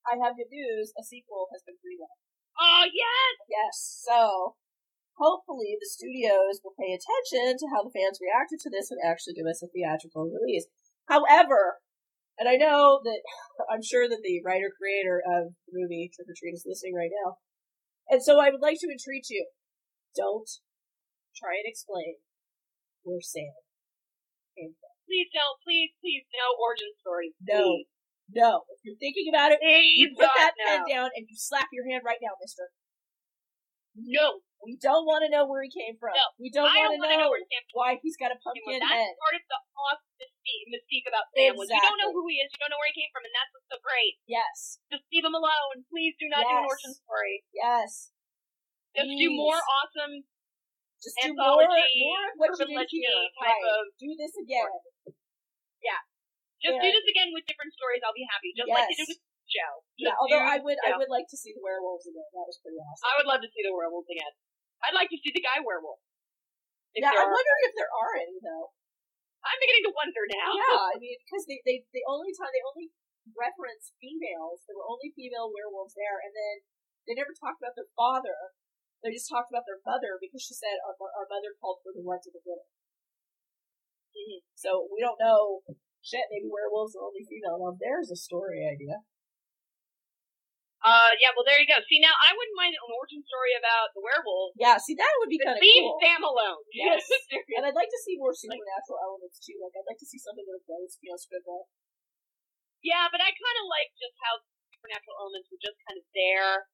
Speaker 1: I have good news, a sequel has been greenlit.
Speaker 2: Oh yes,
Speaker 1: Yes. So hopefully the studios will pay attention to how the fans reacted to this and actually give us a theatrical release. However, and I know that [laughs] I'm sure that the writer creator of the movie Trick or Treat is listening right now. And so I would like to entreat you. Don't try and explain where Sam
Speaker 2: please no, please please no origin story.
Speaker 1: No.
Speaker 2: please.
Speaker 1: no. If you're thinking about it,
Speaker 2: Please
Speaker 1: you put
Speaker 2: God,
Speaker 1: that
Speaker 2: no.
Speaker 1: pen down and you slap your hand right now, mister.
Speaker 2: No,
Speaker 1: We don't want to know where he came from.
Speaker 2: No,
Speaker 1: we don't
Speaker 2: I
Speaker 1: want
Speaker 2: don't want
Speaker 1: to
Speaker 2: to know
Speaker 1: know
Speaker 2: where Sam
Speaker 1: why he's got
Speaker 2: came
Speaker 1: a
Speaker 2: from.
Speaker 1: pumpkin
Speaker 2: That's
Speaker 1: head.
Speaker 2: part of the off mystique, mystique about Sam was you don't know
Speaker 1: Exactly.
Speaker 2: who he is, you don't know where he came from, and that's what's so great.
Speaker 1: Yes,
Speaker 2: Just leave him alone. Please do not do an
Speaker 1: Yes.
Speaker 2: origin story.
Speaker 1: yes.
Speaker 2: Just do
Speaker 1: Please.
Speaker 2: more awesome
Speaker 1: Just do more,
Speaker 2: anthology,
Speaker 1: more of what you
Speaker 2: urban
Speaker 1: did
Speaker 2: legend
Speaker 1: here.
Speaker 2: type
Speaker 1: Right.
Speaker 2: of.
Speaker 1: Do this again.
Speaker 2: Just do
Speaker 1: Yeah.
Speaker 2: this again with different stories. I'll be happy. Just like they
Speaker 1: Yes.
Speaker 2: did with Joe.
Speaker 1: Yeah,
Speaker 2: Just
Speaker 1: although
Speaker 2: do Uh,
Speaker 1: I would, I
Speaker 2: Joe.
Speaker 1: would like to see the werewolves again. That was pretty awesome.
Speaker 2: I would love to see the werewolves again. I'd like to see the guy werewolf. If
Speaker 1: yeah,
Speaker 2: there
Speaker 1: I'm
Speaker 2: are-
Speaker 1: wondering if there are any though.
Speaker 2: I'm beginning to wonder now.
Speaker 1: Yeah, I mean, because they, they, the only time they only referenced females, there were only female werewolves there, and then they never talked about their father. They just talked about their mother because she said our, our mother called for the rights of the widow.
Speaker 2: Mm-hmm.
Speaker 1: So we don't know. Shit, maybe werewolves are only female. Well, there's a story idea.
Speaker 2: Uh, yeah. Well, there you go. See, now I wouldn't mind an origin story about the werewolf.
Speaker 1: Yeah, see, that would be
Speaker 2: But
Speaker 1: kind of
Speaker 2: leave
Speaker 1: cool.
Speaker 2: Sam alone. [laughs]
Speaker 1: Yes.
Speaker 2: Seriously.
Speaker 1: And I'd like to see more supernatural elements too. Like, I'd like to see something with a ghost, you know, scribble.
Speaker 2: yeah, but I kind of like just how supernatural elements were just kind of there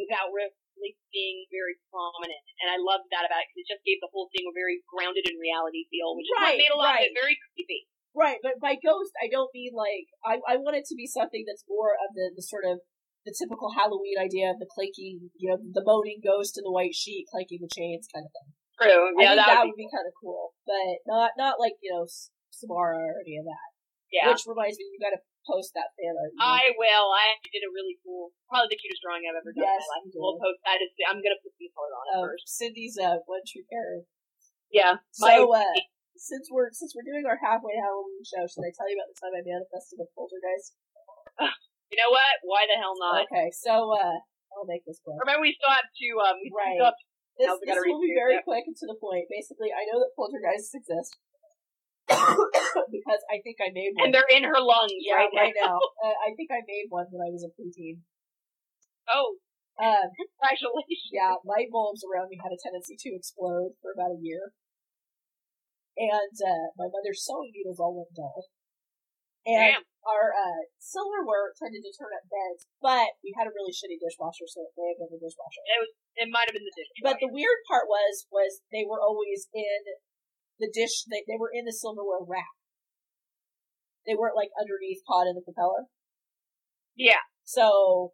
Speaker 2: without really being very prominent, and I loved that about it because it just gave the whole thing a very grounded in reality feel, which is
Speaker 1: Right,
Speaker 2: what made a lot of it
Speaker 1: right.
Speaker 2: very creepy.
Speaker 1: Right, but by ghost, I don't mean like I. I want it to be something that's more of the, the sort of the typical Halloween idea of the clanking, you know, the moaning ghost and the white sheet clanking the chains kind of thing.
Speaker 2: True.
Speaker 1: I
Speaker 2: Yeah,
Speaker 1: think
Speaker 2: that, would be,
Speaker 1: be, kind of cool, but not not like you know S- Samara or any of that.
Speaker 2: yeah.
Speaker 1: Which reminds me, you got to post that fan art. you know.
Speaker 2: I will. I actually did a really cool, probably the cutest drawing I've ever done. in
Speaker 1: Yes,
Speaker 2: my life.
Speaker 1: you did.
Speaker 2: We'll post that. As, I'm gonna put some color on it
Speaker 1: Um,
Speaker 2: first.
Speaker 1: Cindy's uh, one true terror.
Speaker 2: Yeah. My,
Speaker 1: so uh, since we're since we're doing our halfway Halloween show, should I tell you about the time I manifested a poltergeist?
Speaker 2: you know what? Why the hell not?
Speaker 1: Okay, so uh, I'll make this quick.
Speaker 2: Remember, we still have to.
Speaker 1: [laughs]
Speaker 2: Um, we
Speaker 1: Right.
Speaker 2: still have to,
Speaker 1: This,
Speaker 2: Now we
Speaker 1: this
Speaker 2: gotta
Speaker 1: will be
Speaker 2: redo
Speaker 1: very
Speaker 2: that.
Speaker 1: quick and to the point. Basically, I know that poltergeists exist [coughs] because I think I made
Speaker 2: and
Speaker 1: one.
Speaker 2: they're in her lungs
Speaker 1: yeah,
Speaker 2: right,
Speaker 1: right
Speaker 2: now.
Speaker 1: now. Uh, I think I made one when I was a preteen.
Speaker 2: Oh,
Speaker 1: Um,
Speaker 2: congratulations!
Speaker 1: yeah, light bulbs around me had a tendency to explode for about a year, and uh, my mother's sewing needles all went dull. And
Speaker 2: Damn.
Speaker 1: our uh, silverware tended to turn up beds, but we had a really shitty dishwasher, so it may have been the dishwasher.
Speaker 2: It might have been the dish.
Speaker 1: But the weird part was, was they were always in the dish. They they were in the silverware rack. They weren't like underneath pod in the propeller.
Speaker 2: yeah,
Speaker 1: So,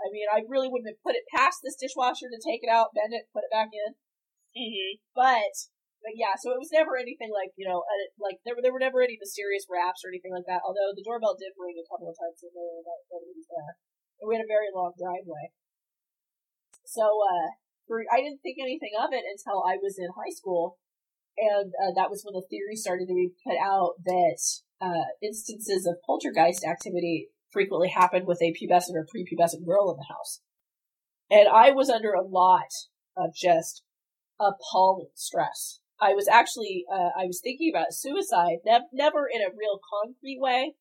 Speaker 1: I mean, I really wouldn't have put it past this dishwasher to take it out, bend it, put it back in.
Speaker 2: hmm
Speaker 1: But, but yeah, so it was never anything like you know, uh, like there were there were never any mysterious raps or anything like that. Although the doorbell did ring a couple of times and there was nobody was there. And we had a very long driveway. So uh, for, I didn't think anything of it until I was in high school, and uh, that was when the theory started to be put out that uh, instances of poltergeist activity frequently happened with a pubescent or prepubescent girl in the house. And I was under a lot of just appalling stress. I was actually, uh, I was thinking about suicide, ne- never in a real concrete way.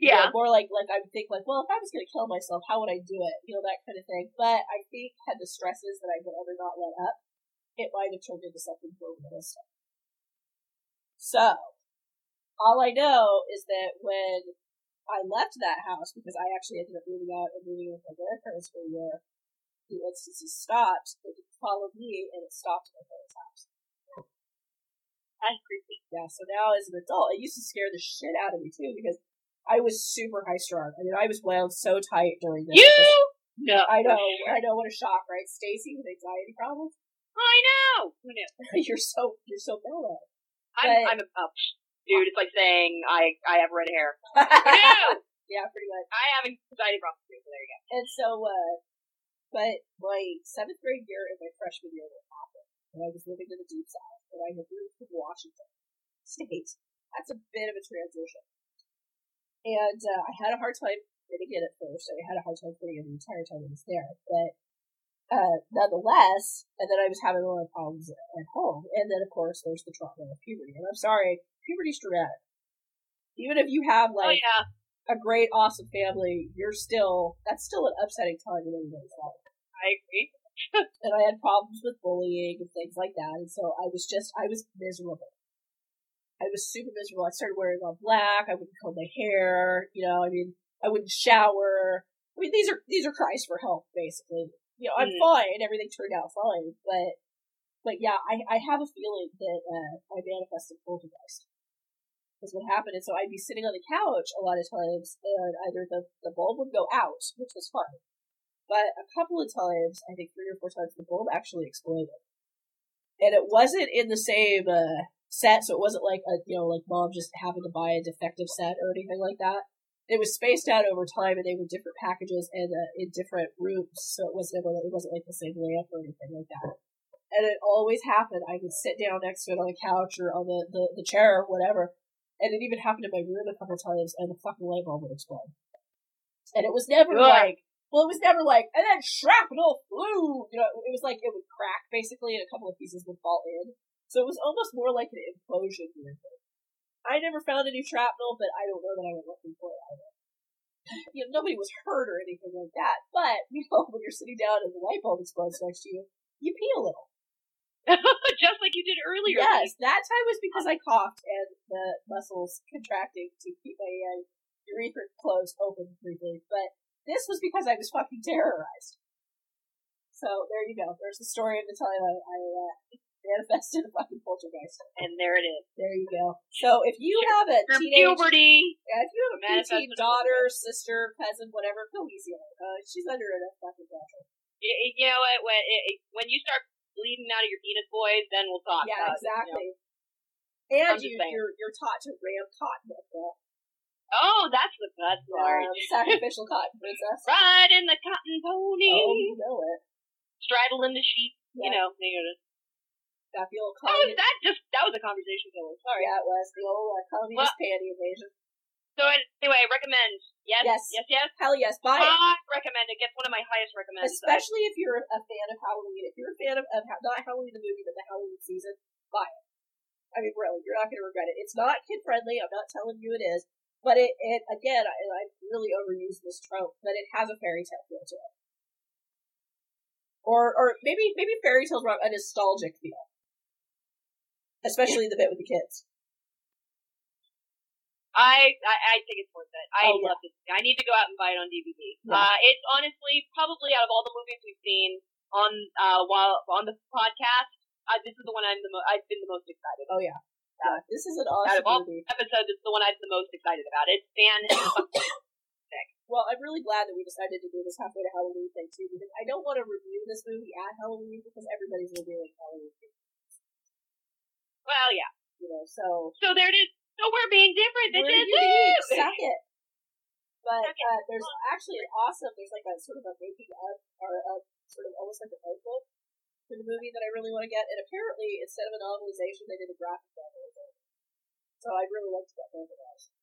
Speaker 1: You
Speaker 2: yeah.
Speaker 1: know, more like, like I would think like, well, if I was going to kill myself, how would I do it? You know, that kind of thing. But I think had the stresses that I would ever not let up, it might have turned into something more realistic. So, all I know is that when I left that house, because I actually ended up moving out and moving with my grandparents for a year, the instances stopped, it followed me, and it stopped at my parents' house.
Speaker 2: That's creepy.
Speaker 1: Yeah, so now as an adult, it used to scare the shit out of me too because I was super high strung. I mean, I was wound so tight during this.
Speaker 2: You Oh, no,
Speaker 1: I know, I know what a shock, right? Stacy with anxiety problems.
Speaker 2: [laughs]
Speaker 1: [laughs]
Speaker 2: I know. Who knew?
Speaker 1: you're so, you're so mellow. [laughs]
Speaker 2: I'm,
Speaker 1: But-
Speaker 2: I'm a oh, psh, dude. It's like saying I, I have red hair.
Speaker 1: [laughs]
Speaker 2: No,
Speaker 1: yeah,
Speaker 2: I
Speaker 1: pretty much.
Speaker 2: have anxiety problems too. So there you go.
Speaker 1: And so, uh, but my seventh grade year and my freshman year were happened. And I was living in the deep south and I had moved from Washington state. That's a bit of a transition. And, uh, I had a hard time fitting in at first. I had a hard time fitting in the entire time I was there. But, uh, nonetheless, and then I was having a lot of problems at home. And then, of course, there's the trauma of puberty. And I'm sorry, puberty's dramatic. Even if you have,
Speaker 2: oh
Speaker 1: like,
Speaker 2: yeah.
Speaker 1: a great, awesome family, you're still that's still an upsetting time in anybody's life.
Speaker 2: I agree. [laughs]
Speaker 1: And I had problems with bullying and things like that, and so I was just I was miserable. I was super miserable. I started wearing all black. I wouldn't comb my hair. You know, I mean, I wouldn't shower. I mean, these are these are cries for help, basically. You know, I'm
Speaker 2: Mm.
Speaker 1: fine. Everything turned out fine, but but yeah, I I have a feeling that uh, I manifested poltergeist. Is what happened, and so I'd be sitting on the couch a lot of times, and either the the bulb would go out, which was fun, but a couple of times, I think three or four times, the bulb actually exploded, and it wasn't in the same uh, set, so it wasn't like a you know like mom just happened to buy a defective set or anything like that. It was spaced out over time, and they were different packages and uh, in different rooms, so it wasn't ever, it wasn't like the same lamp or anything like that. And it always happened. I would sit down next to it on the couch or on the, the, the chair or whatever, and it even happened in my room a couple times, and the fucking light bulb would explode. And it was never
Speaker 2: Ugh.
Speaker 1: like well, it was never like, and then shrapnel flew. You know, it was like it would crack basically, and a couple of pieces would fall in. So it was almost more like an implosion. than anything. I never found any shrapnel, but I don't know that I went looking for it either. You know, nobody was hurt or anything like that. But you know, when you're sitting down and the light bulb explodes next to you, you pee a little.
Speaker 2: Just like you did earlier.
Speaker 1: Yes, that time was because I coughed and the muscles contracting to keep my uh, urethra closed open briefly. But this was because I was fucking terrorized. So there you go. There's the story of the time I, I uh, manifested a fucking poltergeist.
Speaker 2: And there it is.
Speaker 1: There you go. So if you have a
Speaker 2: Your
Speaker 1: teenage,
Speaker 2: puberty.
Speaker 1: yeah, if you have a
Speaker 2: Manifested
Speaker 1: preteen daughter, sister, cousin, whatever, go easy on her. Uh, she's under enough fucking pressure.
Speaker 2: You, you know what? When, it, it- when you start bleeding out of your penis, boys, then we'll talk.
Speaker 1: Yeah,
Speaker 2: about it, you know.
Speaker 1: exactly.
Speaker 2: I'm
Speaker 1: And
Speaker 2: just
Speaker 1: you,
Speaker 2: saying.
Speaker 1: you're you're taught to ram cotton at the
Speaker 2: Oh, that's the best part.
Speaker 1: um, sacrificial cotton
Speaker 2: [laughs]
Speaker 1: princess.
Speaker 2: Riding the cotton pony,
Speaker 1: Oh, you know it.
Speaker 2: straddling the sheep. You
Speaker 1: Yeah.
Speaker 2: know, they go to-
Speaker 1: Got the old
Speaker 2: oh,
Speaker 1: communist.
Speaker 2: that just that was a conversation killer. Sorry.
Speaker 1: Yeah, it was the old uh, communist panty invasion.
Speaker 2: So anyway, I recommend. Yes,
Speaker 1: Yes.
Speaker 2: yes, yes. yes.
Speaker 1: Hell yes, buy it.
Speaker 2: I recommend it. Gets one of my highest recommends.
Speaker 1: Especially if you're a fan of Halloween. If you're a fan of, of Ha- not Halloween the movie, but the Halloween season, buy it. I mean, really, you're not going to regret it. It's not kid friendly. I'm not telling you it is, but it, it again, I, and I really overuse this trope, but it has a fairy tale feel to it, or or maybe maybe fairy tales wrong, a nostalgic feel, especially the bit with the kids.
Speaker 2: I, I I think it's worth it. I
Speaker 1: Oh, yeah.
Speaker 2: love this. I need to go out and buy it on DVD.
Speaker 1: Yeah.
Speaker 2: Uh, it's honestly probably out of all the movies we've seen on uh while on the podcast, uh, this is the one I'm the mo- I've been the most excited.
Speaker 1: Oh yeah. Yeah, this is an awesome
Speaker 2: Out of all-
Speaker 1: movie.
Speaker 2: Episode is the one I'm the most excited about. It's fan. [coughs]
Speaker 1: Well, I'm really glad that we decided to do this halfway to Halloween thing too, because I don't want to review this movie at Halloween because everybody's reviewing Halloween,
Speaker 2: well, yeah.
Speaker 1: you know. So
Speaker 2: So there it is. So we're being different. This is
Speaker 1: we're unique.
Speaker 2: it.
Speaker 1: Suck it. But
Speaker 2: Suck it.
Speaker 1: uh, there's actually an awesome. There's like a sort of a making of or a sort of almost like a notebook for the movie that I really want to get. And apparently, instead of a novelization, they did a graphic novelization. So I'd really like to get both of those.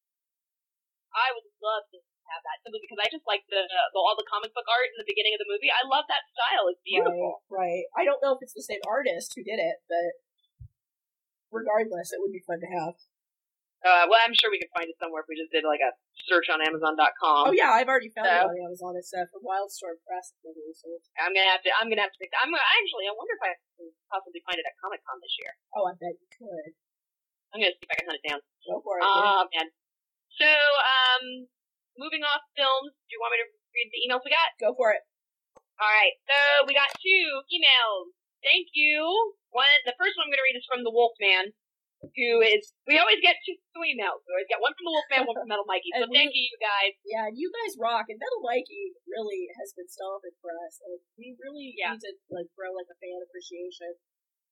Speaker 2: I would love to have that simply because I just like the, the all the comic book art in the beginning of the movie. I love that style. It's beautiful.
Speaker 1: Right, right. I don't know if it's the same artist who did it, but regardless, it would be fun to have.
Speaker 2: Uh, well, I'm sure we could find it somewhere if we just did like a search on Amazon.com.
Speaker 1: Oh yeah, I've already found
Speaker 2: so-
Speaker 1: it on Amazon. It's uh, from Wildstorm Press. I believe, so-
Speaker 2: I'm gonna have to. I'm gonna have to. Pick that. I'm gonna, actually. I wonder if I can possibly find it at Comic Con this year.
Speaker 1: Oh, I bet you could.
Speaker 2: I'm gonna see if I can hunt it down.
Speaker 1: Go for it. dude.
Speaker 2: Oh man. So, um, moving off films. Do you want me to read the emails we got?
Speaker 1: Go for it.
Speaker 2: All right. So we got two emails. Thank you. One. The first one I'm going to read is from the Wolfman, who is. We always get two two emails. We always get one from the Wolfman, one from Metal Mikey. So
Speaker 1: And we-
Speaker 2: thank you, you guys.
Speaker 1: Yeah, and you guys rock. And Metal Mikey really has been stomping for us, and we really
Speaker 2: Yeah.
Speaker 1: need to like grow like a fan appreciation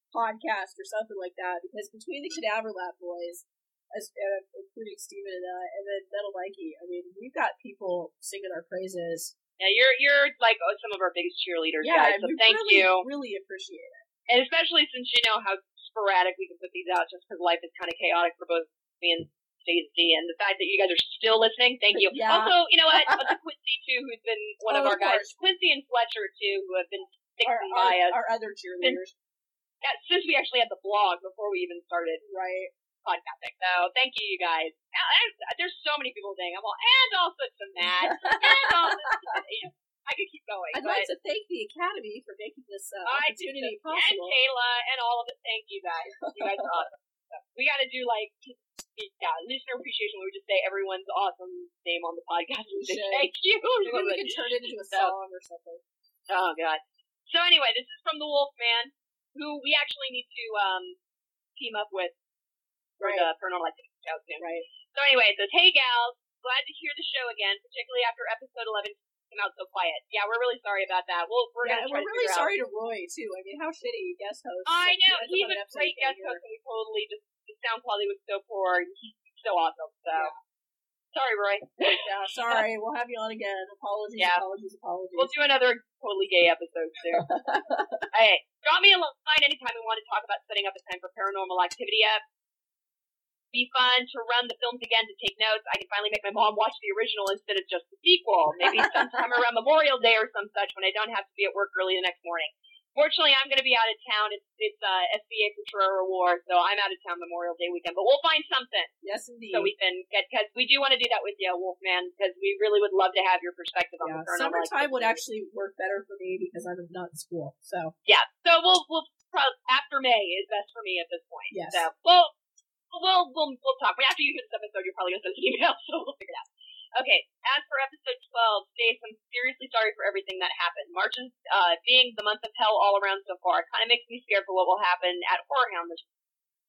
Speaker 1: podcast or something like that. Because between the Cadaver Lab boys, as, uh, including Steven and I, and then Metal Mikey, I mean, we've got people singing our praises
Speaker 2: Yeah, you're you're like oh, some of our biggest cheerleaders, guys. So
Speaker 1: we
Speaker 2: thank
Speaker 1: really,
Speaker 2: you,
Speaker 1: Really appreciate it.
Speaker 2: and especially since you know how sporadic we can put these out, just because life is kind of chaotic for both me and Stacey, and the fact that you guys are still listening, thank you.
Speaker 1: Yeah.
Speaker 2: Also, you know what? Also Quincy too, who's been one
Speaker 1: Oh,
Speaker 2: of our
Speaker 1: of
Speaker 2: guys. Quincy and Fletcher too, who have been
Speaker 1: Our,
Speaker 2: fixing
Speaker 1: our,
Speaker 2: my uh,
Speaker 1: our other cheerleaders,
Speaker 2: Yeah, since we actually had the blog before we even started
Speaker 1: right?
Speaker 2: podcasting. So thank you, you guys. And- and There's so many people saying I'm all, and also to
Speaker 1: [laughs]
Speaker 2: Matt, and also to you. I could keep going.
Speaker 1: I'd
Speaker 2: but,
Speaker 1: like to thank the Academy for making this uh,
Speaker 2: I do and
Speaker 1: opportunity possible.
Speaker 2: Kayla and all of it. Thank you guys. You guys are awesome. We gotta do like, yeah, listener appreciation. where We just say everyone's awesome name on the podcast. We say
Speaker 1: Sure.
Speaker 2: [laughs] thank you.
Speaker 1: Maybe we could turn it into a
Speaker 2: So-
Speaker 1: song or something.
Speaker 2: Oh god. So anyway, this is from the Wolfman, who we actually need to um team up with for
Speaker 1: Right.
Speaker 2: the Paranormal Activity show soon.
Speaker 1: Right.
Speaker 2: So anyway, it says, "Hey gals, glad to hear the show again, particularly after episode 11 came out so quiet. Yeah, we're really sorry about that. Well, we're
Speaker 1: Yeah,
Speaker 2: gonna
Speaker 1: and
Speaker 2: try
Speaker 1: we're
Speaker 2: to
Speaker 1: really
Speaker 2: figure out-
Speaker 1: sorry to Roy too. I mean, how shitty guest
Speaker 2: I
Speaker 1: host. Like,
Speaker 2: know
Speaker 1: ends up
Speaker 2: he's
Speaker 1: on
Speaker 2: a
Speaker 1: an episode
Speaker 2: great
Speaker 1: you
Speaker 2: guest
Speaker 1: can't
Speaker 2: host, and we totally just the sound quality was so poor. He's so awesome. So sorry, Roy.
Speaker 1: hear. [laughs] Yeah, sorry, we'll have you on again. Apologies,
Speaker 2: Yeah.
Speaker 1: apologies, apologies.
Speaker 2: We'll do another totally gay episode
Speaker 1: [laughs]
Speaker 2: soon. hey, drop me a line anytime you want to talk about setting up a time for paranormal activity up. Be fun to run the films again to take notes. I can finally make my mom watch the original instead of just the sequel.
Speaker 1: [laughs]
Speaker 2: Maybe sometime around Memorial Day or some such when I don't have to be at work early the next morning. Fortunately, I'm going to be out of town. It's it's uh, SBA Futura War, so I'm out of town Memorial Day weekend. But we'll find something
Speaker 1: yes, indeed.
Speaker 2: so we can get because we do want to do that with you, Wolfman, because we really would love to have your perspective on
Speaker 1: yeah,
Speaker 2: the paranormal.
Speaker 1: summertime would
Speaker 2: activity.
Speaker 1: actually work better for me because I'm not in school. So
Speaker 2: Yeah. So we'll we'll prob- after May is best for me at this point.
Speaker 1: Yes.
Speaker 2: So we'll we'll we'll, we'll talk. But after you hear this episode, you're probably gonna send us an email, [laughs] so we'll figure it out. Okay. As for episode twelve, Dave, I'm seriously sorry for everything that happened. March is uh, being the month of hell all around so far. It kind of makes me scared for what will happen at Horrorhound this.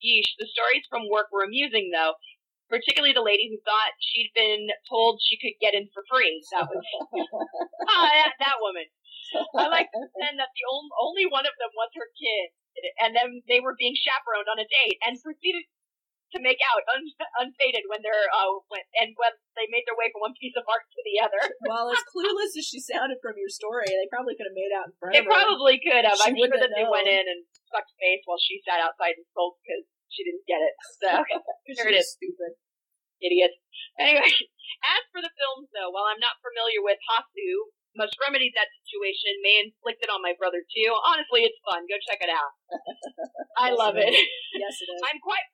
Speaker 2: Yeesh. The stories from work were amusing though. Particularly the lady who thought she'd been told she could get in for free. That was [laughs] Ah, that, that woman. I like to pretend that the only, only one of them was her kid, and then they were being chaperoned on a date and proceeded to make out un, unfaded when they're uh when, and when they made their way from one piece of art to the other.
Speaker 1: [laughs] while as clueless as she sounded from your story, they probably could have made out in front
Speaker 2: They
Speaker 1: of her.
Speaker 2: probably could have.
Speaker 1: She
Speaker 2: I'm sure that
Speaker 1: wouldn't
Speaker 2: they
Speaker 1: know.
Speaker 2: went in and sucked face while she sat outside and sold because she didn't get it. So.
Speaker 1: Because
Speaker 2: There it
Speaker 1: she
Speaker 2: is.
Speaker 1: was Stupid.
Speaker 2: idiots. Anyway, [laughs] as for the films, though, while I'm not familiar with Hasu, must remedy that situation, may inflict it on my brother too. Honestly, it's fun. Go check it out. [laughs] I love it.
Speaker 1: Yes,
Speaker 2: [laughs]
Speaker 1: it is.
Speaker 2: I'm quite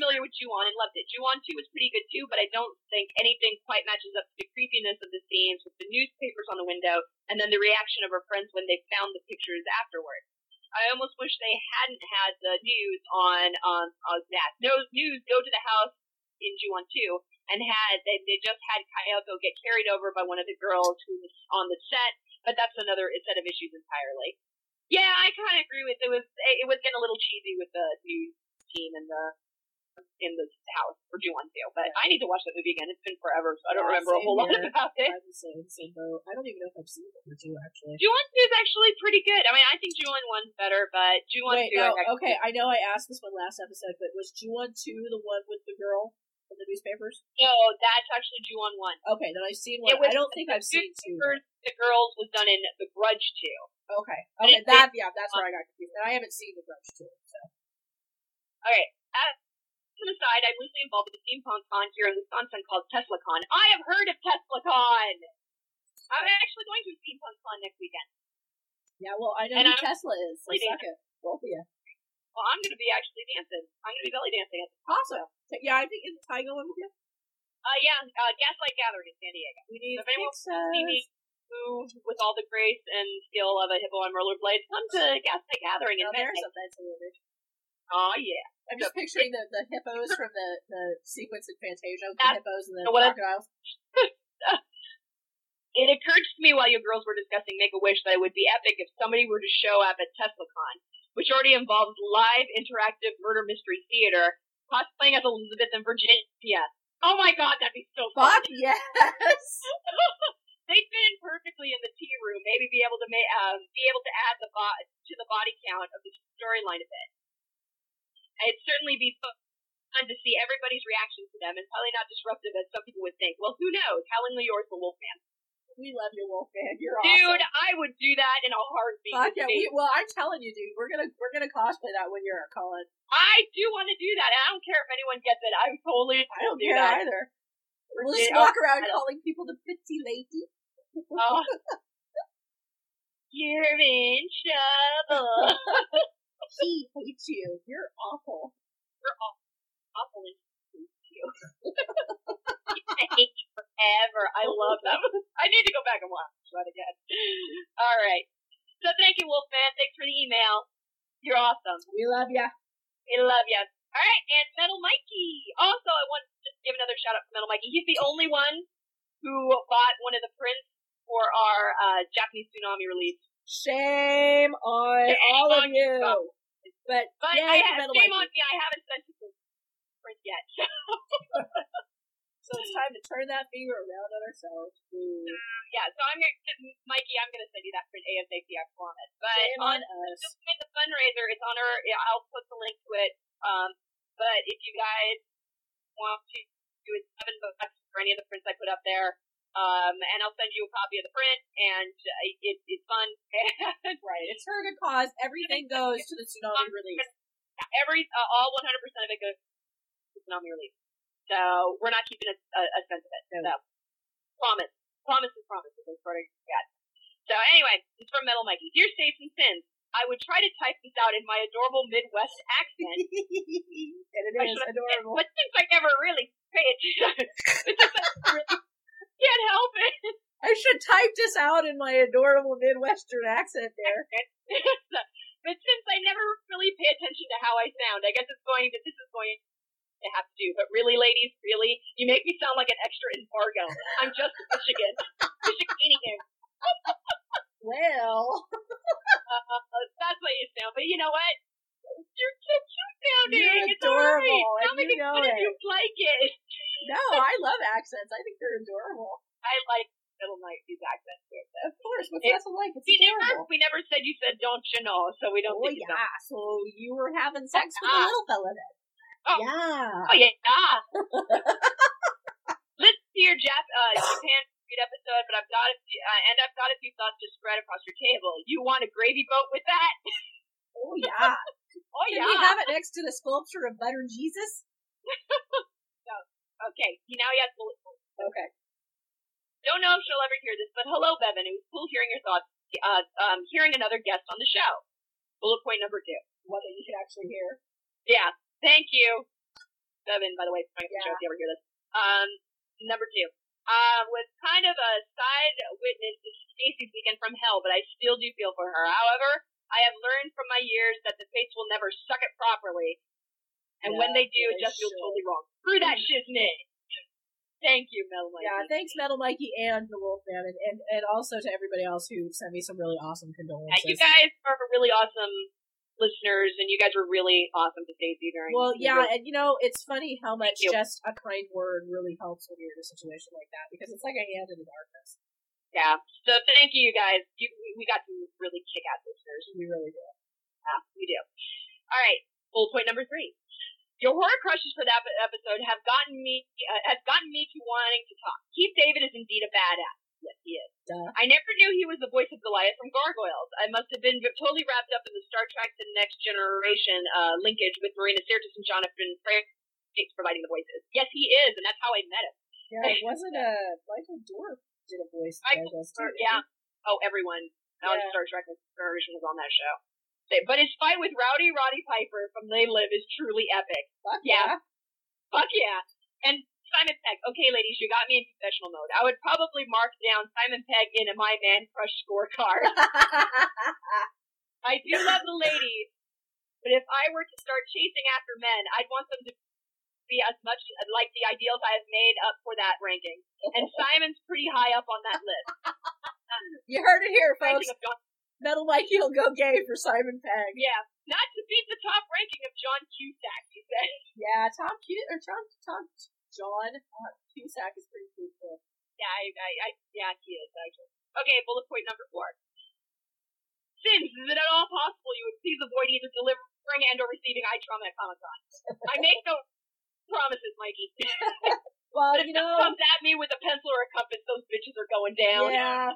Speaker 2: familiar with Juon and loved it. Juon 2 was pretty good too, but I don't think anything quite matches up to the creepiness of the scenes with the newspapers on the window and then the reaction of her friends when they found the pictures afterwards. I almost wish they hadn't had the news on um on that no news go to the house in Juon 2 and had they, they just had Kayako get carried over by one of the girls who was on the set, but that's another set of issues entirely. Yeah, I kind of agree with it was it was getting a little cheesy with the news team in the in the house for Juwan Sale. But I need to watch that movie again. It's been forever, so I don't
Speaker 1: Yeah,
Speaker 2: remember a
Speaker 1: same
Speaker 2: whole lot
Speaker 1: here.
Speaker 2: about it.
Speaker 1: [laughs] I'm the same, same boat. I don't even know if I've seen it or two actually.
Speaker 2: Juwan Two is actually pretty good. I mean, I think Juwan One's better, but Juwan
Speaker 1: Wait,
Speaker 2: Two. I
Speaker 1: no,
Speaker 2: reckon-
Speaker 1: okay, I know I asked this one last episode, but was Juwan 2 the one with the girl in the newspapers?
Speaker 2: no, that's actually Juwan One.
Speaker 1: Okay, then I've seen one.
Speaker 2: It was-
Speaker 1: I don't think I've
Speaker 2: Good
Speaker 1: seen two.
Speaker 2: First, The Girls was done in The Grudge Two.
Speaker 1: Okay,
Speaker 2: I
Speaker 1: okay,
Speaker 2: didn't
Speaker 1: that, yeah, that's where I got confused. And I haven't seen The Grudge 2, so.
Speaker 2: To the side, I'm loosely involved with a steampunk con here in Wisconsin called TeslaCon. I have heard of TeslaCon. I'm actually going to a steampunk con next weekend.
Speaker 1: Yeah, well, I know
Speaker 2: And
Speaker 1: who
Speaker 2: I'm
Speaker 1: Tesla is, so
Speaker 2: completely-
Speaker 1: suck it. Both of you.
Speaker 2: Well, I'm going to be actually dancing. I'm going to be belly dancing at the
Speaker 1: Awesome. Yeah, I think, is Tygo in with you?
Speaker 2: Uh, yeah, uh, Gaslight Gathering in San Diego.
Speaker 1: We need
Speaker 2: If anyone See me
Speaker 1: pizzas.
Speaker 2: move with all the grace and skill of a hippo on rollerblades. Come to Gaslight Gathering in
Speaker 1: Now, there's
Speaker 2: Venice.
Speaker 1: a mental image.
Speaker 2: Oh yeah.
Speaker 1: I'm just picturing the, the hippos from the, the sequence in Fantasia, with the
Speaker 2: That's-
Speaker 1: hippos and the
Speaker 2: what I-
Speaker 1: crocodiles.
Speaker 2: It occurred to me while you girls were discussing Make a Wish that it would be epic if somebody were to show up at TeslaCon, which already involves live interactive murder mystery theater, cosplaying as Elizabeth in Virginia. Oh my god, that'd be so fun.
Speaker 1: Fuck yes!
Speaker 2: [laughs]
Speaker 1: [laughs]
Speaker 2: They'd fit in perfectly in the tea room. Maybe be able to ma- um, be able to add the bo- to the body count of the storyline a bit. It'd certainly be fu- fun to see everybody's reaction to them, and probably not disruptive as some people would think. Well, who knows? Helen Leore's the Wolfman.
Speaker 1: We love you, Wolfman. You're awesome.
Speaker 2: Dude, I would do that in a heartbeat.
Speaker 1: Fuck yeah!
Speaker 2: Dude,
Speaker 1: We, well, I'm telling you, dude, we're gonna we're gonna cosplay that one year, Colin.
Speaker 2: I do want to do that, and I don't care if anyone gets it. I'm totally.
Speaker 1: I don't
Speaker 2: do
Speaker 1: care
Speaker 2: that.
Speaker 1: either. We'll just
Speaker 2: Yeah,
Speaker 1: walk around
Speaker 2: I don't-
Speaker 1: calling people the pretty lady.
Speaker 2: Oh. You're in
Speaker 1: [laughs]
Speaker 2: trouble.
Speaker 1: He hates you. You're awful.
Speaker 2: awful interesting to you. [laughs] I hate you forever. I love that. I need to go back and watch that again. All right. So thank you, Wolfman. Thanks for the email. You're awesome.
Speaker 1: We love ya.
Speaker 2: We love you. All right, and Metal Mikey. Also, I want to just give another shout out to Metal Mikey. He's the only one who bought one of the prints for our uh, Japanese tsunami release.
Speaker 1: Shame on
Speaker 2: Shame
Speaker 1: all of
Speaker 2: on
Speaker 1: you.
Speaker 2: you, Bob.
Speaker 1: But,
Speaker 2: But
Speaker 1: yeah,
Speaker 2: I
Speaker 1: it's
Speaker 2: have,
Speaker 1: Metal
Speaker 2: shame
Speaker 1: Mikey.
Speaker 2: on me, I haven't sent you the print yet. [laughs]
Speaker 1: So it's time to turn that finger around on ourselves. Ooh,
Speaker 2: yeah, so I'm gonna, Mikey, I'm gonna send you that print ASAP. I promise. But
Speaker 1: Shame
Speaker 2: on
Speaker 1: on
Speaker 2: [laughs]
Speaker 1: us.
Speaker 2: just made the fundraiser. It's on our. yeah, I'll put the link to it. Um, but if you guys want to do it, seven bucks for any of the prints I put up there. Um, and I'll send you a copy of the print, and uh, it, it's fun. [laughs] And
Speaker 1: Right. It's her good cause. Everything goes to the tsunami release.
Speaker 2: every uh, all 100 percent of it goes to tsunami relief. So we're not keeping a, a, a sense of it. So promise, promise is promise. Is what I got. So anyway, it's from Metal Mikey. Dear Saints and Sins, I would try to type this out in my adorable Midwest [laughs] accent,
Speaker 1: and it
Speaker 2: I
Speaker 1: is
Speaker 2: should've- [laughs]
Speaker 1: adorable.
Speaker 2: but since I never really pay attention, [laughs] can't help it.
Speaker 1: I should type this out in my adorable Midwestern accent there.
Speaker 2: [laughs] but since I never really pay attention to how I sound, I guess it's going that this is going to have to do. But really, ladies, really, you make me sound like an extra in Fargo. I'm just a Michigan, [laughs] Michiganian.
Speaker 1: Well, [laughs]
Speaker 2: Uh, that's what you sound. But you know what? You're so cute sounding.
Speaker 1: You're
Speaker 2: it's all right.
Speaker 1: adorable, and
Speaker 2: Sound like
Speaker 1: you
Speaker 2: it's
Speaker 1: know
Speaker 2: good if
Speaker 1: it.
Speaker 2: you like it.
Speaker 1: no, I love accents. I think they're adorable.
Speaker 2: [laughs] I like Middle Night these accents too. So.
Speaker 1: Of course, what's
Speaker 2: It-
Speaker 1: that like? It's
Speaker 2: We never,
Speaker 1: adorable.
Speaker 2: we never said you said don't you know, so we don't
Speaker 1: Oh
Speaker 2: think you know.
Speaker 1: yeah, so you were having sex with a
Speaker 2: Ah.
Speaker 1: little fella then.
Speaker 2: Oh.
Speaker 1: Yeah.
Speaker 2: Oh yeah. [laughs] Ah. Listen to your Jap- uh, Japan food episode, but I've got a few, uh, and I've got a few thoughts to spread across your table. You want a gravy boat with that? [laughs]
Speaker 1: Oh yeah.
Speaker 2: Oh
Speaker 1: Can
Speaker 2: yeah.
Speaker 1: we have it next to the sculpture of Butter Jesus?
Speaker 2: okay. See, Now he has. bel-
Speaker 1: Okay.
Speaker 2: Don't know if she'll ever hear this, but hello, Bevan. It was cool hearing your thoughts. Uh, um, hearing another guest on the show. Bullet point number two.
Speaker 1: One that you can actually hear.
Speaker 2: Yeah. Thank you. Seven, by the way, I'm not sure if you ever hear this. Um, number two. Uh, was kind of a side witness to Stacy's weekend from hell, but I still do feel for her. However, I have learned from my years that the fates will never suck it properly. And when
Speaker 1: No,
Speaker 2: they do, it
Speaker 1: they
Speaker 2: just feels
Speaker 1: should.
Speaker 2: totally wrong. Screw that shiznit. Thank you, Melanie.
Speaker 1: Yeah, thanks, Metal Mikey and the Wolfman, and, and, and also to everybody else who sent me some really awesome
Speaker 2: Yeah,
Speaker 1: condolences.
Speaker 2: you guys are really awesome listeners, and you guys were really awesome to Stacey during.
Speaker 1: well,
Speaker 2: the
Speaker 1: yeah,
Speaker 2: real-
Speaker 1: and you know, it's funny how much
Speaker 2: you.
Speaker 1: just a kind word really helps when you're in a situation like that because it's like a hand in the darkness.
Speaker 2: yeah. So thank you, you guys. You, we got some really kick-ass listeners.
Speaker 1: We really do.
Speaker 2: Yeah, we do. All right. Bullet point number three. Your horror crushes for that episode have gotten me uh, has gotten me to wanting to talk. Keith David is indeed a badass. Yes, he is.
Speaker 1: Duh.
Speaker 2: I never knew he was the voice of Goliath from Gargoyles. I must have been totally wrapped up in the Star Trek: The Next Generation uh, linkage with Marina Sirtis and Jonathan Frakes providing the voices. Yes, he is, and that's how I met him.
Speaker 1: Yeah, it wasn't a Michael Dorf did a voice. to
Speaker 2: Michael
Speaker 1: Gargoyles,
Speaker 2: Or-
Speaker 1: too,
Speaker 2: yeah. Oh, everyone on
Speaker 1: Yeah.
Speaker 2: Star Trek: The Next Generation was on that show. They- But his fight with Rowdy Roddy Piper from They Live is truly epic.
Speaker 1: Fuck
Speaker 2: Yeah. Fuck yeah. And Simon Pegg. Okay, ladies, you got me in confessional mode. I would probably mark down Simon Pegg in my man crush scorecard. I do love the ladies, but if I were to start chasing after men, I'd want them to be as much like the ideals I have made up for that ranking. And Simon's pretty high up on that list.
Speaker 1: [laughs] you heard it here,
Speaker 2: Ranking
Speaker 1: folks.
Speaker 2: of John,
Speaker 1: Metal Mikey will go gay for Simon Pegg.
Speaker 2: yeah. Not to beat the top ranking of John Cusack, he said. [laughs]
Speaker 1: Yeah, Tom Q or Tom Tom John uh, Cusack is pretty cool. too.
Speaker 2: Yeah, I, I, I yeah, he is actually. Okay, bullet point number four. Since is it at all possible you would please avoid either delivering and or receiving eye trauma at Comic Con? I make no promises,
Speaker 1: [laughs]
Speaker 2: Mikey.
Speaker 1: Well,
Speaker 2: But if
Speaker 1: you
Speaker 2: someone [laughs]
Speaker 1: know,
Speaker 2: comes at me with a pencil or a compass, those bitches are going down.
Speaker 1: yeah.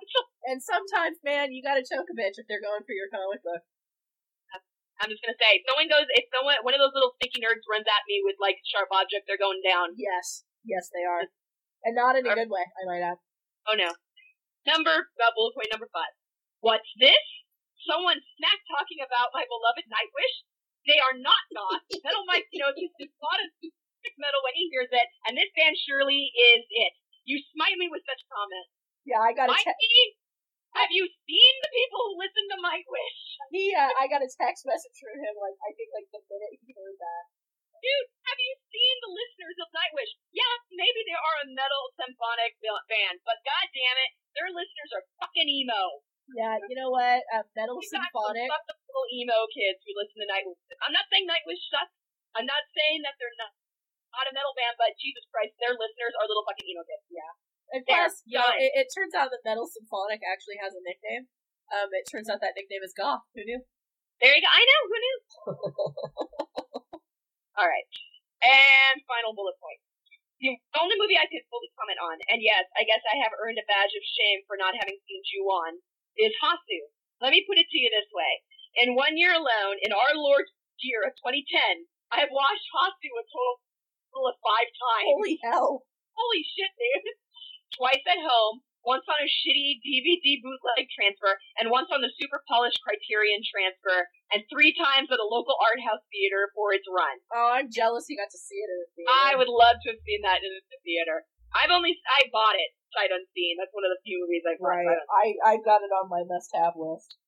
Speaker 1: And sometimes, man, you gotta choke a bitch if they're going for your comic book.
Speaker 2: [laughs] I'm just gonna say, if someone goes, if someone, one of those little stinky nerds runs at me with like sharp object, they're going down.
Speaker 1: Yes, yes, they are, and not in a good way. I might add.
Speaker 2: Oh no. Number uh, bullet point number five. What's this? Someone smack talking about my beloved Nightwish? They are not goth. Metal Mike knows this is not a sick metal when he hears it, and this band surely is it. You smite me with such comments.
Speaker 1: Yeah, I got a te-
Speaker 2: Mikey, have you seen the people who listen to Nightwish?
Speaker 1: he, uh, I got a text message from him. Like, I think like the minute he heard that,
Speaker 2: dude, have you seen the listeners of Nightwish? Yeah, maybe they are a metal symphonic band, but god damn it, their listeners are fucking emo.
Speaker 1: Yeah, you know what? Uh, metal
Speaker 2: We got some
Speaker 1: symphonic.
Speaker 2: fucked up little emo kids who listen to Nightwish. I'm not saying Nightwish sucks. I'm not saying that they're not not a metal band, but Jesus Christ, their listeners are little fucking emo kids. Yeah.
Speaker 1: And
Speaker 2: They're
Speaker 1: plus, you know,
Speaker 2: done.
Speaker 1: it, it turns out that metal symphonic actually has a nickname. Um, it turns out that nickname is Goth. Who
Speaker 2: [laughs]
Speaker 1: knew?
Speaker 2: There you go. I know. Who knew? [laughs] All right. And final bullet point. The only movie I could fully comment on, and yes, I guess I have earned a badge of shame for not having seen Ju-on, is Hasu. Let me put it to you this way. In one year alone, in our Lord's year of 2010, I have watched Hasu a total of five times.
Speaker 1: Holy hell!
Speaker 2: holy shit, dude. Twice at home, once on a shitty DVD bootleg transfer, and once on the super polished Criterion transfer, and three times at a local art house theater for its run.
Speaker 1: Oh, I'm jealous you got to see it in the theater.
Speaker 2: I would love to have seen that in the theater. I've only, I bought it sight unseen. That's one of the few movies I've bought.
Speaker 1: Right.
Speaker 2: sight unseen.
Speaker 1: I I got it on my must have list.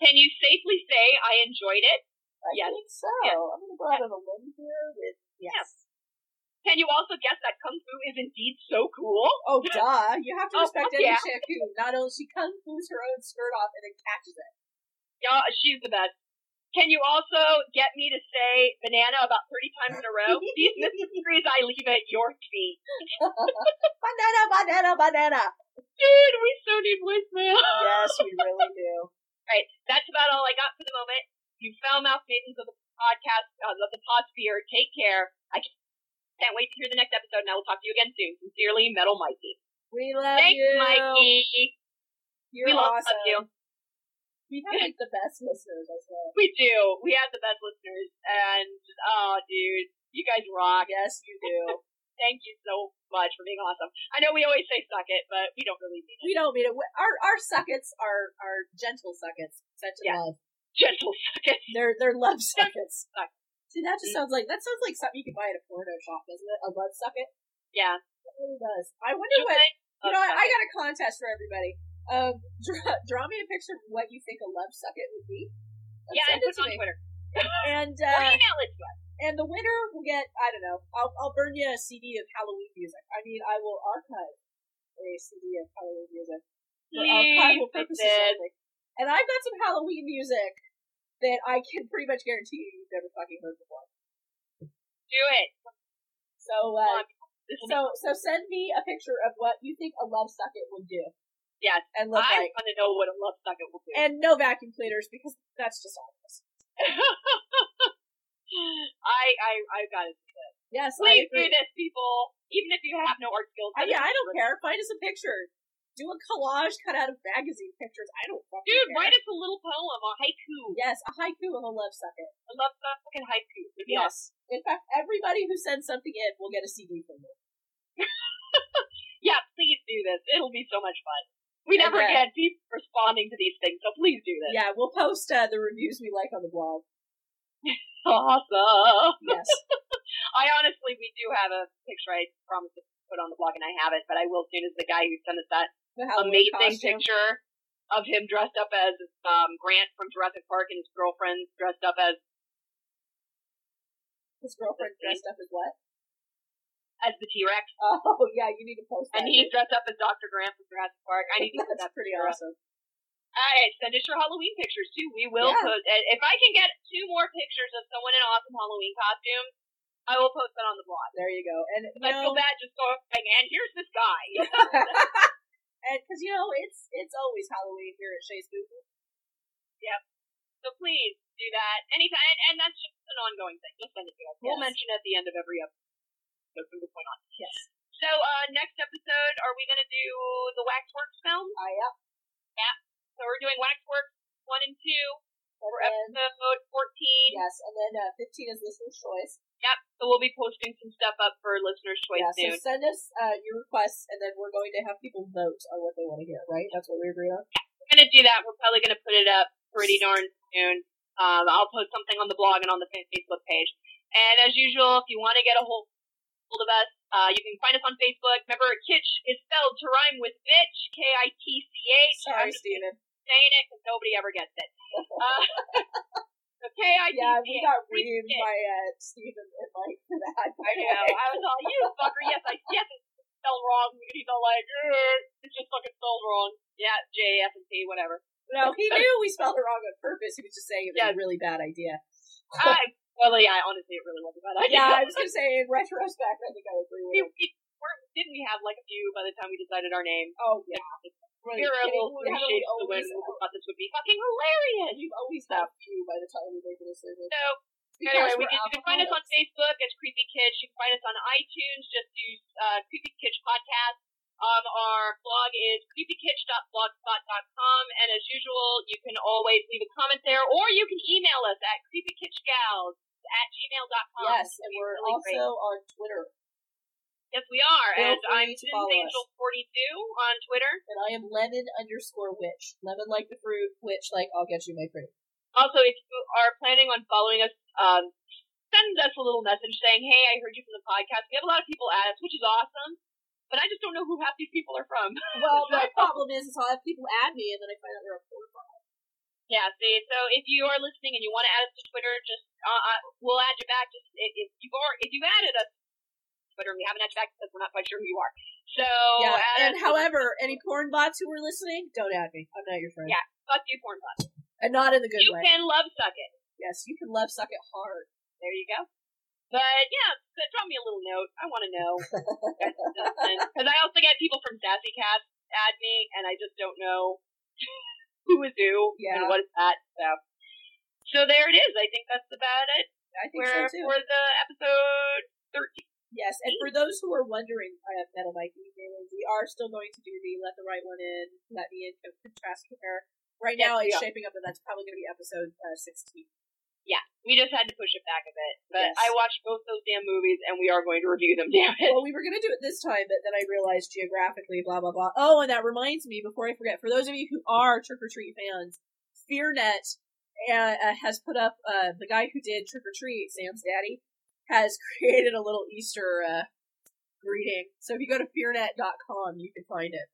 Speaker 2: Can you safely say I enjoyed it?
Speaker 1: I
Speaker 2: Yes.
Speaker 1: think so.
Speaker 2: Yes.
Speaker 1: I'm gonna go out on a limb here with yes.
Speaker 2: Can you also guess that Kung Fu is indeed so cool?
Speaker 1: Oh duh! You have to
Speaker 2: Oh,
Speaker 1: respect
Speaker 2: fuck
Speaker 1: any
Speaker 2: yeah.
Speaker 1: chick who not only she kung fu's her own skirt off and then catches it.
Speaker 2: Yeah, she's the best. Can you also get me to say banana about 30 times in a
Speaker 1: [laughs]
Speaker 2: row? These mysteries I leave at your feet.
Speaker 1: banana, banana, banana.
Speaker 2: Dude, we so need voicemail.
Speaker 1: Yes, we really do.
Speaker 2: [laughs] Alright, that's about all I got for the moment. You foul mouth maidens of the podcast, uh, of the podsphere. Take care. I can't wait to hear the next episode, and I will talk to you again soon. Sincerely, Metal Mikey.
Speaker 1: We love
Speaker 2: Thanks,
Speaker 1: you,
Speaker 2: Mikey. we
Speaker 1: You're
Speaker 2: love
Speaker 1: awesome.
Speaker 2: you.
Speaker 1: We have like the best listeners as well.
Speaker 2: We do. We have the best listeners, and oh, dude, you guys rock.
Speaker 1: Yes, you do.
Speaker 2: Thank you so much for being awesome. I know we always say suck it, but we don't really mean it. [laughs]
Speaker 1: we don't mean it. We- Our our suckets are are gentle suckets. Such
Speaker 2: Yeah.
Speaker 1: love.
Speaker 2: Gentle suck it.
Speaker 1: They're they're
Speaker 2: [laughs]
Speaker 1: love suckets.
Speaker 2: Suck.
Speaker 1: See, that just sounds like that sounds like something you could buy at a porno shop, doesn't it? A love sucket.
Speaker 2: Yeah.
Speaker 1: It really does. I wonder what you know. I, I got a contest for everybody. Um, [laughs] draw, draw me a picture of what you think a love sucket would be. And
Speaker 2: yeah, and
Speaker 1: send it
Speaker 2: put
Speaker 1: to
Speaker 2: it on
Speaker 1: me.
Speaker 2: Twitter.
Speaker 1: And
Speaker 2: or
Speaker 1: uh,
Speaker 2: email it to us.
Speaker 1: and the winner will get I don't know. I'll I'll burn you a CD of Halloween music. I mean, I will archive a CD of Halloween music. for archival
Speaker 2: Please,
Speaker 1: purposes
Speaker 2: Sid.
Speaker 1: only. And I've got some Halloween music that I can pretty much guarantee you you've never fucking heard before.
Speaker 2: Do it.
Speaker 1: So,
Speaker 2: Come
Speaker 1: uh,
Speaker 2: on. This will
Speaker 1: so, so send me a picture of what you think a love socket would do
Speaker 2: be, yes.
Speaker 1: and look
Speaker 2: I
Speaker 1: like,
Speaker 2: want to know what a love socket will do.
Speaker 1: and no vacuum cleaners because that's just all of us.
Speaker 2: I, I, I got it.
Speaker 1: Yes,
Speaker 2: Please
Speaker 1: I
Speaker 2: do
Speaker 1: agree.
Speaker 2: this, people. Even if you have no art skills.
Speaker 1: I, yeah, I don't care. Find us a picture. Do a collage cut out of magazine pictures. I don't fucking
Speaker 2: Dude,
Speaker 1: care.
Speaker 2: write us a little poem, a haiku.
Speaker 1: Yes, a haiku of a love socket.
Speaker 2: A love socket haiku. It'd be awesome.
Speaker 1: Yes. In fact, everybody who sends something in will get a CD from you.
Speaker 2: Yeah, please do this. It'll be so much fun. We
Speaker 1: And,
Speaker 2: never
Speaker 1: uh,
Speaker 2: get people responding to these things, so please do this.
Speaker 1: Yeah, we'll post uh, the reviews we like on the blog.
Speaker 2: [laughs] Awesome.
Speaker 1: Yes. [laughs]
Speaker 2: I honestly, we do have a picture. I promised to put on the blog, and I haven't, but I will soon. Is the guy who sent us that
Speaker 1: the Halloween
Speaker 2: amazing
Speaker 1: costume.
Speaker 2: picture of him dressed up as um, Grant from Jurassic Park and his girlfriend dressed up as
Speaker 1: His girlfriend dressed up as what? [laughs]
Speaker 2: as the T Rex,
Speaker 1: Oh yeah, you need to post
Speaker 2: and
Speaker 1: that.
Speaker 2: he's dressed up as Doctor Grant from Jurassic Park. I need to put
Speaker 1: [laughs]
Speaker 2: that.
Speaker 1: That's pretty
Speaker 2: picture up.
Speaker 1: awesome.
Speaker 2: All right, send us your Halloween pictures too. We will
Speaker 1: Yeah.
Speaker 2: post. and If I can get two more pictures of someone in awesome Halloween costumes, I will post that on the blog.
Speaker 1: There you go. And you
Speaker 2: I feel
Speaker 1: know,
Speaker 2: bad just going. And here's this guy.
Speaker 1: [laughs] and because you know it's it's always Halloween here at Shay's Boo. Boo.
Speaker 2: [laughs] So please do that anytime, and, and that's just an ongoing thing. Just send it to us. We'll
Speaker 1: Yes.
Speaker 2: mention at the end of every episode from this point on.
Speaker 1: Yes.
Speaker 2: So uh, next episode, are we going to do the Waxworks film?
Speaker 1: I up.
Speaker 2: So we're doing Waxworks one and two
Speaker 1: And
Speaker 2: for
Speaker 1: then,
Speaker 2: episode fourteen.
Speaker 1: yes, and then uh, fifteen is listener's choice.
Speaker 2: Yep. So we'll be posting some stuff up for listeners' choice
Speaker 1: Yeah,
Speaker 2: soon.
Speaker 1: so send us uh, your requests, and then we're going to have people vote on what they want to hear. Right? That's what we agree on.
Speaker 2: We're going to do that. We're probably going to put it up pretty darn soon. Um, I'll post something on the blog and on the fa- Facebook page. And as usual, if you want to get a hold, hold of us, uh, you can find us on Facebook. Remember, Kitch is spelled to rhyme with bitch, K-I-T-C-H.
Speaker 1: Sorry,
Speaker 2: I'm just
Speaker 1: Steven.
Speaker 2: saying it because nobody ever gets it. Uh, [laughs] Okay, I
Speaker 1: Yeah, we got reamed by uh, Steve and, and Mike for that.
Speaker 2: I know. I was all you fucker. Yes, I yes, it's spelled wrong. And He's all like, "Err, it's just fucking spelled wrong. Yeah, J F and T,
Speaker 1: [laughs]
Speaker 2: whatever. [laughs]
Speaker 1: No, he knew we spelled it wrong on purpose. He was just saying it was
Speaker 2: Yeah.
Speaker 1: a really bad idea.
Speaker 2: I well, yeah, honestly, it really wasn't a bad idea.
Speaker 1: Yeah, I was gonna say in retrospect, I think I agree with
Speaker 2: [laughs] we,
Speaker 1: him.
Speaker 2: we weren't, didn't we have like a few by the time we decided our name?
Speaker 1: Oh yeah,
Speaker 2: We were
Speaker 1: Kidding.
Speaker 2: able to
Speaker 1: How
Speaker 2: shape
Speaker 1: do we
Speaker 2: the wind.
Speaker 1: always-
Speaker 2: We
Speaker 1: [laughs]
Speaker 2: thought this would be fucking hilarious.
Speaker 1: We've always got you by the time we make a decision.
Speaker 2: So
Speaker 1: Because
Speaker 2: anyway, we
Speaker 1: we're
Speaker 2: did, you can find us on
Speaker 1: alcoholics.
Speaker 2: Facebook as Creepy Kids. You can find us on iTunes. Just do uh, Creepy Kids Podcast. Um, our blog is creepykitch.blogspot.com, and as usual, you can always leave a comment there, or you can email us at creepykitchgals at gmail.com.
Speaker 1: Yes, and we're
Speaker 2: really
Speaker 1: also
Speaker 2: great.
Speaker 1: on Twitter,
Speaker 2: Yes, we are,
Speaker 1: Feel
Speaker 2: and
Speaker 1: free
Speaker 2: I'm
Speaker 1: to follow us.
Speaker 2: Angel42 on Twitter.
Speaker 1: and I am lemon underscore witch. Lemon like the fruit, witch like I'll get you my fruit.
Speaker 2: Also, if you are planning on following us, um, send us a little message saying, "Hey, I heard you from the podcast." We have a lot of people at us, which is awesome, but I just don't know who half these people are from. [laughs]
Speaker 1: Well, my problem is, is I'll have people add me, and then I find out they're a porn bot.
Speaker 2: yeah, see, so if you are listening and you want to add us to Twitter, just uh, uh, we'll add you back. Just if, if you are, if you've added us to Twitter, and we haven't added you back because we're not quite sure who you are. So Oh,
Speaker 1: yeah,
Speaker 2: add
Speaker 1: and
Speaker 2: us-
Speaker 1: however, any porn bots who are listening, don't add me. I'm not your friend,
Speaker 2: Yeah. fuck you, Pornhub.
Speaker 1: and not in the good
Speaker 2: You
Speaker 1: way.
Speaker 2: can love suck it.
Speaker 1: Yes, you can love suck it hard.
Speaker 2: There you go. But yeah, so drop me a little note. I want to
Speaker 1: [laughs]
Speaker 2: know. Because I also get people from Sassy Cats add me, and I just don't know who is who
Speaker 1: Yeah.
Speaker 2: and what is that. So, so there it is. I think that's about it.
Speaker 1: I think
Speaker 2: We're
Speaker 1: so too.
Speaker 2: for the episode thirteen.
Speaker 1: Yes, and for those who are wondering, uh, Metal Mike, and Jalen, we are still going to do the Let the Right One In, Let Me In co- contrast compare. Right
Speaker 2: Yes,
Speaker 1: now,
Speaker 2: we
Speaker 1: it's
Speaker 2: are.
Speaker 1: shaping up that that's probably going to be episode uh, 16.
Speaker 2: We just had to push it back a bit, but
Speaker 1: Yes.
Speaker 2: I watched both those damn movies, and we are going to review them. Damn it!
Speaker 1: Well, we were going to do it this time, but then I realized geographically, blah, blah, blah. Oh, and that reminds me, before I forget, for those of you who are Trick or Treat fans, FearNet uh, uh, has put up, uh, the guy who did Trick or Treat, Sam's daddy, has [laughs] created a little Easter uh, greeting. So if you go to fearnet.com, you can find it.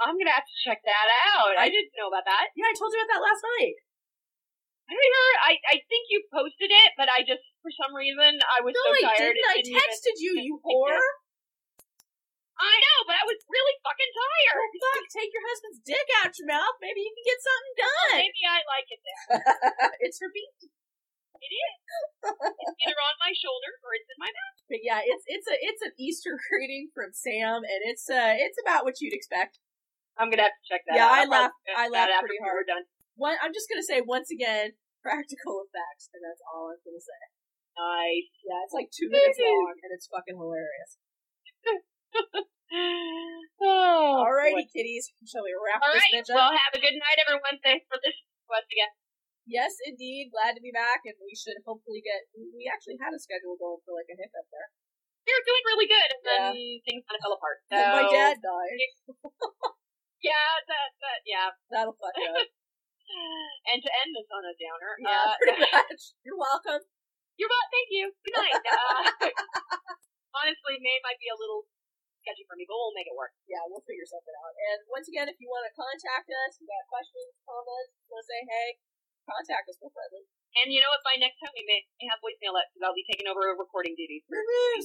Speaker 2: I'm gonna have to check that out. I didn't know about that.
Speaker 1: Yeah, I told you about that last night.
Speaker 2: I heard. I I think you posted it, but I just for some reason I was
Speaker 1: No,
Speaker 2: so
Speaker 1: I
Speaker 2: tired.
Speaker 1: didn't.
Speaker 2: it
Speaker 1: I
Speaker 2: didn't even-
Speaker 1: texted you, you
Speaker 2: I did.
Speaker 1: whore.
Speaker 2: I know, but I was really fucking tired.
Speaker 1: Fuck, [laughs] take your husband's dick out your mouth. Maybe you can get something [laughs] done.
Speaker 2: Maybe I like it then.
Speaker 1: it's her beat.
Speaker 2: It is. It's either on my shoulder or it's in my mouth.
Speaker 1: But yeah, it's it's a it's an Easter [laughs] greeting from Sam, and it's uh it's about what you'd expect.
Speaker 2: I'm gonna have to check
Speaker 1: that Yeah, out. I I'll probably laugh- check I that laugh out
Speaker 2: after
Speaker 1: pretty after
Speaker 2: we're
Speaker 1: hard.
Speaker 2: done.
Speaker 1: One, I'm just gonna say once again, [laughs] practical effects, and that's all I'm gonna say. [sighs]
Speaker 2: Nice.
Speaker 1: Yeah, it's like two minutes long, and it's fucking hilarious.
Speaker 2: Oh,
Speaker 1: Alrighty, kitties, shall we wrap
Speaker 2: All right.
Speaker 1: this bitch
Speaker 2: Well,
Speaker 1: up?
Speaker 2: have a good night, everyone. Thanks for listening to us again.
Speaker 1: yes, indeed, glad to be back, and we should hopefully get. We actually had a schedule going for like a hiccup there.
Speaker 2: We were doing really good, and then things kind of fell apart. So,
Speaker 1: And my dad died.
Speaker 2: Yeah, that, that, yeah.
Speaker 1: That'll fuck you up.
Speaker 2: [laughs] And to end this on a downer,
Speaker 1: Yeah,
Speaker 2: uh,
Speaker 1: pretty [laughs] much. You're welcome.
Speaker 2: You're welcome. Thank you. Good
Speaker 1: [laughs]
Speaker 2: night. Uh, honestly, May might be a little sketchy for me, but we'll make it work.
Speaker 1: Yeah, we'll figure something out. And once again, if you want to contact us, you got questions, comments, want to say hey, contact us. We're friendly.
Speaker 2: And you know what? By next time, we may have voicemail up because I'll be taking over recording duties.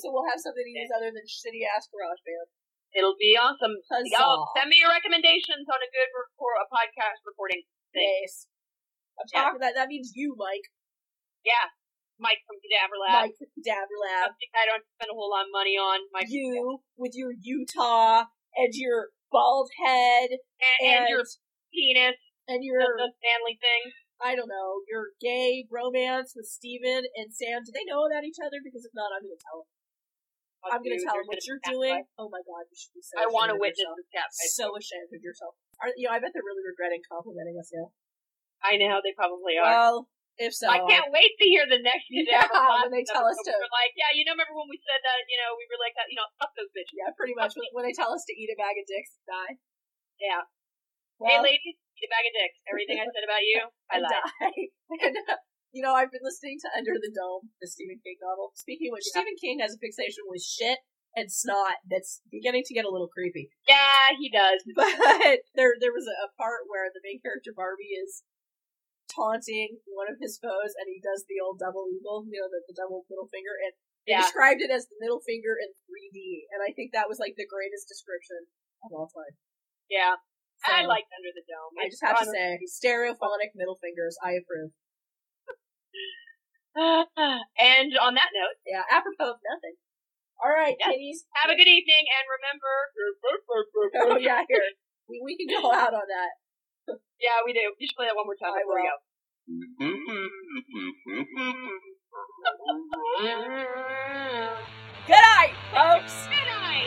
Speaker 1: So we'll have something to use other than shitty ass garage band.
Speaker 2: It'll be awesome. Y'all,
Speaker 1: Huzzah.
Speaker 2: send me your recommendations on a good record, a podcast recording.
Speaker 1: Yes. I'm
Speaker 2: Yeah.
Speaker 1: talking that. That means you, Mike.
Speaker 2: Yeah, Mike from Cadaver Lab.
Speaker 1: Mike from Cadaver Lab.
Speaker 2: Something I don't spend a whole lot of money on. Mike
Speaker 1: You with your Utah and your bald head
Speaker 2: and, and
Speaker 1: and,
Speaker 2: your penis,
Speaker 1: and
Speaker 2: the,
Speaker 1: your
Speaker 2: the Stanley thing.
Speaker 1: I don't know your gay romance with Steven and Sam. Do they know about each other? Because if not, I'm gonna tell them. I'm gonna
Speaker 2: Dude,
Speaker 1: tell
Speaker 2: there's
Speaker 1: them what
Speaker 2: gonna be
Speaker 1: you're
Speaker 2: cat
Speaker 1: doing.
Speaker 2: fight.
Speaker 1: Oh my god, you should be so.
Speaker 2: I want to
Speaker 1: ashamed of
Speaker 2: witness
Speaker 1: yourself.
Speaker 2: the cat fight.
Speaker 1: So ashamed of yourself. Are, you know, I bet they're really regretting complimenting us now.
Speaker 2: I know they probably are.
Speaker 1: Well, if so,
Speaker 2: I can't wait to hear the
Speaker 1: [laughs]
Speaker 2: next
Speaker 1: Yeah,
Speaker 2: cadaver class
Speaker 1: when they tell us
Speaker 2: episode.
Speaker 1: to.
Speaker 2: We're like, yeah, you know, remember when we said that? You know, we were like that. You know, fuck those bitches.
Speaker 1: Yeah, pretty much. When they tell us to eat a bag of dicks, die.
Speaker 2: Yeah. hey,
Speaker 1: Well,
Speaker 2: ladies, eat a bag of dicks. Everything I said about
Speaker 1: [laughs]
Speaker 2: you, I
Speaker 1: and
Speaker 2: lied.
Speaker 1: die. and, uh, you know, I've been listening to Under the Dome, the Stephen King novel. Speaking of which,
Speaker 2: Yeah.
Speaker 1: Stephen King has a fixation with shit and snot that's beginning to get a little creepy.
Speaker 2: Yeah, he does.
Speaker 1: [laughs] But there, there was a, a part where the main character Barbie is taunting one of his foes, and he does the old double eagle, you know, the, the double middle finger, and they
Speaker 2: Yeah.
Speaker 1: described it as the middle finger in 3D, and I think that was like the greatest description of all time.
Speaker 2: Yeah. I
Speaker 1: So,
Speaker 2: liked Under the Dome.
Speaker 1: I just have to
Speaker 2: It's
Speaker 1: say, stereophonic middle fingers, I approve.
Speaker 2: on- [sighs] and on that note,
Speaker 1: Yeah, apropos of nothing. All right,
Speaker 2: Yeah.
Speaker 1: kitties.
Speaker 2: have a good evening and remember. [laughs]
Speaker 1: Oh yeah, here we, we can go out on that.
Speaker 2: Yeah, we do. You should play that one more time
Speaker 1: I
Speaker 2: before we
Speaker 1: will.
Speaker 2: go.
Speaker 1: Good night, folks. [laughs]
Speaker 2: Good night.